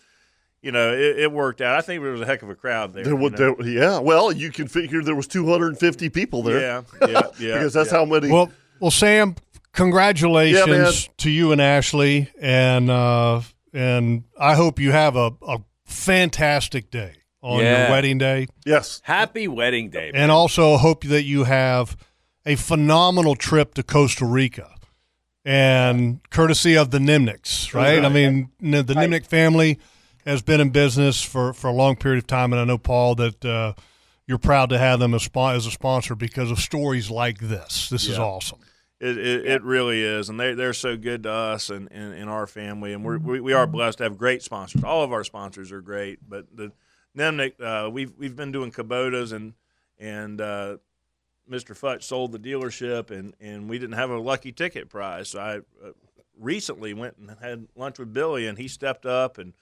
Speaker 9: You know, it, it worked out. I think there was a heck of a crowd there.
Speaker 1: There
Speaker 9: you
Speaker 1: was,
Speaker 9: know.
Speaker 1: there, yeah. Well, you can figure there was 250 people there.
Speaker 9: yeah, yeah, yeah.
Speaker 1: because that's
Speaker 9: yeah.
Speaker 1: how many.
Speaker 5: Well, well, Sam,
Speaker 1: Yeah, man.
Speaker 5: congratulations to you and Ashley, and uh, and I hope you have a, a fantastic day on
Speaker 4: Yeah.
Speaker 5: your wedding day,
Speaker 1: yes.
Speaker 4: Happy wedding day. man.
Speaker 5: and also hope that you have a phenomenal trip to Costa Rica, and courtesy of the Nimniks, right? I mean, n- the Nimnik family has been in business for for a long period of time, and I know Paul that. Uh, you're proud to have them as, spon- as a sponsor because of stories like this. This is
Speaker 9: Yeah.
Speaker 5: awesome.
Speaker 9: It, it, it really is, and they they're so good to us and, and, and our family, and we're, we we are blessed to have great sponsors. All of our sponsors are great, but the Nemnick, uh, we've we've been doing Kubotas, and and uh, Mr. Futch sold the dealership, and, and we didn't have a lucky ticket prize. So I uh, recently went and had lunch with Billy, and he stepped up, and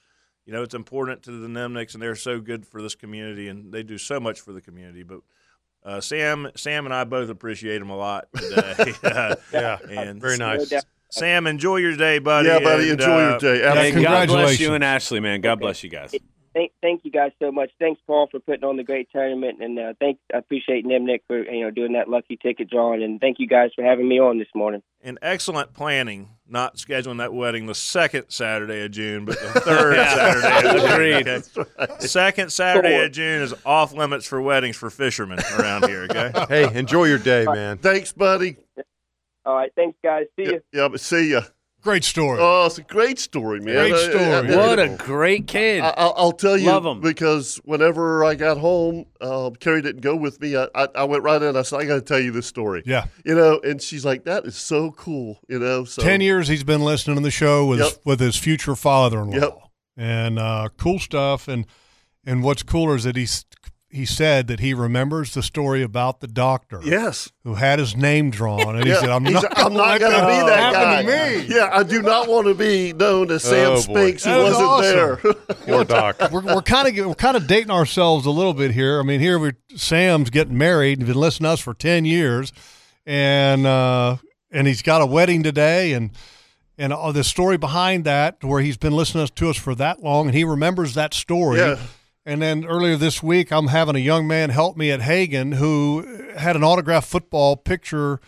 Speaker 9: you know it's important to the Nemnicks, and they're so good for this community, and they do so much for the community, but. Uh, Sam, Sam, and I both appreciate him a lot today. yeah, and
Speaker 3: Very
Speaker 9: Sam-
Speaker 3: nice.
Speaker 9: Sam, enjoy your day, buddy.
Speaker 1: Yeah, buddy.
Speaker 9: and,
Speaker 1: Enjoy
Speaker 9: uh,
Speaker 1: your day.
Speaker 4: Hey,
Speaker 1: Absolutely.
Speaker 4: God bless
Speaker 5: Congratulations.
Speaker 4: you and Ashley, man. God bless you guys.
Speaker 12: thank, thank you guys so much. Thanks, Paul, for putting on the great tournament, and uh, thank I appreciate Nimnik for you know doing that lucky ticket drawing, and thank you guys for having me on this morning.
Speaker 9: And excellent planning, not scheduling that wedding the second Saturday of June, but the third
Speaker 4: Yeah.
Speaker 9: Saturday of June.
Speaker 4: Agreed.
Speaker 9: okay? Second Saturday of June is off limits for weddings for fishermen around here, okay?
Speaker 3: Hey, enjoy your day, man.
Speaker 1: Thanks, buddy.
Speaker 12: All right, thanks, guys. See you.
Speaker 1: Yeah, but see ya.
Speaker 5: Great story.
Speaker 1: Oh, it's a great story, man. Uh,
Speaker 5: Great
Speaker 1: I- I-
Speaker 5: story.
Speaker 1: I-
Speaker 4: What a great kid.
Speaker 1: I, I'll, I'll tell you,
Speaker 4: Love 'em.
Speaker 1: because whenever I got home, uh, Carrie didn't go with me. I, I, I went right in. I said, "I got to tell you this story."
Speaker 5: Yeah.
Speaker 1: you know, and she's like, "That is so cool," you know. So
Speaker 5: Ten years he's been listening to the show with
Speaker 1: Yep.
Speaker 5: with his future father-in-law,
Speaker 1: Yep.
Speaker 5: and uh, cool stuff. And and what's cooler is that he's he said that he remembers the story about the doctor
Speaker 1: Yes.
Speaker 5: who had his name drawn, and he said, "I'm
Speaker 1: He's
Speaker 5: not,
Speaker 1: like, I'm not
Speaker 5: going
Speaker 1: gonna
Speaker 5: to
Speaker 1: be that guy.
Speaker 5: happen to me."
Speaker 1: Yeah, I do not want to be known as Sam
Speaker 3: Oh, boy.
Speaker 1: Spinks who
Speaker 5: That was
Speaker 1: wasn't
Speaker 5: awesome.
Speaker 1: there.
Speaker 3: Poor doc.
Speaker 5: we're, we're kind of we're kind of dating ourselves a little bit here. I mean, here we are Sam's getting married and been listening to us for ten years, and uh, and he's got a wedding today, and and all the story behind that, where he's been listening to us for that long, and he remembers that story.
Speaker 1: Yeah.
Speaker 5: And then earlier this week, I'm having a young man help me at Hagen who had an autographed football picture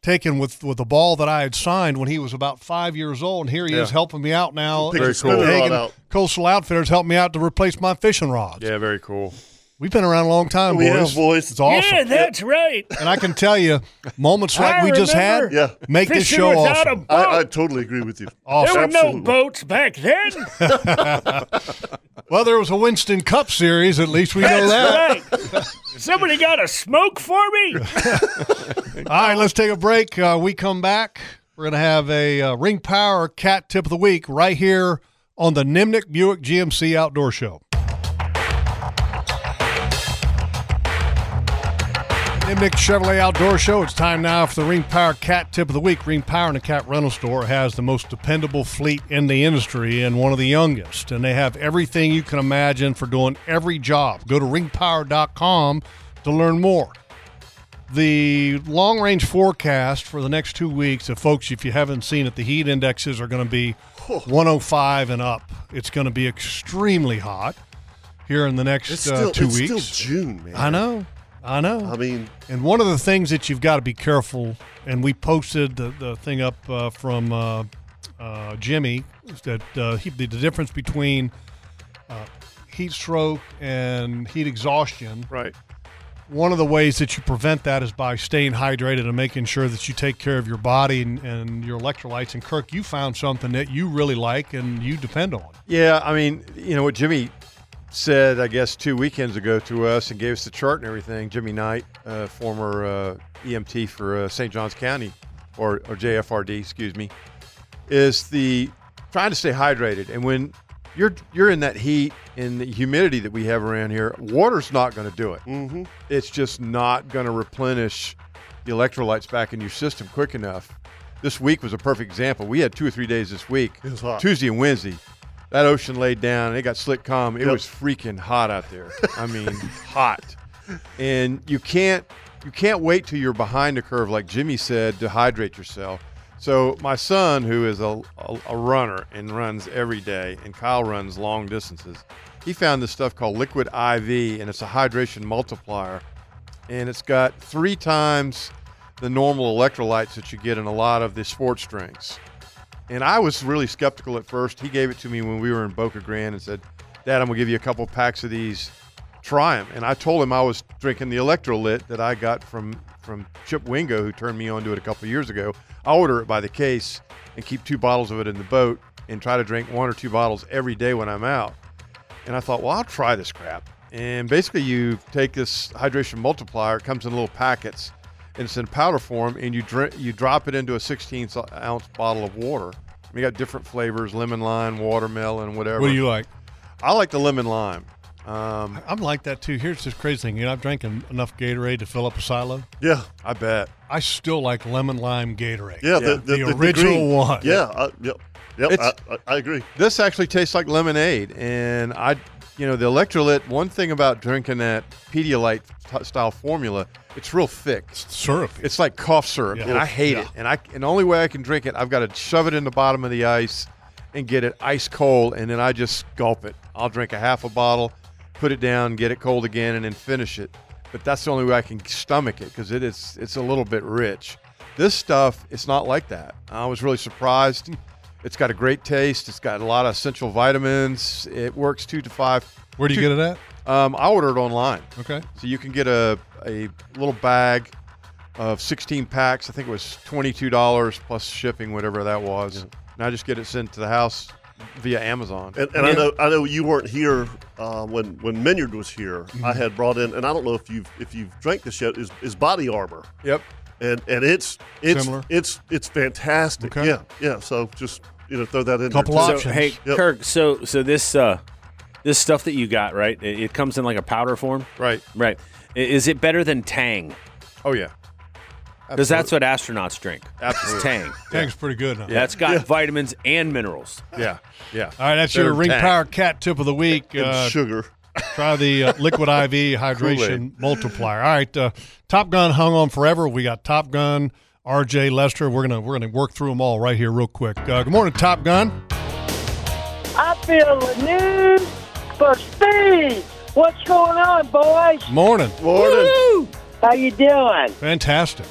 Speaker 5: taken with with a ball that I had signed when he was about five years old, and here he is
Speaker 3: Yeah.
Speaker 5: helping me out now.
Speaker 1: Pick your
Speaker 5: at
Speaker 1: spinner rod out.
Speaker 5: Coastal Outfitters helped me out to replace my fishing rods.
Speaker 3: Yeah, very cool.
Speaker 5: We've been around a long time,
Speaker 1: We
Speaker 5: boys.
Speaker 1: have, boys.
Speaker 5: It's awesome.
Speaker 4: that's right.
Speaker 5: And I can tell you, moments like
Speaker 4: I
Speaker 5: we just had
Speaker 4: remember
Speaker 1: Yeah.
Speaker 5: make this
Speaker 4: Fishing
Speaker 5: show
Speaker 4: without
Speaker 5: awesome.
Speaker 4: a boat.
Speaker 1: I, I totally agree with you.
Speaker 5: Awesome.
Speaker 4: there were no
Speaker 1: Absolutely.
Speaker 4: boats back then.
Speaker 5: Well, there was a Winston Cup series. At least we know that.
Speaker 4: That's right. Somebody got a smoke for me.
Speaker 5: All right, let's take a break. Uh, we come back. We're going to have a uh, Ring Power Cat Tip of the Week right here on the Nimnik Buick GMC Outdoor Show. Nimnik Chevrolet Outdoor Show. It's time now for the Ring Power Cat Tip of the Week. Ring Power and the Cat Rental Store has the most dependable fleet in the industry and one of the youngest. And they have everything you can imagine for doing every job. Go to ringpower.com to learn more the long range forecast for the next two weeks, if folks, if you haven't seen it, the heat indexes are going to be 105 and up. It's going to be extremely hot here in the next
Speaker 1: It's
Speaker 5: uh,
Speaker 1: still
Speaker 5: two
Speaker 1: it's
Speaker 5: weeks.
Speaker 1: still June, man.
Speaker 5: I know. I know.
Speaker 1: I mean,
Speaker 5: And one of the things that you've got to be careful, and we posted the, the thing up uh, from uh, uh, Jimmy, is that uh, he, the, the difference between uh, heat stroke and heat exhaustion.
Speaker 1: Right.
Speaker 5: One of the ways that you prevent that is by staying hydrated and making sure that you take care of your body and, and your electrolytes. And Kirk, you found something that you really like and you depend on.
Speaker 3: Yeah, I mean, you know what Jimmy said, I guess, two weekends ago to us and gave us the chart and everything. Jimmy Knight, uh, former uh, EMT for uh, St. Johns County, or, or JFRD, excuse me, is the trying to stay hydrated. And when you're you're in that heat and the humidity that we have around here, water's not going to do it. Mm-hmm. It's just not going to replenish the electrolytes back in your system quick enough. This week was a perfect example. We had two or three days this week,
Speaker 1: was hot.
Speaker 3: Tuesday and Wednesday. That ocean laid down. and It got slick calm. It was freaking hot out there. I mean, hot. And you can't you can't wait till you're behind the curve, like Jimmy said, to hydrate yourself. So my son, who is a, a, a runner and runs every day, and Kyle runs long distances, he found this stuff called Liquid IV, and it's a hydration multiplier, and it's got three times the normal electrolytes that you get in a lot of the sports drinks. And I was really skeptical at first. He gave it to me when we were in Boca Grande and said, Dad, I'm going to give you a couple packs of these. Try them. And I told him I was drinking the electrolyte that I got from, from Chip Wingo, who turned me on to it a couple years ago. I order it by the case and keep two bottles of it in the boat and try to drink one or two bottles every day when I'm out. And I thought, well, I'll try this crap. And basically, you take this hydration multiplier. It comes in little packets, and it's in powder form. And you drink, you drop it into a 16 so- ounce bottle of water. We got different flavors: lemon, lime, watermelon, whatever.
Speaker 5: What do you like?
Speaker 3: I like the lemon lime. Um,
Speaker 5: I'm like that too. Here's this crazy thing. You know, I've drank en- enough Gatorade to fill up a silo.
Speaker 1: yeah,
Speaker 3: I bet.
Speaker 5: I still like lemon lime Gatorade.
Speaker 1: yeah,
Speaker 3: Yeah.
Speaker 1: The, the,
Speaker 5: The original
Speaker 1: green.
Speaker 5: one.
Speaker 1: Yeah, I, yep, yep. I,
Speaker 3: It's-
Speaker 1: I, I agree.
Speaker 3: This actually tastes like lemonade, and I, you know, the electrolyte. One thing about drinking that Pedialyte t- style formula, it's real thick.
Speaker 5: Syrup.
Speaker 3: It's like cough syrup,
Speaker 5: Yeah.
Speaker 3: and I hate
Speaker 5: Yeah.
Speaker 3: it. And I, and the only way I can drink it, I've got to shove it in the bottom of the ice and get it ice cold, and then I just gulp it. I'll drink a half a bottle, put it down, get it cold again, and then finish it. But that's the only way I can stomach it because it is it's a little bit rich. This stuff, it's not like that. I was really surprised. It's got a great taste. It's got a lot of essential vitamins. It works two to five.
Speaker 5: Where do you get it at?
Speaker 3: Um, I ordered it online.
Speaker 5: Okay.
Speaker 3: So you can get a, a little bag of 16 packs. I think it was $22 plus shipping, whatever that was. And I just get it sent to the house via Amazon.
Speaker 1: And, and I know I know you weren't here uh, when when Minyard was here.
Speaker 5: Mm-hmm.
Speaker 1: I had brought in, and I don't know if you've if you've drank this yet. Is, is Body Armor?
Speaker 3: Yep.
Speaker 1: And and it's it's
Speaker 5: Similar?
Speaker 1: it's it's fantastic.
Speaker 5: Okay.
Speaker 1: Yeah, yeah. So just you know throw that in.
Speaker 5: Couple
Speaker 1: there too.
Speaker 4: So, hey,
Speaker 1: Yep.
Speaker 4: Kirk. So, so this uh, this stuff that you got, right? It, it comes in like a powder form,
Speaker 3: Right.
Speaker 4: right? I- Is it better than Tang?
Speaker 3: Oh, yeah.
Speaker 4: Because that's what astronauts drink. It's
Speaker 3: Absolutely.
Speaker 4: Tang.
Speaker 5: Tang's pretty good. Huh?
Speaker 4: That's got vitamins and minerals.
Speaker 3: Yeah. Yeah.
Speaker 5: All right, that's
Speaker 3: Better
Speaker 5: your
Speaker 3: than
Speaker 5: Ring
Speaker 3: Tang.
Speaker 5: Power Cat tip of the week.
Speaker 1: And
Speaker 5: Uh,
Speaker 1: sugar.
Speaker 5: try the uh, Liquid IV Hydration Multiplier. All right, uh, Top Gun hung on forever. We got Top Gun, RJ Lester. We're gonna we're gonna work through them all right here real quick. Uh, good morning, Top Gun.
Speaker 11: I feel the need for speed. What's going on, boys?
Speaker 5: Morning.
Speaker 1: Morning.
Speaker 11: How you doing?
Speaker 5: Fantastic.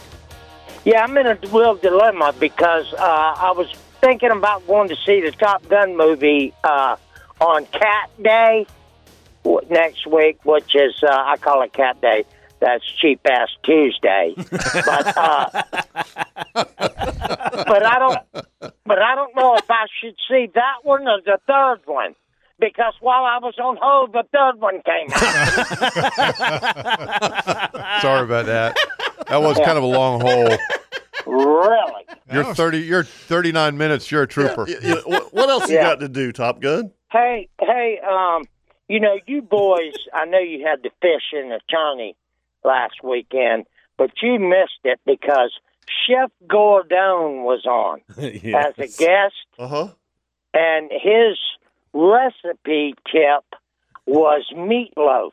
Speaker 11: Yeah, I'm in a real dilemma because uh, I was thinking about going to see the Top Gun movie uh, on Cat Day w- next week, which is uh, I call it Cat Day. That's cheap ass Tuesday, but uh, but I don't but I don't know if I should see that one or the third one because while I was on hold, the third one came out.
Speaker 3: Sorry about that. That was kind of a long haul.
Speaker 11: really?
Speaker 3: You're 30, you're 39 minutes. You're a trooper.
Speaker 1: You- you know, what, what else you
Speaker 11: Yeah.
Speaker 1: got to do, Top Gun?
Speaker 11: Hey, hey, um, you know, you boys, I know you had the fish in the Johnny last weekend, but you missed it because Chef Gordon was on
Speaker 4: Yes.
Speaker 11: as a guest,
Speaker 1: Uh huh.
Speaker 11: and his recipe tip was meatloaf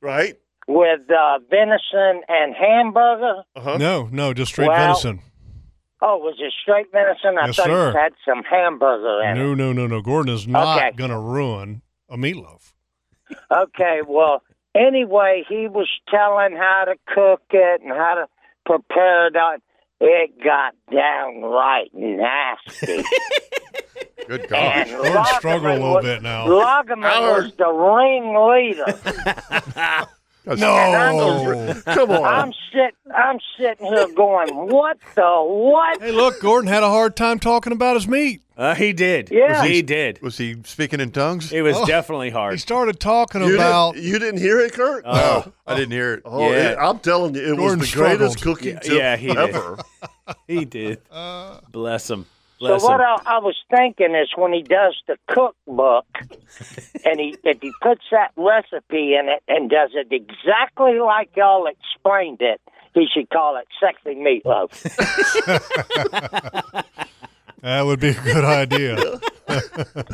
Speaker 1: Right.
Speaker 11: with uh, venison and hamburger.
Speaker 1: Uh huh.
Speaker 5: No, no, just straight
Speaker 11: Well,
Speaker 5: venison.
Speaker 11: Oh, was it straight venison? I
Speaker 5: Yes,
Speaker 11: thought
Speaker 5: sir.
Speaker 11: it had some hamburger in it.
Speaker 5: No, no, no, no. Gordon is not
Speaker 11: Okay.
Speaker 5: gonna ruin a meatloaf.
Speaker 11: Okay, well, anyway, he was telling how to cook it and how to prepare it. on- It got downright nasty.
Speaker 3: Good
Speaker 11: and
Speaker 3: God.
Speaker 5: Gordon
Speaker 11: Lagerman
Speaker 5: struggled a little
Speaker 11: was-
Speaker 5: bit now.
Speaker 11: Lagerman was the ringleader.
Speaker 5: No.
Speaker 11: Oh.
Speaker 1: Come on.
Speaker 11: I'm sit, I'm sitting here going, what the what?
Speaker 5: hey, look, Gordon had a hard time talking about his meat.
Speaker 4: Uh, he did.
Speaker 11: Yeah.
Speaker 4: he did.
Speaker 3: Was he speaking in tongues?
Speaker 4: It was
Speaker 5: Oh.
Speaker 4: definitely hard. Oh.
Speaker 5: He started talking
Speaker 1: You,
Speaker 5: about
Speaker 1: didn't, you didn't hear it, Kurt?
Speaker 3: No, I didn't hear it.
Speaker 1: Oh,
Speaker 4: Yeah.
Speaker 1: it- I'm telling you, it
Speaker 5: Gordon
Speaker 1: was the greatest
Speaker 5: struggled.
Speaker 1: cooking
Speaker 4: Yeah,
Speaker 1: tip
Speaker 4: yeah, he did.
Speaker 1: ever.
Speaker 4: He did. Bless him.
Speaker 11: So
Speaker 4: Bless
Speaker 11: what
Speaker 4: him.
Speaker 11: I, I was thinking is when he does the cookbook, and he if he puts that recipe in it and does it exactly like y'all explained it, he should call it sexy meatloaf.
Speaker 5: that would be a good idea.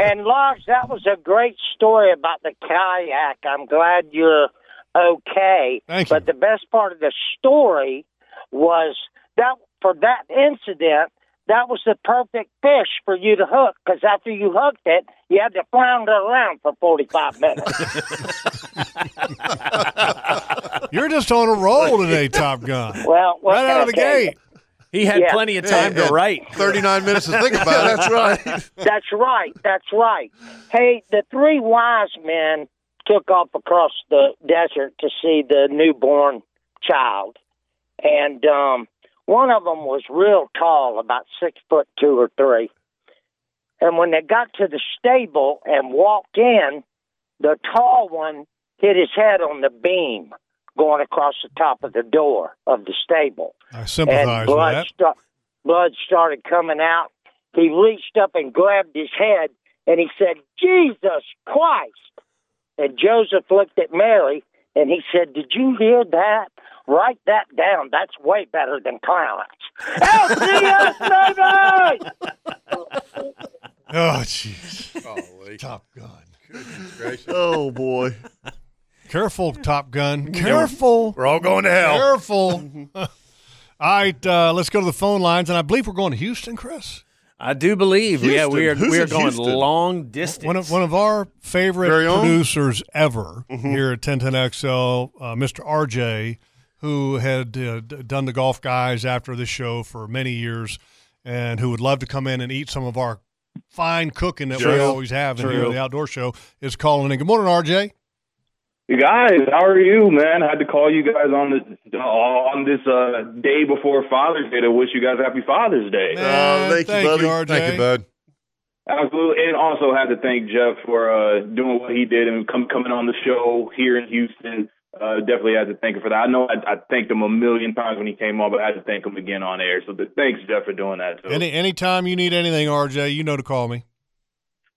Speaker 11: and Lars, that was a great story about the kayak. I'm glad you're okay.
Speaker 5: Thank you.
Speaker 11: But the best part of the story was that for that incident. That was the perfect fish for you to hook because after you hooked it, you had to flounder around for 45 minutes.
Speaker 5: You're just on a roll today, Top Gun.
Speaker 11: Well, what
Speaker 5: right
Speaker 11: can
Speaker 5: out
Speaker 11: I
Speaker 5: of the
Speaker 11: tell you?
Speaker 5: gate.
Speaker 4: He had
Speaker 11: Yeah.
Speaker 4: plenty of time
Speaker 3: Yeah,
Speaker 4: to write.
Speaker 3: 39 minutes to think about it.
Speaker 1: That's right.
Speaker 11: That's right. That's right. Hey, the three wise men took off across the desert to see the newborn child, and um, one of them was real tall, about six foot two or three. And when they got to the stable and walked in, the tall one hit his head on the beam going across the top of the door of the stable
Speaker 5: I
Speaker 11: and
Speaker 5: sympathize with
Speaker 11: blood,
Speaker 5: that.
Speaker 11: sta- blood started coming out. He reached up and grabbed his head and he said, Jesus Christ. And Joseph looked at Mary and he said, Did you hear that? Write that down. That's way better than clowns. LCS, baby!
Speaker 5: Oh, jeez. Top Gun.
Speaker 1: Oh boy.
Speaker 5: Careful, Top Gun. Careful. We're all going to hell. Careful. all right, uh, let's go to the phone lines, and I believe we're going to Houston, Chris.
Speaker 4: I do believe. yeah, we are we are going long distance.
Speaker 5: One of, one of our favorite
Speaker 4: Very own?
Speaker 5: producers ever here at 1010XL, uh, Mr. RJ, who had uh, d- done the golf guys after this show for many years and who would love to come in and eat some of our fine cooking that we
Speaker 13: True.
Speaker 5: always have in here
Speaker 13: True.
Speaker 5: at the outdoor show, is calling in. Good morning, RJ.
Speaker 13: You guys, how are you, man? I had to call you guys on this uh, on this uh, day before Father's Day to wish you guys Happy Father's Day.
Speaker 1: Oh, thank, you, buddy.
Speaker 3: Thank you, bud.
Speaker 13: Absolutely, and also had to thank Jeff for uh, doing what he did and come coming on the show here in Houston. Uh, definitely had to thank him for that. I know I, I thanked him a million times when he came on, but I had to thank him again on air. So th- thanks, Jeff, for doing that too.
Speaker 5: Any Anytime you need anything, RJ, you know to call me.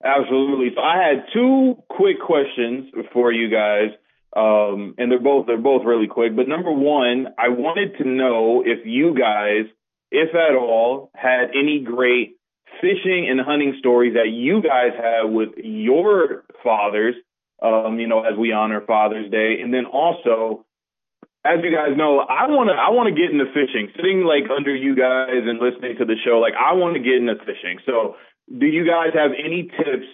Speaker 13: Absolutely. So I had two quick questions for you guys, um, and they're both they're both really quick. But number one, I wanted to know if you guys, if at all, had any great fishing and hunting stories that you guys had with your fathers. Um, you know, as we honor Father's Day, and then also as you guys know, I wanna I wanna get into fishing. Sitting like under you guys and listening to the show, like I wanna get into fishing. So do you guys have any tips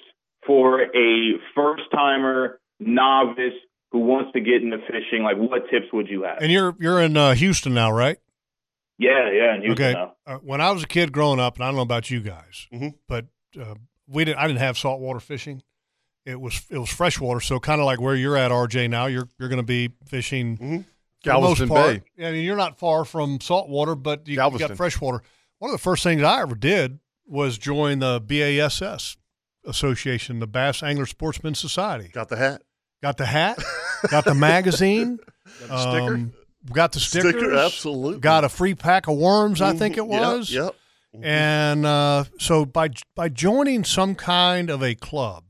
Speaker 13: for a first timer novice who wants to get into fishing? Like what tips would you have?
Speaker 5: And you're you're in uh, Houston now, right?
Speaker 13: Yeah, yeah, and you
Speaker 5: okay.
Speaker 13: know.
Speaker 5: Uh, when I was a kid growing up, and I don't know about you guys, but uh, we didn't. I didn't have saltwater fishing. It was it was freshwater, so kind of like where you're at, RJ. Now you're you're going to be fishing for the most
Speaker 3: Galveston
Speaker 5: part.
Speaker 3: Bay.
Speaker 5: Yeah, I mean, you're not far from saltwater, but you you
Speaker 3: Galveston.
Speaker 5: got freshwater. One of the first things I ever did was join the BASS Association, the Bass Angler Sportsmen Society.
Speaker 1: Got the hat.
Speaker 5: Got the hat. got the magazine.
Speaker 1: Got the sticker?
Speaker 5: um, got the
Speaker 1: Sticker,
Speaker 5: stickers.
Speaker 1: absolutely.
Speaker 5: Got a free pack of worms. I think it
Speaker 1: Mhm, yep,
Speaker 5: was.
Speaker 1: yep.
Speaker 5: And uh, so by by joining some kind of a club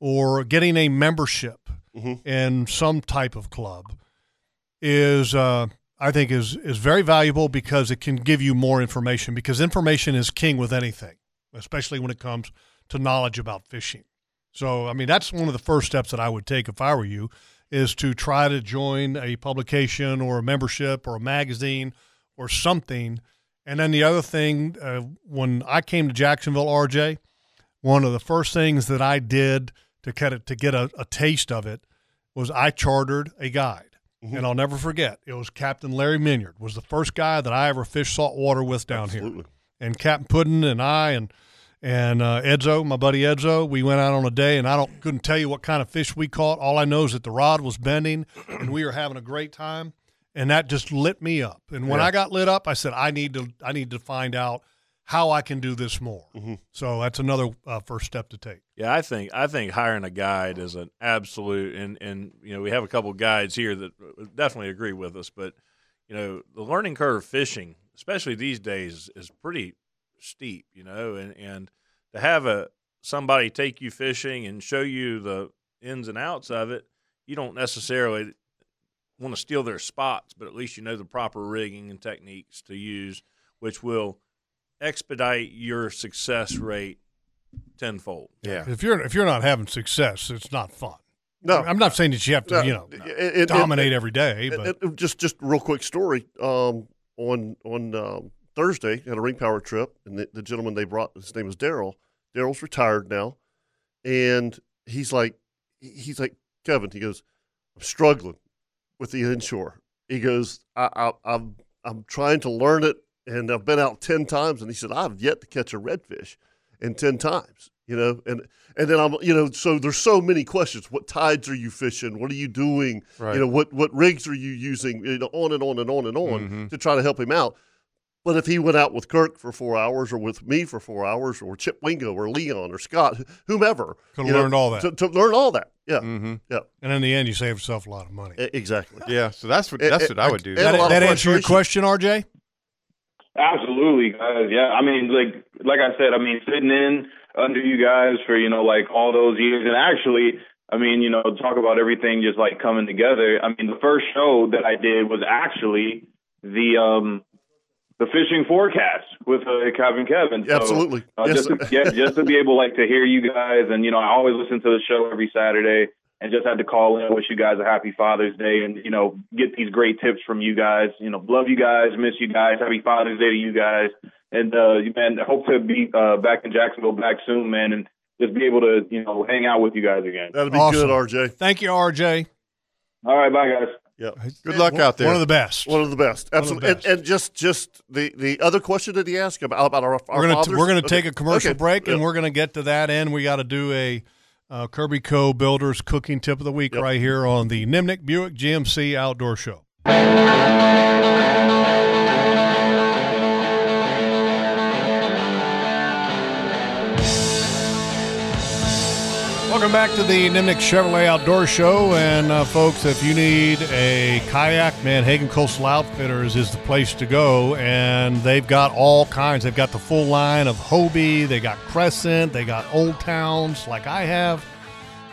Speaker 5: or getting a membership
Speaker 1: Mm-hmm.
Speaker 5: in some type of club is uh, I think is is very valuable because it can give you more information because information is king with anything, especially when it comes to knowledge about fishing. So I mean that's one of the first steps that I would take if I were you is to try to join a publication or a membership or a magazine or something. And then the other thing, uh, when I came to Jacksonville, RJ, one of the first things that I did to get it, to get a, a taste of it was I chartered a guide,
Speaker 1: Mm-hmm.
Speaker 5: and I'll never forget. It was Captain Larry Minyard was the first guy that I ever fished saltwater with down here, and Captain Puddin and I and and uh, Edzo, my buddy Edzo, we went out on a day, and I don't couldn't tell you what kind of fish we caught. All I know is that the rod was bending, and we were having a great time, and that just lit me up. And when
Speaker 3: Yeah.
Speaker 5: I got lit up, I said I need to I need to find out how I can do this more.
Speaker 1: Mm-hmm.
Speaker 5: So that's another uh, first step to take.
Speaker 9: Yeah, I think I think hiring a guide is an absolute, and and you know we have a couple guides here that uh, definitely agree with us, but you know the learning curve of fishing, especially these days, is pretty steep. You know, and and to have a somebody take you fishing and show you the ins and outs of it, you don't necessarily want to steal their spots, but at least you know the proper rigging and techniques to use, which will expedite your success rate tenfold.
Speaker 5: Yeah. If you're if you're not having success, it's not fun.
Speaker 1: No.
Speaker 5: I'm not saying that you have to,
Speaker 1: No,
Speaker 5: you know,
Speaker 1: it- it-
Speaker 5: dominate
Speaker 1: it-
Speaker 5: every day,
Speaker 1: it-
Speaker 5: but
Speaker 1: it- just just real quick story. Um, on on um, Thursday, had a ring power trip, and the, the gentleman they brought, his name was Daryl. Daryl's retired now, and he's like, he's like Kevin. He goes, I'm struggling with the inshore. He goes, I, I, I'm I'm trying to learn it, and I've been out ten times, and he said I've yet to catch a redfish, in ten times. You know, and and then I'm you know, so there's so many questions. What tides are you fishing? What are you doing?
Speaker 3: Right.
Speaker 1: You know, what what rigs are you using? You know, on and on and on and on
Speaker 5: Mm-hmm.
Speaker 3: Mhm.
Speaker 1: to try to help him out. But if he went out with Kirk for four hours, or with me for four hours, or Chip Wingo, or Leon, or Scott, whomever,
Speaker 5: Could've
Speaker 1: you know,
Speaker 5: learned all that.
Speaker 1: to, to learn all that. Yeah,
Speaker 3: Mm-hmm.
Speaker 1: yeah,
Speaker 5: and in the end, you save yourself a lot of money.
Speaker 1: exactly.
Speaker 3: Yeah, so that's what
Speaker 1: And-
Speaker 3: that's
Speaker 1: and-
Speaker 3: what I would do.
Speaker 1: and a lot
Speaker 5: That,
Speaker 1: of
Speaker 5: that answer your
Speaker 1: frustration.
Speaker 5: question, RJ?
Speaker 13: Absolutely, guys. Yeah, I mean, like like I said, I mean, sitting in under you guys for you know like all those years, and actually, I mean, you know, talk about everything just like coming together. I mean, the first show that I did was actually the um the fishing forecast with uh, Kevin Kevin. So,
Speaker 1: Absolutely.
Speaker 13: uh,
Speaker 1: Yes,
Speaker 13: just to,
Speaker 1: sir.
Speaker 13: yeah, just to be able like to hear you guys, and you know, I always listen to the show every Saturday. And just had to call in, wish you guys a happy Father's Day, and you know, get these great tips from you guys. You know, love you guys, miss you guys, happy Father's Day to you guys, And uh, you- man, I hope to be uh, back in Jacksonville back soon, man, and just be able to you know hang out with you guys again.
Speaker 1: That'll
Speaker 5: be Awesome. good,
Speaker 1: RJ.
Speaker 5: Thank you, RJ.
Speaker 13: All right, bye guys.
Speaker 1: Yeah.
Speaker 5: Good luck out there. One of the best.
Speaker 1: One of the best.
Speaker 5: One of the
Speaker 1: Absolutely.
Speaker 5: best.
Speaker 1: And, and just just the, the other question that he asked about about our, our
Speaker 5: we're gonna
Speaker 1: fathers?
Speaker 5: we're gonna
Speaker 1: Okay.
Speaker 5: take a commercial
Speaker 1: Okay.
Speaker 5: break, and
Speaker 1: Yeah.
Speaker 5: we're gonna get to that end. We got to do a uh, Kirby Co. Builders Cooking Tip of the Week right here on the Nimnik Buick GMC Outdoor Show. Welcome back to the Nimnik Chevrolet Outdoor Show. And uh, folks, if you need a kayak, man, Hagen Coastal Outfitters is the place to go. And they've got all kinds. They've got the full line of Hobie, they got Crescent, they got Old Towns like I have.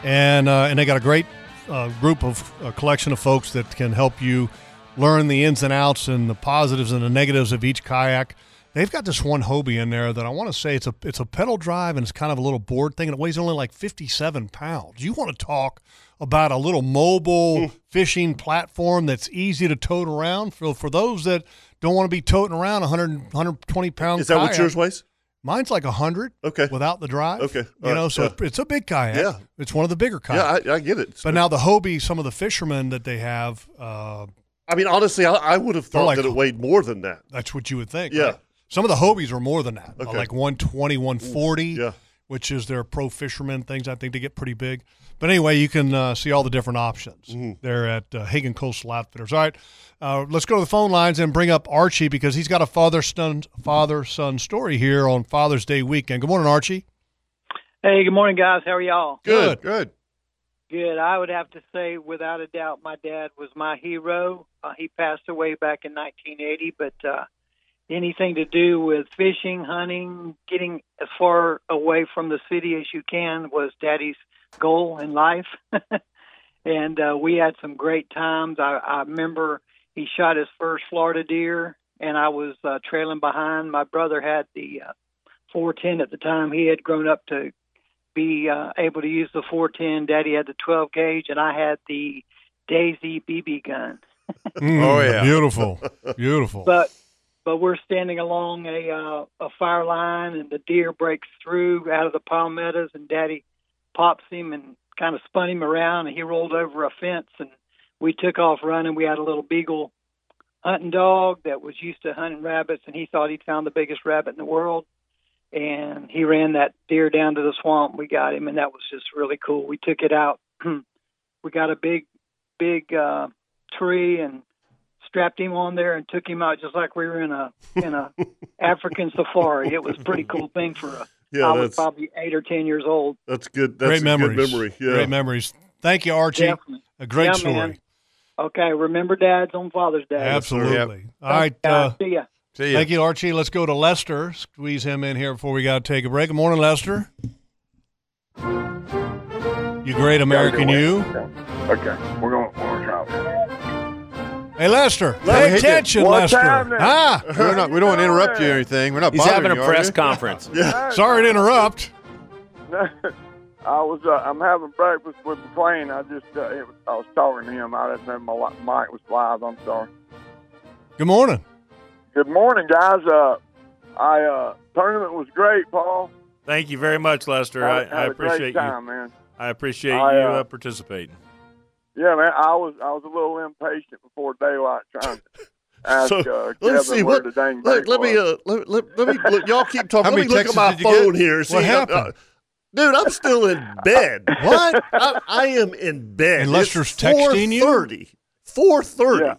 Speaker 5: And, uh, and they got a great uh, group of a collection of folks that can help you learn the ins and outs and the positives and the negatives of each kayak. They've got this one Hobie in there that I want to say it's a it's a pedal drive and it's kind of a little board thing and it weighs only like 57 pounds. You want to talk about a little
Speaker 1: Hmm.
Speaker 5: mobile fishing platform that's easy to tote around for for those that don't want to be toting around a 100 120 pounds.
Speaker 1: Is that what yours weighs?
Speaker 5: Mine's like 100.
Speaker 1: Okay.
Speaker 5: Without the drive.
Speaker 1: Okay.
Speaker 5: You
Speaker 1: All
Speaker 5: know,
Speaker 1: right.
Speaker 5: so
Speaker 1: Yeah.
Speaker 5: it's- it's a big kayak.
Speaker 1: Yeah.
Speaker 5: It's one of the bigger kayaks.
Speaker 1: Yeah, I, I get it.
Speaker 5: But now the Hobie, some of the fishermen that they have, uh,
Speaker 1: I mean, honestly, I, I would have
Speaker 5: They're
Speaker 1: thought
Speaker 5: like-
Speaker 1: that it weighed more than that.
Speaker 5: that's what you would think.
Speaker 1: Yeah.
Speaker 5: right? Some of the Hobies are more than that, uh,
Speaker 1: Okay.
Speaker 5: like 120, 140,
Speaker 1: yeah.
Speaker 5: which is their pro fishermen things. I think they get pretty big. But anyway, you can uh, see all the different options
Speaker 1: Mm-hmm.
Speaker 5: there at uh, Hagen Coastal Outfitters. All right, uh, let's go to the phone lines and bring up Archie because he's got a father son father son story here on Father's Day weekend. Good morning, Archie.
Speaker 14: Hey, good morning, guys. How are y'all?
Speaker 5: good.
Speaker 14: Good. I would have to say, without a doubt, my dad was my hero. Uh, he passed away back in 1980, but uh, anything to do with fishing, hunting, getting as far away from the city as you can was daddy's goal in life. and uh, we had some great times. I, I remember he shot his first Florida deer, and I was uh, trailing behind. My brother had the uh, 410 at the time. He had grown up to be uh, able to use the 410. Daddy had the 12 gauge, and I had the Daisy BB gun.
Speaker 5: oh yeah, beautiful, beautiful.
Speaker 14: But but we're standing along a uh, a fire line, and the deer breaks through out of the palmettos, and Daddy pops him and kind of spun him around, and he rolled over a fence, and we took off running. We had a little beagle hunting dog that was used to hunting rabbits, and he thought he'd found the biggest rabbit in the world. And he ran that deer down to the swamp. We got him, and that was just really cool. We took it out. we got a big, big uh, tree and strapped him on there and took him out just like we were in a in a African safari. It was a pretty cool thing for a.
Speaker 1: Yeah,
Speaker 14: I was
Speaker 1: that's-
Speaker 14: probably eight or ten years old.
Speaker 1: That's good. That's
Speaker 5: great
Speaker 1: a
Speaker 5: memories.
Speaker 1: good memory. Yeah.
Speaker 5: Great memories. Thank you, Archie.
Speaker 14: Definitely.
Speaker 5: A great
Speaker 14: Yeah,
Speaker 5: story.
Speaker 14: man. Okay, remember Dad's on Father's Day.
Speaker 5: Absolutely. All right.
Speaker 14: Thanks, guys.
Speaker 5: uh,
Speaker 14: see ya.
Speaker 5: See Thank you, Archie. Let's go to Lester. Squeeze him in here before we got to take a break. Good morning, Lester. You great American, you.
Speaker 15: Okay, we're going to out.
Speaker 5: Hey, Lester.
Speaker 3: Hey,
Speaker 5: Pay
Speaker 3: hey,
Speaker 5: attention,
Speaker 3: what's
Speaker 5: Lester.
Speaker 3: happening?
Speaker 5: Ah,
Speaker 3: We're not- we don't wanna interrupt you or anything. We're not
Speaker 4: He's
Speaker 3: bothering
Speaker 4: having a
Speaker 3: you, are
Speaker 4: press
Speaker 3: we?
Speaker 4: conference.
Speaker 5: Sorry to interrupt.
Speaker 15: I was uh, I'm having breakfast with McLean. I just uh, it was, I was talking to him. I didn't know my li- mic was live. I'm sorry.
Speaker 5: Good morning.
Speaker 15: Good morning, guys. Uh, I uh, tournament was great, Paul.
Speaker 9: Thank you very much, Lester. I,
Speaker 15: Had-
Speaker 9: I
Speaker 15: had a great
Speaker 9: appreciate
Speaker 15: time,
Speaker 9: you.
Speaker 15: man.
Speaker 9: I appreciate
Speaker 15: I,
Speaker 9: you
Speaker 15: uh,
Speaker 9: uh, participating.
Speaker 15: Yeah, man. I was I was a little impatient before daylight trying to ask
Speaker 1: So,
Speaker 15: uh,
Speaker 1: let
Speaker 15: Kevin
Speaker 1: me
Speaker 15: where
Speaker 1: see what.
Speaker 15: the dang
Speaker 1: Let,
Speaker 15: break
Speaker 1: let me
Speaker 15: was.
Speaker 1: uh, let, let, let me look, y'all keep talking.
Speaker 15: How
Speaker 1: let
Speaker 15: many
Speaker 1: me look at
Speaker 15: texts
Speaker 1: my
Speaker 15: did you get?
Speaker 1: phone here. and See,
Speaker 15: What
Speaker 1: uh,
Speaker 15: happened?
Speaker 1: dude, I'm still in bed. what? I, I am in bed.
Speaker 5: And Lester's
Speaker 1: It's
Speaker 5: texting you?
Speaker 1: 4:30. 4:30.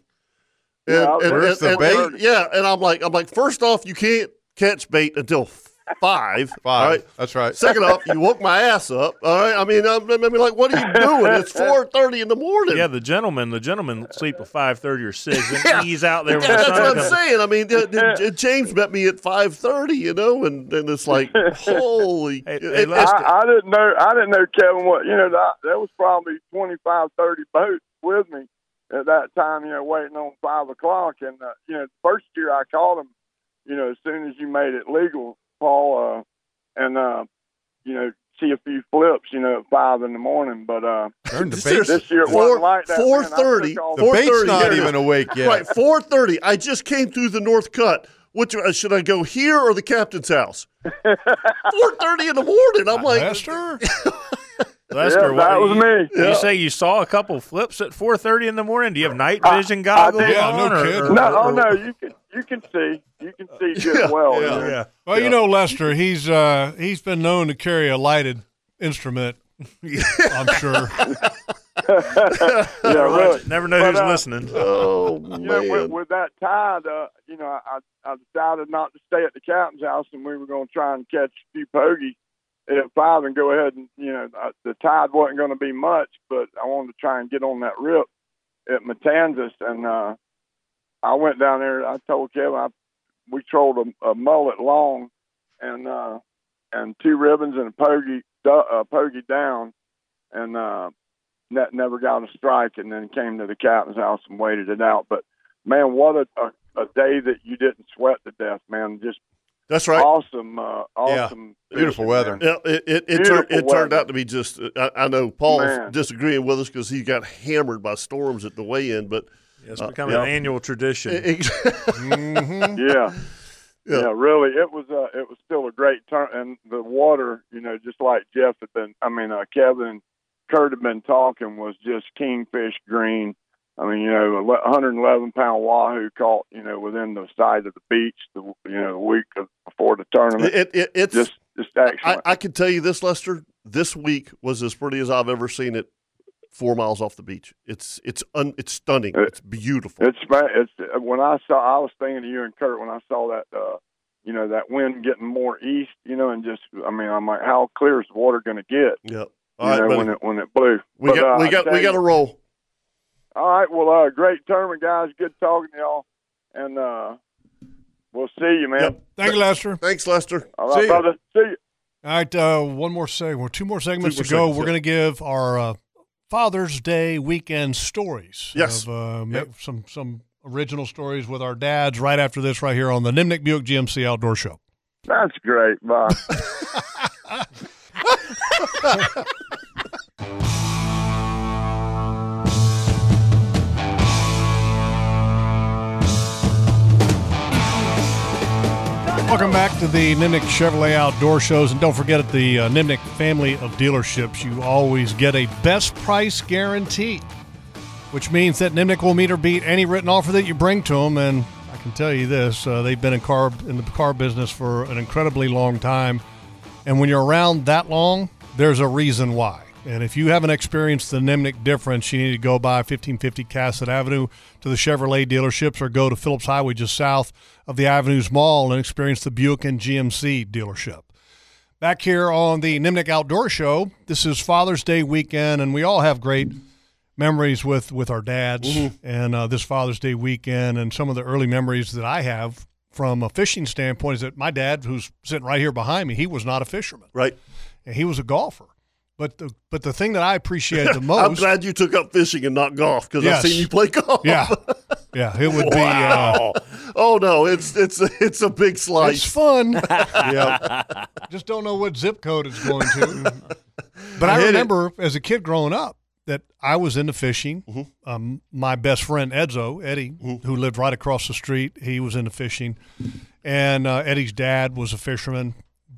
Speaker 15: Yeah, I was
Speaker 1: and,
Speaker 15: Where's the
Speaker 1: and-
Speaker 15: bait?
Speaker 1: yeah, and I'm like, I'm like, first off, you can't catch bait until five. Five. All right?
Speaker 3: That's right.
Speaker 1: Second off, you woke my ass up. All right. I mean, I'm, I'm like, what are you doing? It's four thirty in the morning.
Speaker 9: Yeah, the gentlemen, the gentlemen sleep at five thirty or six, and
Speaker 1: Yeah.
Speaker 9: he's out there. When
Speaker 1: Yeah,
Speaker 9: the
Speaker 1: that's
Speaker 9: sun
Speaker 1: what I'm
Speaker 9: comes-
Speaker 1: saying. I mean, the- the- J- James met me at five thirty, you know, and, and it's like, holy, it- it's-
Speaker 15: I, I didn't know. I didn't know Kevin. What you know? That, there was probably 25, 30 boats with me at that time. You know, waiting on five o'clock. And uh, you know, the first year I called him. You know, as soon as you made it legal, Paul, uh, and uh, you know, see a few flips. You know, at five in the morning. But uh,
Speaker 3: Turned to bait.
Speaker 15: this year it
Speaker 1: Four-
Speaker 15: wasn't like that. man. I took
Speaker 1: 4:30,
Speaker 15: all-
Speaker 3: The bait's not even awake yet.
Speaker 1: Right, four thirty. I just came through the north cut. Which uh, should I go here or the captain's house? Four thirty in the morning.
Speaker 3: Uh,
Speaker 1: I'm like,
Speaker 5: Lester.
Speaker 9: Lester,
Speaker 1: Yeah,
Speaker 9: what-
Speaker 1: that was
Speaker 9: you-
Speaker 1: me.
Speaker 9: You
Speaker 1: Yeah.
Speaker 9: say you saw a couple flips at 4:30 in the morning. Do you have night
Speaker 15: I-
Speaker 9: vision goggles
Speaker 15: I did.
Speaker 9: on? or, or-
Speaker 15: no, oh
Speaker 9: or-
Speaker 15: no, you can you can see you can see good well. in there.
Speaker 5: Well, you know, Lester, he's uh, he's been known to carry a lighted instrument. I'm sure.
Speaker 15: yeah, really. uh,
Speaker 9: Never know who's listening.
Speaker 1: Oh
Speaker 15: You know, with, with that tide, uh, you know, I, I decided not to stay at the captain's house, and we were going to try and catch a few pogies at five and go ahead and you know uh, the tide wasn't going to be much, but I wanted to try and get on that rip at Matanzas, and uh, I went down there. I told Kevin I, we trolled a, a mullet long, and uh, and two ribbons and a pogie du- uh, pogie down, and uh, ne- never got a strike, and then came to the captain's house and waited it out. But man, what a, a, a day that you didn't sweat to death, man! Just
Speaker 1: That's right.
Speaker 15: awesome, uh, awesome,
Speaker 3: Beautiful weather.
Speaker 1: Yeah, it it, it,
Speaker 15: Beautiful
Speaker 1: turned, it turned
Speaker 15: weather.
Speaker 1: out to be just. I, I know Paul's
Speaker 15: Man.
Speaker 1: disagreeing with us because he got hammered by storms at the weigh-in, but
Speaker 9: It's
Speaker 1: uh,
Speaker 9: become
Speaker 1: yeah. E-,
Speaker 9: an annual tradition.
Speaker 1: Ex-
Speaker 3: Mm-hmm.
Speaker 15: yeah.
Speaker 1: Yeah.
Speaker 15: yeah, really, it was uh, it was still a great turn, and the water, you know, just like Jeff had been, I mean, uh, Kevin and Kurt had been talking, was just kingfish green. I mean, you know, a le- 111 pound wahoo caught, you know, within the side of the beach, the you know, the week of, before the tournament.
Speaker 1: It, it, it's
Speaker 15: just just excellent.
Speaker 1: I, I can tell you this, Lester. This week was as pretty as I've ever seen it. Four miles off the beach. It's it's un, it's stunning. It's beautiful.
Speaker 15: It's ma- it's uh, when I saw I was thinking of you and Kurt when I saw that uh you know that wind getting more east, you know, and just I mean I'm like how clear is the water going to get?
Speaker 1: Yep.
Speaker 15: You
Speaker 1: All right,
Speaker 15: know,
Speaker 1: buddy.
Speaker 15: when it when it blew.
Speaker 1: we
Speaker 15: But,
Speaker 1: got
Speaker 15: uh,
Speaker 1: we
Speaker 15: I
Speaker 1: got
Speaker 15: tell
Speaker 1: we got
Speaker 15: you-
Speaker 1: to roll.
Speaker 15: All right, well uh great tournament guys, good talking to y'all. And uh we'll see you, man.
Speaker 5: Thank you, Lester.
Speaker 1: Thanks, Lester.
Speaker 15: All right, brother. See you.
Speaker 5: All right, uh, one more segment, or two more segments
Speaker 1: Two more
Speaker 5: to go.
Speaker 1: segments,
Speaker 5: We're
Speaker 1: yeah.
Speaker 5: going to give our uh, Father's Day weekend stories.
Speaker 1: Yes.
Speaker 5: of, uh, ma-
Speaker 1: Yep.
Speaker 5: some some original stories with our dads. Right after this, right here on the Nimnik Buick GMC Outdoor Show.
Speaker 15: That's great. Bye.
Speaker 5: Welcome back to the Nimnik Chevrolet Outdoor Shows, and don't forget at the uh, Nimnik family of dealerships, you always get a best price guarantee. which means that Nimnik will meet or beat any written offer that you bring to them. And I can tell you this: uh, they've been in car in the car business for an incredibly long time, and when you're around that long, there's a reason why. And if you haven't experienced the Nimnik difference, you need to go by 1550 Cassett Avenue to the Chevrolet dealerships or go to Phillips Highway just south of the Avenues Mall and experience the Buick and GMC dealership. Back here on the Nimnik Outdoor Show, this is Father's Day weekend, and we all have great memories with with our dads
Speaker 1: Mm-hmm.
Speaker 5: and uh, this Father's Day weekend and some of the early memories that I have from a fishing standpoint is that my dad, who's sitting right here behind me, he was not a fisherman,
Speaker 1: right?
Speaker 5: And he was a golfer. But the but the thing that I appreciated the most,
Speaker 1: I'm glad you took up fishing and not golf because
Speaker 5: Yes.
Speaker 1: I've seen you play golf.
Speaker 5: yeah, yeah, it would be. Uh,
Speaker 1: Wow. oh no, it's it's it's a big slice.
Speaker 5: It's fun.
Speaker 1: Yep.
Speaker 5: Just don't know what zip code it's going to. but
Speaker 1: I
Speaker 5: I,
Speaker 1: hit it.
Speaker 5: remember as a kid growing up that I was into fishing.
Speaker 1: Mm-hmm.
Speaker 5: Um, my best friend Edzo Eddie, who lived right across the street, he was into fishing, and uh, Eddie's dad was a fisherman.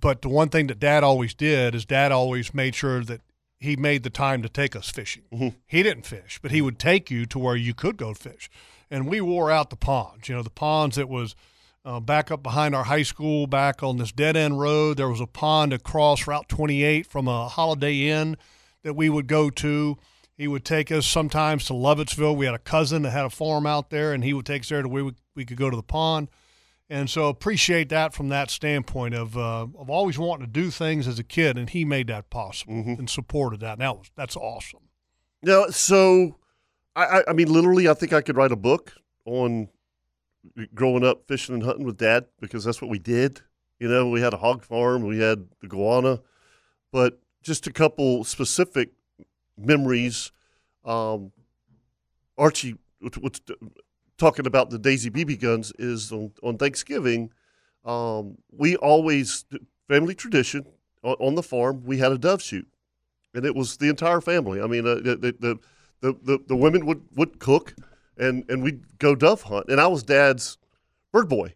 Speaker 5: But the one thing that Dad always did is Dad always made sure that he made the time to take us fishing.
Speaker 1: Mm-hmm.
Speaker 5: He didn't fish, but he would take you to where you could go fish, and we wore out the ponds. You know, the ponds that was uh, back up behind our high school, back on this dead end road. There was a pond across Route 28 from a Holiday Inn that we would go to. He would take us sometimes to Lovettsville. We had a cousin that had a farm out there, and he would take us there to where we, we could go to the pond. And so appreciate that from that standpoint of uh, of always wanting to do things as a kid, and he made that possible
Speaker 1: Mm-hmm.
Speaker 5: and supported that. And that was that's awesome.
Speaker 1: Now, so I, I, I mean, literally, I think I could write a book on growing up fishing and hunting with dad because that's what we did. You know, we had a hog farm, we had the guana, but just a couple specific memories. Um, Archie was- was talking about the Daisy BB guns is on, on Thanksgiving. Um, we always family tradition on, on the farm. We had a dove shoot and it was the entire family. I mean, uh, the, the, the the the the women would would cook, and and we'd go dove hunt, and I was dad's bird boy,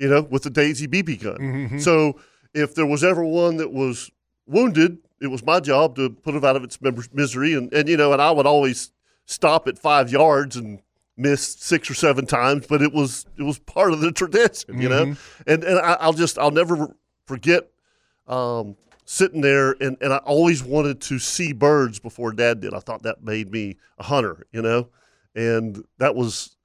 Speaker 1: you know, with the Daisy BB gun.
Speaker 5: Mhm.
Speaker 1: So if there was ever one that was wounded, it was my job to put it out of its members' misery, and, and you know, and I would always stop at five yards and miss six or seven times, but it was it was part of the tradition, you know.
Speaker 5: Mhm.
Speaker 1: And and I, I'll just I'll never forget um, sitting there, and, and I always wanted to see birds before Dad did. I thought that made me a hunter, you know, and that was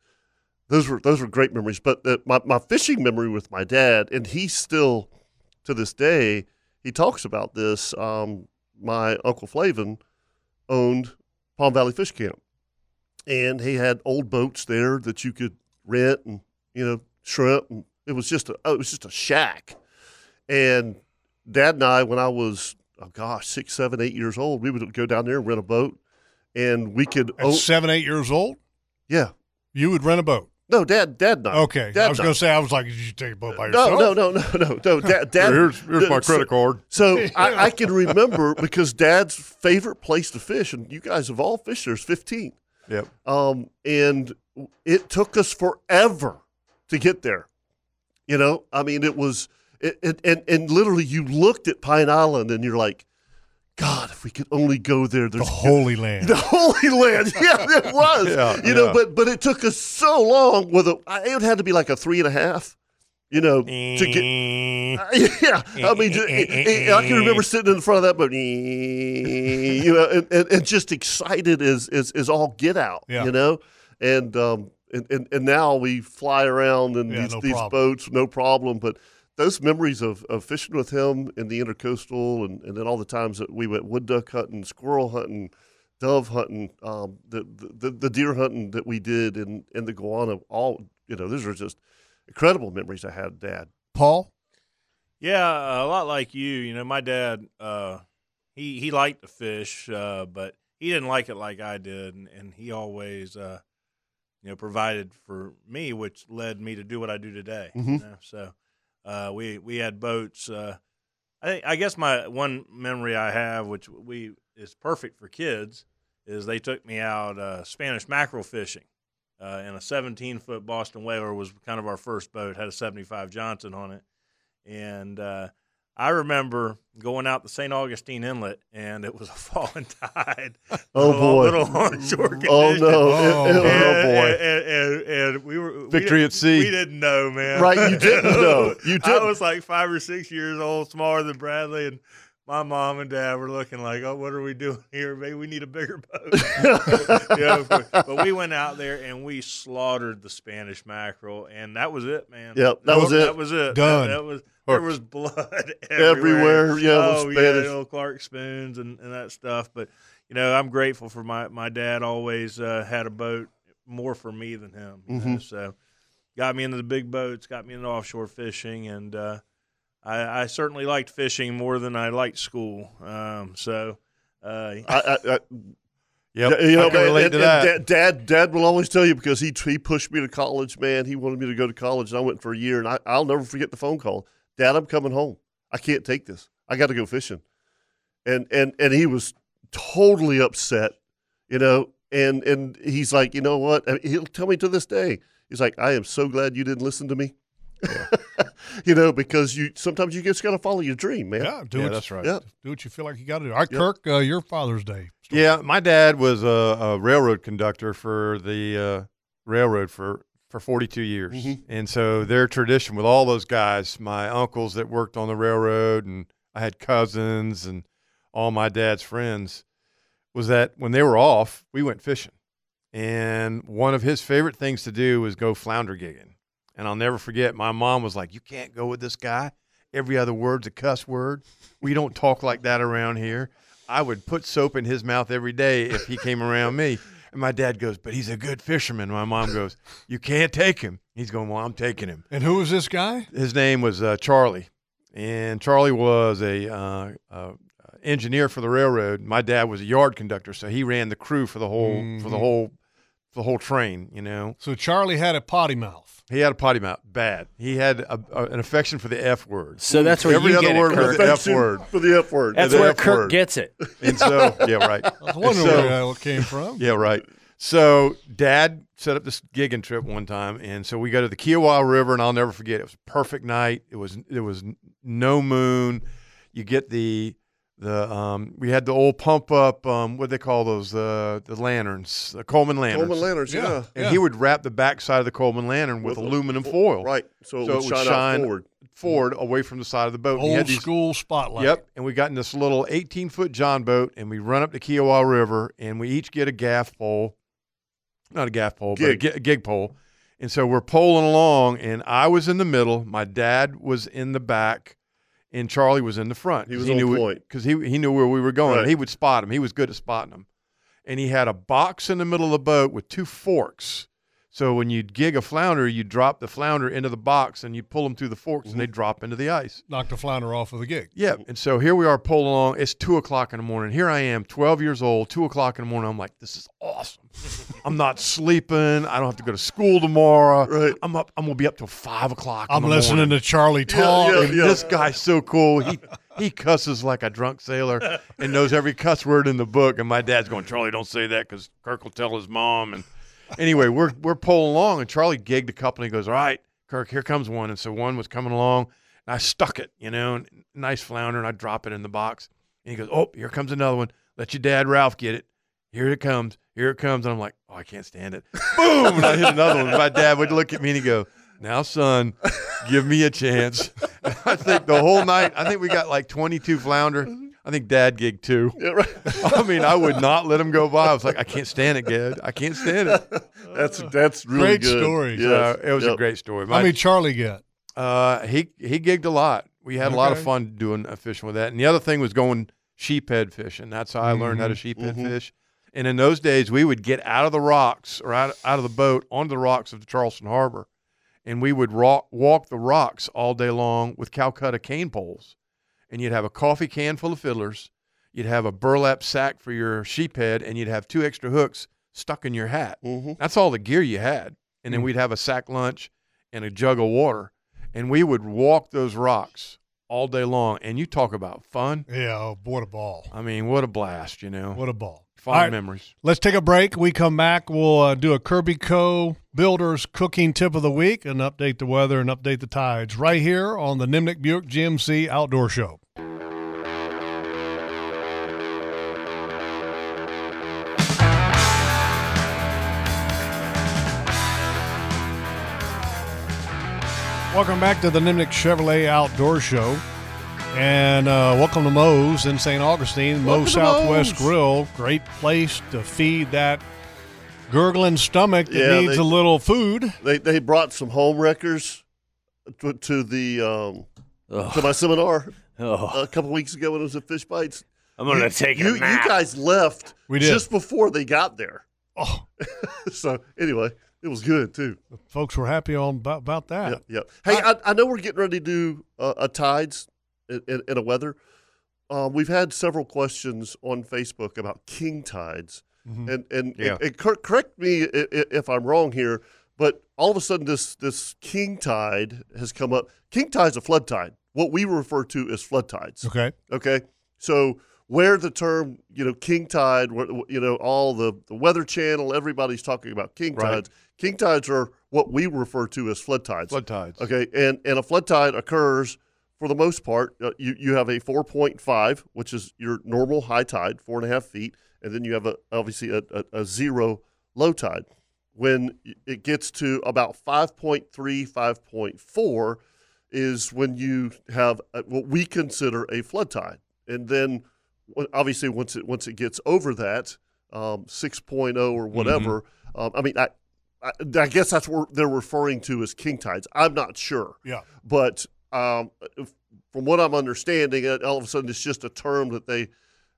Speaker 1: those were those were great memories. But uh, my my fishing memory with my dad, and he still to this day he talks about this. Um, my uncle Flavin owned Palm Valley Fish Camp, and he had old boats there that you could rent and you know shrimp. And it was just a oh, it was just a shack. And Dad and I, when I was oh gosh six, seven, eight years old, we would go down there and rent a boat, and we could
Speaker 5: At seven, eight years old.
Speaker 1: Yeah,
Speaker 5: you would rent a boat.
Speaker 1: No, Dad, Dad, not
Speaker 5: Okay,
Speaker 1: Dad
Speaker 5: I was going
Speaker 1: not.
Speaker 5: to say I was like, did you take a boat by
Speaker 1: No,
Speaker 5: yourself?
Speaker 1: no, no, no, no, no. Dad, dad
Speaker 5: Here's- here's my
Speaker 1: so-
Speaker 5: credit card.
Speaker 1: So I, I can remember because Dad's favorite place to fish, and you guys have all fished there's 15.
Speaker 3: Yep.
Speaker 1: Um, and it took us forever to get there. You know, I mean, it was, it, it, and and literally, you looked at Pine Island and you're like, God, if we could only go there, there's the
Speaker 5: Holy Land.
Speaker 1: the Holy Land. Yeah, it was.
Speaker 5: Yeah,
Speaker 1: you know,
Speaker 5: yeah.
Speaker 1: but but it took us so long with a. I- It had to be like a three and a half. You know, to get.
Speaker 5: Eh.
Speaker 1: yeah, I mean, ju- it- it- I can remember sitting in front of that boat. eh, You know, and, and, and just excited as as, as all get out.
Speaker 5: Yeah.
Speaker 1: You know, and um and, and, and now we fly around in
Speaker 5: Yeah,
Speaker 1: these,
Speaker 5: no
Speaker 1: these
Speaker 5: problem.
Speaker 1: boats, no problem. But those memories of, of fishing with him in the intercoastal and, and then all the times that we went wood duck hunting, squirrel hunting, dove hunting, um, the, the, the deer hunting that we did in, in the Guana, all, you know, those are just incredible memories I had, Dad.
Speaker 5: Paul?
Speaker 9: Yeah, a lot like you. You know, my dad, uh, he he liked to fish, uh, but he didn't like it like I did, and, and he always, uh, you know, provided for me, which led me to do what I do today. You
Speaker 1: Mhm.
Speaker 9: know? So uh, we we had boats. Uh, I think I guess my one memory I have, which we is perfect for kids, is they took me out uh, Spanish mackerel fishing. Uh, in a 17 foot Boston Whaler was kind of our first boat, had a 75 Johnson on it and uh, I remember going out the St. Augustine Inlet, and it was a falling tide.
Speaker 1: Oh,
Speaker 9: Little-
Speaker 1: boy.
Speaker 9: Little onshore condition.
Speaker 1: Oh, no. It- it-
Speaker 9: And-
Speaker 1: oh, boy.
Speaker 9: And, and- and- and we were we
Speaker 3: Victory
Speaker 9: didn't-
Speaker 3: at sea.
Speaker 9: We didn't know, man.
Speaker 1: Right, you didn't know. You
Speaker 9: I
Speaker 1: didn't.
Speaker 9: was like five or six years old, smaller than Bradley, and. My mom and dad were looking like, "Oh, what are we doing here? Maybe we need a bigger boat." You know, but we went out there and we slaughtered the Spanish mackerel, and that was it, man.
Speaker 1: Yep, that was it.
Speaker 9: That was it.
Speaker 1: Done.
Speaker 9: That, that was there
Speaker 1: Hooked.
Speaker 9: was blood everywhere.
Speaker 1: Everywhere, yeah, it was
Speaker 9: oh
Speaker 1: Spanish.
Speaker 9: yeah, old Clark spoons and, and that stuff. But you know, I'm grateful for my my dad. Always uh, had a boat more for me than him. you know,
Speaker 1: Mhm.
Speaker 9: So got me into the big boats, got me into offshore fishing, and uh, I, I certainly liked fishing more than I liked school. Um, so. Uh,
Speaker 1: I, I, I
Speaker 9: Yep,
Speaker 1: Yeah, you
Speaker 9: I
Speaker 1: know,
Speaker 9: can
Speaker 1: and-
Speaker 9: relate
Speaker 1: and-
Speaker 9: to
Speaker 1: and
Speaker 9: that.
Speaker 1: Dad, dad, dad will always tell you because he he pushed me to college. Man, he wanted me to go to college, and I went for a year. And I, I'll never forget the phone call. Dad, I'm coming home. I can't take this. I got to go fishing. And and and he was totally upset, you know. And and he's like, you know what? And he'll tell me to this day. He's like, I am so glad you didn't listen to me. you know, because you sometimes you just got to follow your dream, man.
Speaker 5: Yeah, do what you-
Speaker 1: Yeah.
Speaker 5: Do what you feel like you got to do. All right,
Speaker 1: Yep.
Speaker 5: Kirk, uh, your Father's Day.
Speaker 3: Yeah, my dad was a, a railroad conductor for the uh, railroad for for 42 years,
Speaker 5: Mhm.
Speaker 3: and so their tradition with all those guys, my uncles that worked on the railroad, and I had cousins and all my dad's friends, was that when they were off, we went fishing, and one of his favorite things to do was go flounder gigging, and I'll never forget. My mom was like, "You can't go with this guy." Every other word's a cuss word. We don't talk like that around here. I would put soap in his mouth every day if he came around me. And my dad goes, but he's a good fisherman. My mom goes, you can't take him. He's going, well, I'm taking him.
Speaker 5: And who was this guy?
Speaker 3: His name was uh, Charlie, and Charlie was a uh, uh, engineer for the railroad. My dad was a yard conductor, so he ran the crew for the whole for the
Speaker 5: Mhm.
Speaker 3: whole for the whole train. You know,
Speaker 5: So Charlie had a potty mouth.
Speaker 3: he had a potty mouth bad. He had a, a- an affection for the F word.
Speaker 5: So that's where
Speaker 3: every
Speaker 5: you
Speaker 3: other
Speaker 5: get it,
Speaker 3: word was
Speaker 5: Kirk.
Speaker 3: the F
Speaker 5: Affection
Speaker 3: word
Speaker 1: for the F word.
Speaker 3: And
Speaker 1: That's
Speaker 3: the
Speaker 1: where
Speaker 3: F
Speaker 1: Kirk
Speaker 3: word.
Speaker 1: gets it.
Speaker 3: And so, yeah, right.
Speaker 5: I was wondering
Speaker 3: And
Speaker 5: where that came from.
Speaker 3: Yeah, right. So dad set up this gigging trip one time, and so we go to the Kiowa River, and I'll never forget. It was a perfect night. It was there was no moon. You get the the um, we had the old pump up um, what do they call those uh, the lanterns the Coleman lanterns
Speaker 1: Coleman lanterns, Yeah, yeah.
Speaker 3: and
Speaker 1: yeah.
Speaker 3: he would wrap the backside of the Coleman lantern with,
Speaker 1: With a-
Speaker 3: aluminum
Speaker 1: fo-
Speaker 3: foil
Speaker 1: right, so it would shine out forward.
Speaker 3: forward away from the side of the boat And he had
Speaker 5: Old
Speaker 3: these-
Speaker 5: school spotlight.
Speaker 3: Yep. And we got in this little 18 foot John boat and we run up the Kiowa River and we each get a gaff pole, not a gaff pole, but a
Speaker 1: Gig.
Speaker 3: gi- a gig pole. And so we're poling along and I was in the middle. My dad was in the back and Charlie was in the front.
Speaker 1: He was on point.
Speaker 3: Because he, he knew where we were going.
Speaker 1: Right.
Speaker 3: And he would spot him. He was good at spotting him. And he had a box in the middle of the boat with two forks. So when you'd gig a flounder, you drop the flounder into the box and you pull them through the forks and they
Speaker 1: Mm-hmm.
Speaker 3: drop into the ice.
Speaker 5: Knocked a flounder off of the gig.
Speaker 3: Yeah. And so here we are pulling along. It's two o'clock in the morning. Here I am, 12 years old, two o'clock in the morning. I'm like, this is awesome. I'm not sleeping. I don't have to go to school tomorrow. Right. I'm up. I'm gonna be up till five o'clock. in
Speaker 5: I'm
Speaker 3: the
Speaker 5: listening
Speaker 3: morning.
Speaker 5: to Charlie Yeah, talk. yeah,
Speaker 3: And
Speaker 5: yeah.
Speaker 3: This guy's so cool. He he cusses like a drunk sailor and knows every cuss word in the book. And my dad's going, Charlie, don't say that because Kirk will tell his mom. And anyway, we're we're pulling along, and Charlie gigged a couple, and he goes, "All right, Kirk, here comes one." And so one was coming along, and I stuck it, you know, and nice flounder, and I drop it in the box, and he goes, "Oh, here comes another one. Let your dad Ralph get it. Here it comes. Here it comes." And I'm like, "Oh, I can't stand it." Boom! And I hit another one. My dad would look at me and he go, "Now, son, give me a chance." I think the whole night, I think we got like 22 flounder. I think dad gigged two. I mean, I would not let him go by. I was like, I can't stand it, Gad. I can't stand it.
Speaker 1: That's that's really
Speaker 5: Great good. story.
Speaker 3: Yeah,
Speaker 5: Yes.
Speaker 3: it was a
Speaker 5: Yep.
Speaker 3: great story.
Speaker 5: How many Charlie get?
Speaker 3: Uh, he he gigged a lot. We had a lot of
Speaker 5: Okay.
Speaker 3: fun doing uh, fishing with that. And the other thing was going sheephead fishing. That's how I learned how to
Speaker 5: Mhm.
Speaker 3: sheephead
Speaker 5: Mhm.
Speaker 3: fish. And in those days, we would get out of the rocks or out, out of the boat onto the rocks of the Charleston Harbor, and we would rock, walk the rocks all day long with Calcutta cane poles. And you'd have a coffee can full of fiddlers, you'd have a burlap sack for your sheephead, and you'd have two extra hooks stuck in your hat. That's all the gear you had. And then
Speaker 5: Mm.
Speaker 3: we'd have a sack lunch and a jug of water, and we would walk those rocks all day long. And you talk about fun.
Speaker 5: Yeah, oh, what a ball.
Speaker 3: I mean, what a blast, you know.
Speaker 5: What a ball.
Speaker 3: Fond
Speaker 5: All right.
Speaker 3: memories.
Speaker 5: Let's take a break. We come back. We'll uh, do a Kirby Co. Builders Cooking Tip of the Week and update the weather and update the tides right here on the Nimnik Buick GMC Outdoor Show. Welcome back to the Nimnik Chevrolet Outdoor Show. And uh, welcome to Moe's in St. Augustine, Moe
Speaker 3: Welcome to
Speaker 5: Southwest
Speaker 3: Moe's.
Speaker 5: Grill. Great place to feed that gurgling stomach that
Speaker 1: Yeah,
Speaker 5: needs
Speaker 1: they-
Speaker 5: a little food.
Speaker 1: They they brought some home wreckers to, to the um, to my seminar a couple weeks ago when it was at Fish Bites.
Speaker 4: I'm gonna
Speaker 1: You-
Speaker 4: take a
Speaker 1: you.
Speaker 4: nap.
Speaker 1: You guys left
Speaker 5: We did.
Speaker 1: just before they got there. Oh, so anyway, it was good too.
Speaker 5: Folks were happy on about, about that.
Speaker 1: Yep, yep. Hey, I, I know we're getting ready to do uh, a tides and, and, and a weather. Um, we've had several questions on Facebook about king tides,
Speaker 5: Mhm.
Speaker 1: and and,
Speaker 5: Yeah.
Speaker 1: and, cor- correct me i- i- if I'm wrong here, but all of a sudden this this king tide has come up. King tide's a flood tide. What we refer to as flood tides.
Speaker 5: Okay.
Speaker 1: Okay. So where the term you know king tide, wh- wh- you know all the, the weather channel, everybody's talking about king
Speaker 3: Right.
Speaker 1: tides. King tides are what we refer to as flood tides.
Speaker 3: Flood tides.
Speaker 1: Okay, and and a flood tide occurs for the most part. Uh, you you have a four point five, which is your normal high tide, four and a half feet, and then you have a obviously a, a, a zero low tide. When it gets to about 5.3, 5.4 is when you have a, what we consider a flood tide, and then w- obviously once it once it gets over that um, 6.0 or whatever, um, I mean I. I, I guess that's what they're referring to as king tides. I'm not sure.
Speaker 5: Yeah.
Speaker 1: But um, if- from what I'm understanding, it- all of a sudden it's just a term that they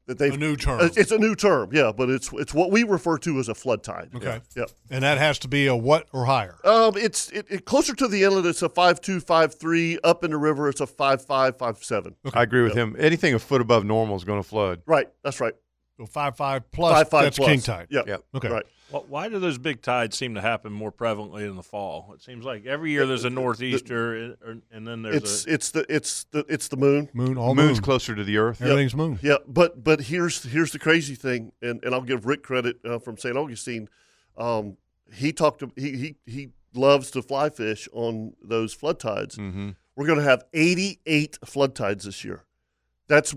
Speaker 1: that they
Speaker 5: A new term.
Speaker 1: Uh, It's a new term, yeah. But it's it's what we refer to as a flood tide.
Speaker 5: Okay.
Speaker 1: Yep.
Speaker 5: And that has to be a what or higher.
Speaker 1: Um, it's it, it closer to the inlet. It's a five two five three. Up in the river, it's a five five five seven.
Speaker 3: I agree with him. Anything a foot above normal is going to flood.
Speaker 1: Right. That's right.
Speaker 5: So five five plus.
Speaker 1: Five, five
Speaker 5: that's
Speaker 1: plus.
Speaker 5: king tide.
Speaker 1: Yep.
Speaker 3: Yep.
Speaker 5: Okay.
Speaker 1: Right.
Speaker 9: Well, why do those big tides seem to happen more prevalently in the fall? It seems like every year there's a northeaster, or- and then there's
Speaker 1: it's
Speaker 9: a
Speaker 1: it's the it's the it's the moon.
Speaker 5: Moon, all
Speaker 3: Moon's moon. closer to the earth.
Speaker 1: Yep.
Speaker 5: Everything's moon.
Speaker 1: Yeah, but but here's here's the crazy thing, and, and I'll give Rick credit uh, from St. Augustine. Um, he talked. To, he he he loves to fly fish on those flood tides.
Speaker 5: Mm-hmm.
Speaker 1: We're going to have 88 flood tides this year. That's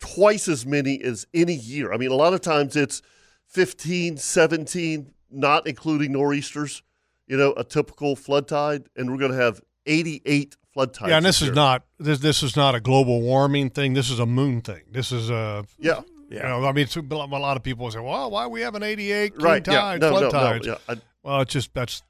Speaker 1: twice as many as any year. I mean, a lot of times it's 15, 17, not including nor'easters. You know, a typical flood tide, and we're going to have 88 flood tides.
Speaker 5: Yeah, and
Speaker 1: this
Speaker 5: this is
Speaker 1: year.
Speaker 5: not this this is not a global warming thing. This is a moon thing. This is a
Speaker 1: Yeah.
Speaker 5: You know, I mean, it's, a lot of people say, "Well, why we have an 88 clean
Speaker 1: Right, yeah.
Speaker 5: tide,
Speaker 1: No,
Speaker 5: flood
Speaker 1: no, no,
Speaker 5: tides?"
Speaker 1: yeah, I-
Speaker 5: well, it's just that's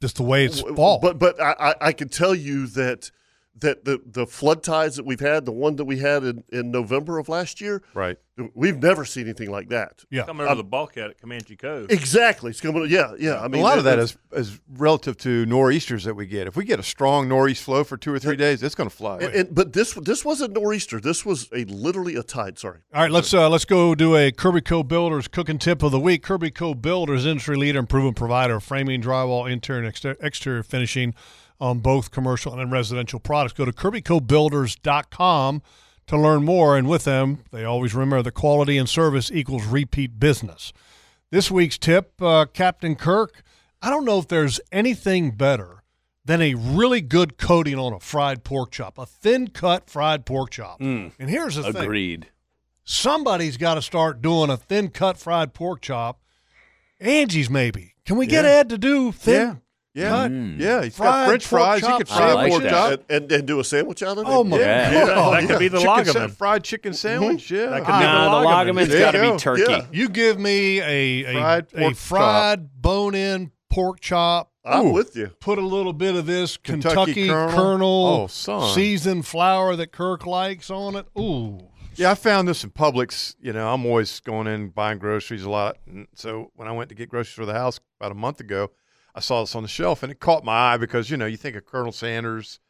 Speaker 5: just the way it's
Speaker 1: W-
Speaker 5: fall.
Speaker 1: But but I, I I can tell you that that the the flood tides that we've had, the one that we had in, in November of last year,
Speaker 3: right?
Speaker 1: We've never seen anything like that. Uh,
Speaker 9: Coming over the bulkhead at Comanche Cove.
Speaker 1: Exactly. It's coming. Yeah, yeah. I mean,
Speaker 3: a lot of that
Speaker 1: it's-
Speaker 3: is is relative to nor'easters that we get. If we get a strong nor'east flow for two or three days, it's going to fly.
Speaker 1: And, and- but this this wasn't nor'easter. This was a literally a tide. Sorry.
Speaker 5: All right, let's uh, let's go do a Kirby Co Builders cooking tip of the week. Kirby Co Builders industry leader and proven provider of framing, drywall, interior, and exter- exterior finishing on both commercial and residential products. Go to kirbycobuilders.com to learn more and with them, they always remember the quality and service equals repeat business. This week's tip, uh, Captain Kirk, I don't know if there's anything better than a really good coating on a fried pork chop, a thin cut fried pork chop. And here's the thing
Speaker 4: Agreed.
Speaker 5: somebody's got to start doing a thin cut fried pork chop. Angie's maybe. Can we get
Speaker 1: Yeah.
Speaker 5: Ed to do thin?
Speaker 1: Yeah.
Speaker 5: cut
Speaker 1: Mm. Yeah, he's got
Speaker 5: fried
Speaker 1: french
Speaker 5: pork
Speaker 1: fries, he
Speaker 5: chop
Speaker 1: could fry a
Speaker 5: sandwiches?
Speaker 1: pork chop. And, and do a sandwich out of it?
Speaker 5: Oh my
Speaker 1: Yeah.
Speaker 5: god,
Speaker 1: Yeah, that could be the
Speaker 5: Chicken
Speaker 1: Lagerman.
Speaker 5: sa- fried chicken sandwich. Yeah,
Speaker 1: Mm-hmm. That could be Nah, the the Lagerman's Lagerman's
Speaker 5: There
Speaker 1: gotta
Speaker 5: you
Speaker 1: be
Speaker 5: go.
Speaker 1: turkey.
Speaker 5: Yeah. You give me a a
Speaker 1: Fried
Speaker 5: fried,
Speaker 1: pork
Speaker 5: a fried bone-in pork chop.
Speaker 1: I'm with you.
Speaker 5: Put a little bit of this
Speaker 3: Kentucky
Speaker 5: Kentucky,
Speaker 3: kernel.
Speaker 5: kernel,
Speaker 3: Oh, son.
Speaker 5: seasoned flour that Kirk likes on it. Ooh,
Speaker 3: Yeah, I found this in Publix. You know, I'm always going in buying groceries a lot. And so when I went to get groceries for the house about a month ago, I saw this on the shelf and it caught my eye because you know you think of Colonel Sanders,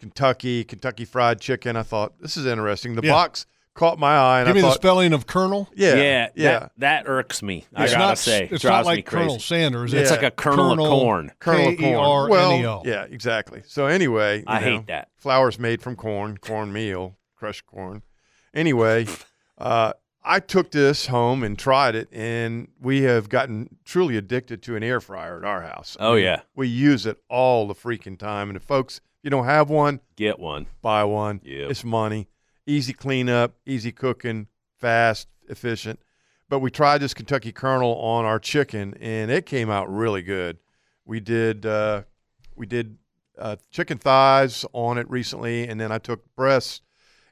Speaker 3: Kentucky, Kentucky Fried Chicken. I thought this is interesting. The
Speaker 5: Yeah.
Speaker 3: box caught my eye. And
Speaker 5: give
Speaker 3: I
Speaker 5: me the
Speaker 3: thought,
Speaker 5: spelling of kernel.
Speaker 3: Yeah,
Speaker 4: yeah,
Speaker 3: yeah.
Speaker 4: That, that irks me. I
Speaker 5: It's
Speaker 4: gotta
Speaker 5: not-
Speaker 4: say,
Speaker 5: it's
Speaker 4: drives
Speaker 5: not like
Speaker 4: me crazy.
Speaker 5: Colonel Sanders.
Speaker 4: It's
Speaker 5: Yeah.
Speaker 4: like a kernel,
Speaker 5: Colonel- E
Speaker 4: of corn.
Speaker 3: Kernel of corn.
Speaker 5: K-E-R-N-E-L.
Speaker 3: Well, yeah, exactly. So anyway, you
Speaker 4: I hate
Speaker 3: know,
Speaker 4: that.
Speaker 3: Flours made from corn, cornmeal, crushed corn. Anyway, uh, I took this home and tried it, and we have gotten truly addicted to an air fryer at our house.
Speaker 4: Oh, yeah.
Speaker 3: we use it all the freaking time. And if folks, you don't have one,
Speaker 4: get one,
Speaker 3: buy one. Yeah, it's money, easy cleanup, easy cooking, fast, efficient. But we tried this Kentucky Colonel on our chicken, and it came out really good. We did uh, we did uh, chicken thighs on it recently, and then I took breasts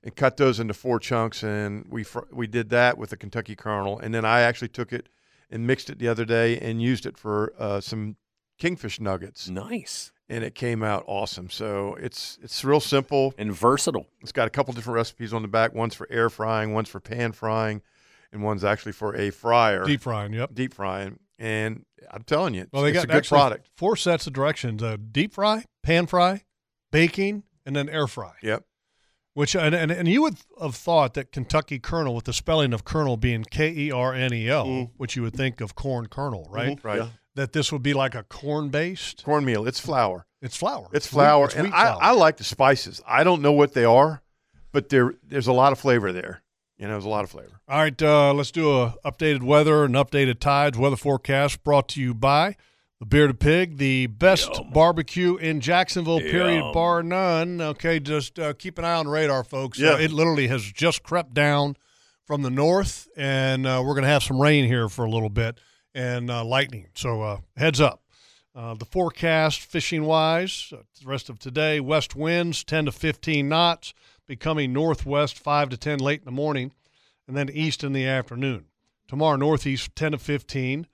Speaker 3: and cut those into four chunks, and we fr- we did that with the Kentucky Colonel, and then I actually took it and mixed it the other day and used it for uh, some kingfish nuggets.
Speaker 4: Nice,
Speaker 3: and it came out awesome. So it's it's real simple
Speaker 4: and versatile.
Speaker 3: It's got a couple different recipes on the back. One's for air frying, one's for pan frying, and one's actually for a fryer.
Speaker 5: Deep frying, yep.
Speaker 3: Deep frying, and I'm telling you, it's,
Speaker 5: Well, they
Speaker 3: it's
Speaker 5: got
Speaker 3: a good
Speaker 5: actually
Speaker 3: product.
Speaker 5: Four sets of directions: uh, deep fry, pan fry, baking, and then air fry.
Speaker 3: Yep.
Speaker 5: Which and, and and you would have thought that Kentucky Colonel, with the spelling of Colonel being K E R N E L, which you would think of corn kernel, right?
Speaker 3: Mhm, Mm-hmm. right. Yeah.
Speaker 5: That this would be like a corn based
Speaker 3: cornmeal. It's flour.
Speaker 5: It's flour.
Speaker 3: It's
Speaker 5: wheat-
Speaker 3: flour,
Speaker 5: it's
Speaker 3: and
Speaker 5: wheat
Speaker 3: I, I like the spices. I don't know what they are, but there there's a lot of flavor there. You know, there's a lot of flavor.
Speaker 5: All right, uh, let's do a updated weather and updated tides weather forecast brought to you by the Bearded Pig, the best barbecue in Jacksonville, period,
Speaker 3: Yum.
Speaker 5: bar none. Okay, just uh, keep an eye on the radar, folks.
Speaker 3: Yeah.
Speaker 5: Uh, it literally has just crept down from the north, and uh, we're going to have some rain here for a little bit and uh, lightning. So uh, heads up. Uh, the forecast, fishing wise, uh, the rest of today, west winds 10 to 15 knots, becoming northwest 5 to 10 late in the morning and then east in the afternoon. Tomorrow, northeast 10 to 15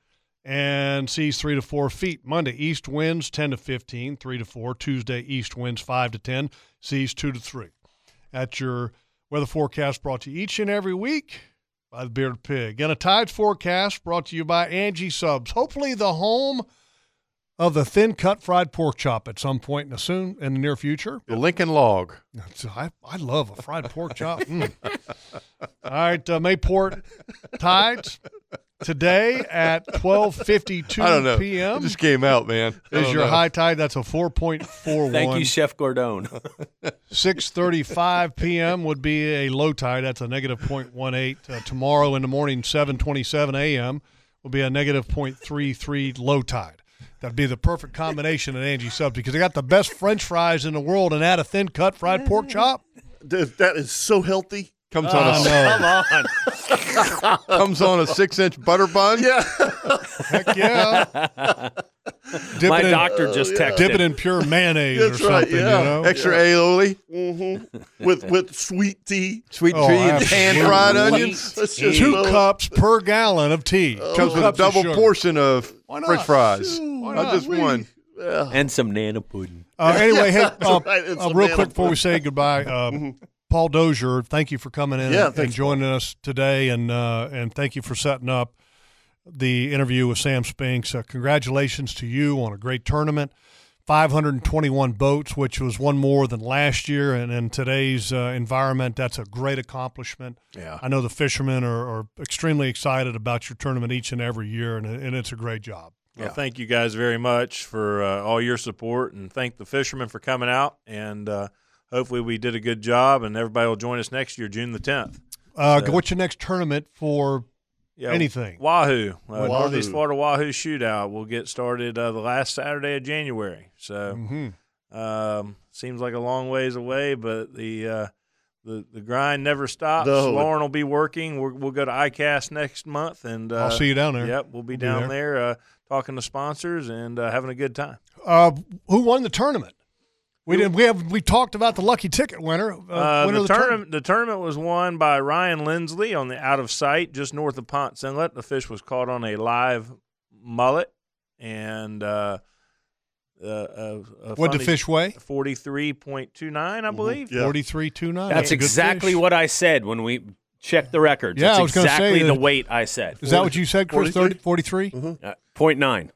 Speaker 5: and seas 3 to 4 feet. Monday, east winds 10 to 15, 3 to 4. Tuesday, east winds 5 to 10, seas 2 to 3. At your weather forecast brought to you each and every week by the Bearded Pig. And a tides forecast brought to you by Angie Subs. Hopefully, the home of the thin cut fried pork chop at some point in the soon in the near future.
Speaker 3: The Lincoln log.
Speaker 5: So I, I love a fried pork chop. Mm. All right, uh, Mayport Tides today at 12:52
Speaker 3: I don't know.
Speaker 5: p.m.
Speaker 3: It just came out, man. I
Speaker 5: Is
Speaker 3: don't
Speaker 5: your
Speaker 3: know.
Speaker 5: high tide? That's a 4.41.
Speaker 4: Thank you, Chef Gordon.
Speaker 5: 6:35 p.m. would be a low tide. That's a negative 0.18. Uh, tomorrow in the morning, 7:27 a.m. will be a negative 0.33 low tide. That'd be the perfect combination at Angie's Subs because they got the best French fries in the world and add a thin cut fried pork chop.
Speaker 1: That is so healthy.
Speaker 3: Comes on
Speaker 5: Oh,
Speaker 3: a
Speaker 1: Come on.
Speaker 3: comes on a six inch butter bun.
Speaker 1: Yeah.
Speaker 5: Heck yeah. Dip
Speaker 4: My
Speaker 5: it in-
Speaker 4: doctor just
Speaker 3: Oh,
Speaker 4: texted.
Speaker 5: Dip it in pure mayonnaise or
Speaker 1: That's
Speaker 5: something,
Speaker 1: right, yeah.
Speaker 5: you know?
Speaker 1: Extra
Speaker 5: yeah.
Speaker 3: aioli.
Speaker 1: Mm-hmm. With with sweet tea,
Speaker 3: sweet
Speaker 5: Oh,
Speaker 3: tea and pan fried
Speaker 5: absolutely.
Speaker 3: onions.
Speaker 1: That's just
Speaker 5: Two
Speaker 1: so-
Speaker 5: cups per gallon of tea.
Speaker 3: Comes Oh, with a double portion of
Speaker 5: Why
Speaker 3: French
Speaker 5: not?
Speaker 3: fries.
Speaker 5: Why
Speaker 3: not
Speaker 5: not?
Speaker 3: just
Speaker 5: We-
Speaker 3: one.
Speaker 4: and some nana pudding.
Speaker 5: Uh, anyway, hey, uh,
Speaker 1: right, it's
Speaker 5: uh,
Speaker 1: a
Speaker 5: real
Speaker 1: man
Speaker 5: quick
Speaker 1: of-
Speaker 5: before we say goodbye, uh, Paul Dozier, thank you for coming in
Speaker 1: Yeah,
Speaker 5: and, and
Speaker 1: thanks,
Speaker 5: joining us today, and uh, and thank you for setting up the interview with Sam Spinks. Uh, congratulations to you on a great tournament. 521 boats, which was one more than last year, and in today's uh, environment, that's a great accomplishment.
Speaker 3: Yeah.
Speaker 5: I know the fishermen are, are extremely excited about your tournament each and every year, and, and it's a great job.
Speaker 9: Well, thank you guys very much for uh, all your support, and thank the fishermen for coming out. And uh, hopefully, we did a good job, and everybody will join us next year, June the tenth.
Speaker 5: Uh, What's your next tournament for anything?
Speaker 9: Wahoo, uh,
Speaker 5: Wahoo.
Speaker 9: Northeast Florida Wahoo Shootout will get started uh, the last Saturday of January. So,
Speaker 5: Mm-hmm.
Speaker 9: um, seems like a long ways away, but the uh, the the grind never stops.
Speaker 5: No.
Speaker 9: Lauren will be working. We're, we'll go to ICAST next month, and uh,
Speaker 5: I'll see you down there.
Speaker 9: Yep, we'll be
Speaker 5: I'll be
Speaker 9: down there, uh, talking to sponsors and uh, having a good time.
Speaker 5: Uh, who won the tournament? We didn't. We have. We talked about the lucky ticket winner. Uh,
Speaker 9: Uh,
Speaker 5: winner
Speaker 9: the,
Speaker 5: of
Speaker 9: tournament, the tournament was won by Ryan Lindsley on the out of sight, just north of Ponce Inlet. The fish was caught on a live mullet, and uh, uh, uh, a
Speaker 5: What'd
Speaker 9: funny-
Speaker 5: the fish weigh? Mm-hmm.
Speaker 9: Forty-three point two nine, I believe.
Speaker 5: Forty-three two nine.
Speaker 4: That's exactly what I said when we checked the records.
Speaker 5: Yeah,
Speaker 4: That's
Speaker 5: I was gonna say
Speaker 4: exactly the
Speaker 5: that-
Speaker 4: weight I said.
Speaker 5: Is that what you said, Chris?
Speaker 4: 43?
Speaker 5: 43?
Speaker 9: Mm-hmm.
Speaker 4: Uh, point nine.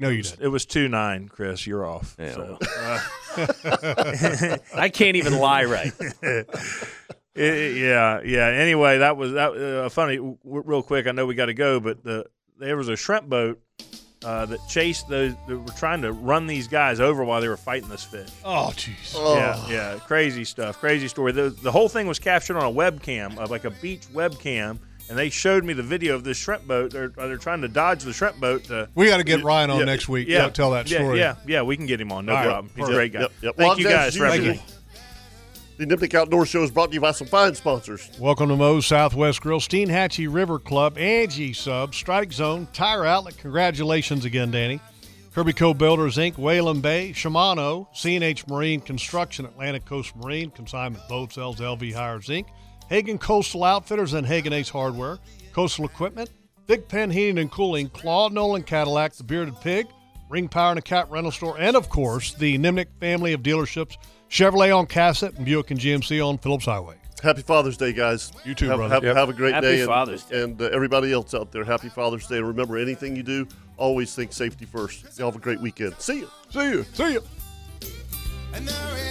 Speaker 5: No, you
Speaker 9: It was two nine, Chris. You're off. So, uh,
Speaker 4: I can't even lie right.
Speaker 9: It- it- yeah, yeah. Anyway, that was that. Uh, funny, w- w- real quick. I know we got to go, but the there was a shrimp boat uh, that chased those that were trying to run these guys over while they were fighting this fish.
Speaker 5: Oh, jeez.
Speaker 9: Yeah, yeah. Crazy stuff. Crazy story. The, the whole thing was captured on a webcam, of like a beach webcam, and they showed me the video of this shrimp boat. They're they're trying to dodge the shrimp boat. To,
Speaker 5: We gotta get
Speaker 9: Yeah,
Speaker 5: Ryan on
Speaker 9: yeah,
Speaker 5: next week.
Speaker 9: Yeah,
Speaker 5: Don't tell that
Speaker 9: yeah,
Speaker 5: story.
Speaker 9: Yeah, yeah. We can get him on. No
Speaker 5: All right.
Speaker 9: problem. He's a
Speaker 5: Perfect.
Speaker 9: great guy.
Speaker 5: Yep, yep.
Speaker 9: Thank
Speaker 5: Well,
Speaker 9: you
Speaker 5: as
Speaker 9: guys for
Speaker 5: usual-
Speaker 9: everything.
Speaker 1: The Nipnick Outdoor Show is brought to you by some fine sponsors.
Speaker 5: Welcome to Moe's Southwest Grill, Steenhatchee River Club, Angie Sub, Strike Zone, Tire Outlet. Congratulations again, Danny. Kirby Co. Builders Inc., Whalen Bay, Shimano, CNH Marine Construction, Atlantic Coast Marine, Consignment Boat Sales, LV Hires Inc., Hagen Coastal Outfitters and Hagen Ace Hardware, Coastal Equipment, Big Pen Heating and Cooling, Claude Nolan Cadillac, The Bearded Pig, Ring Power and a Cat Rental Store, and of course, the Nimnick family of dealerships, Chevrolet on Cassett and Buick and GMC on Phillips Highway.
Speaker 1: Happy Father's Day, guys. You
Speaker 5: too,
Speaker 1: have,
Speaker 5: brother.
Speaker 1: Have,
Speaker 5: Yep.
Speaker 1: have a great
Speaker 4: Happy
Speaker 1: day.
Speaker 4: Father's
Speaker 1: Day. And uh, everybody else out there, happy Father's Day. And remember, anything you do, always think safety first. Y'all have a great weekend. See you.
Speaker 5: See you. See you.
Speaker 2: And there
Speaker 5: Uh,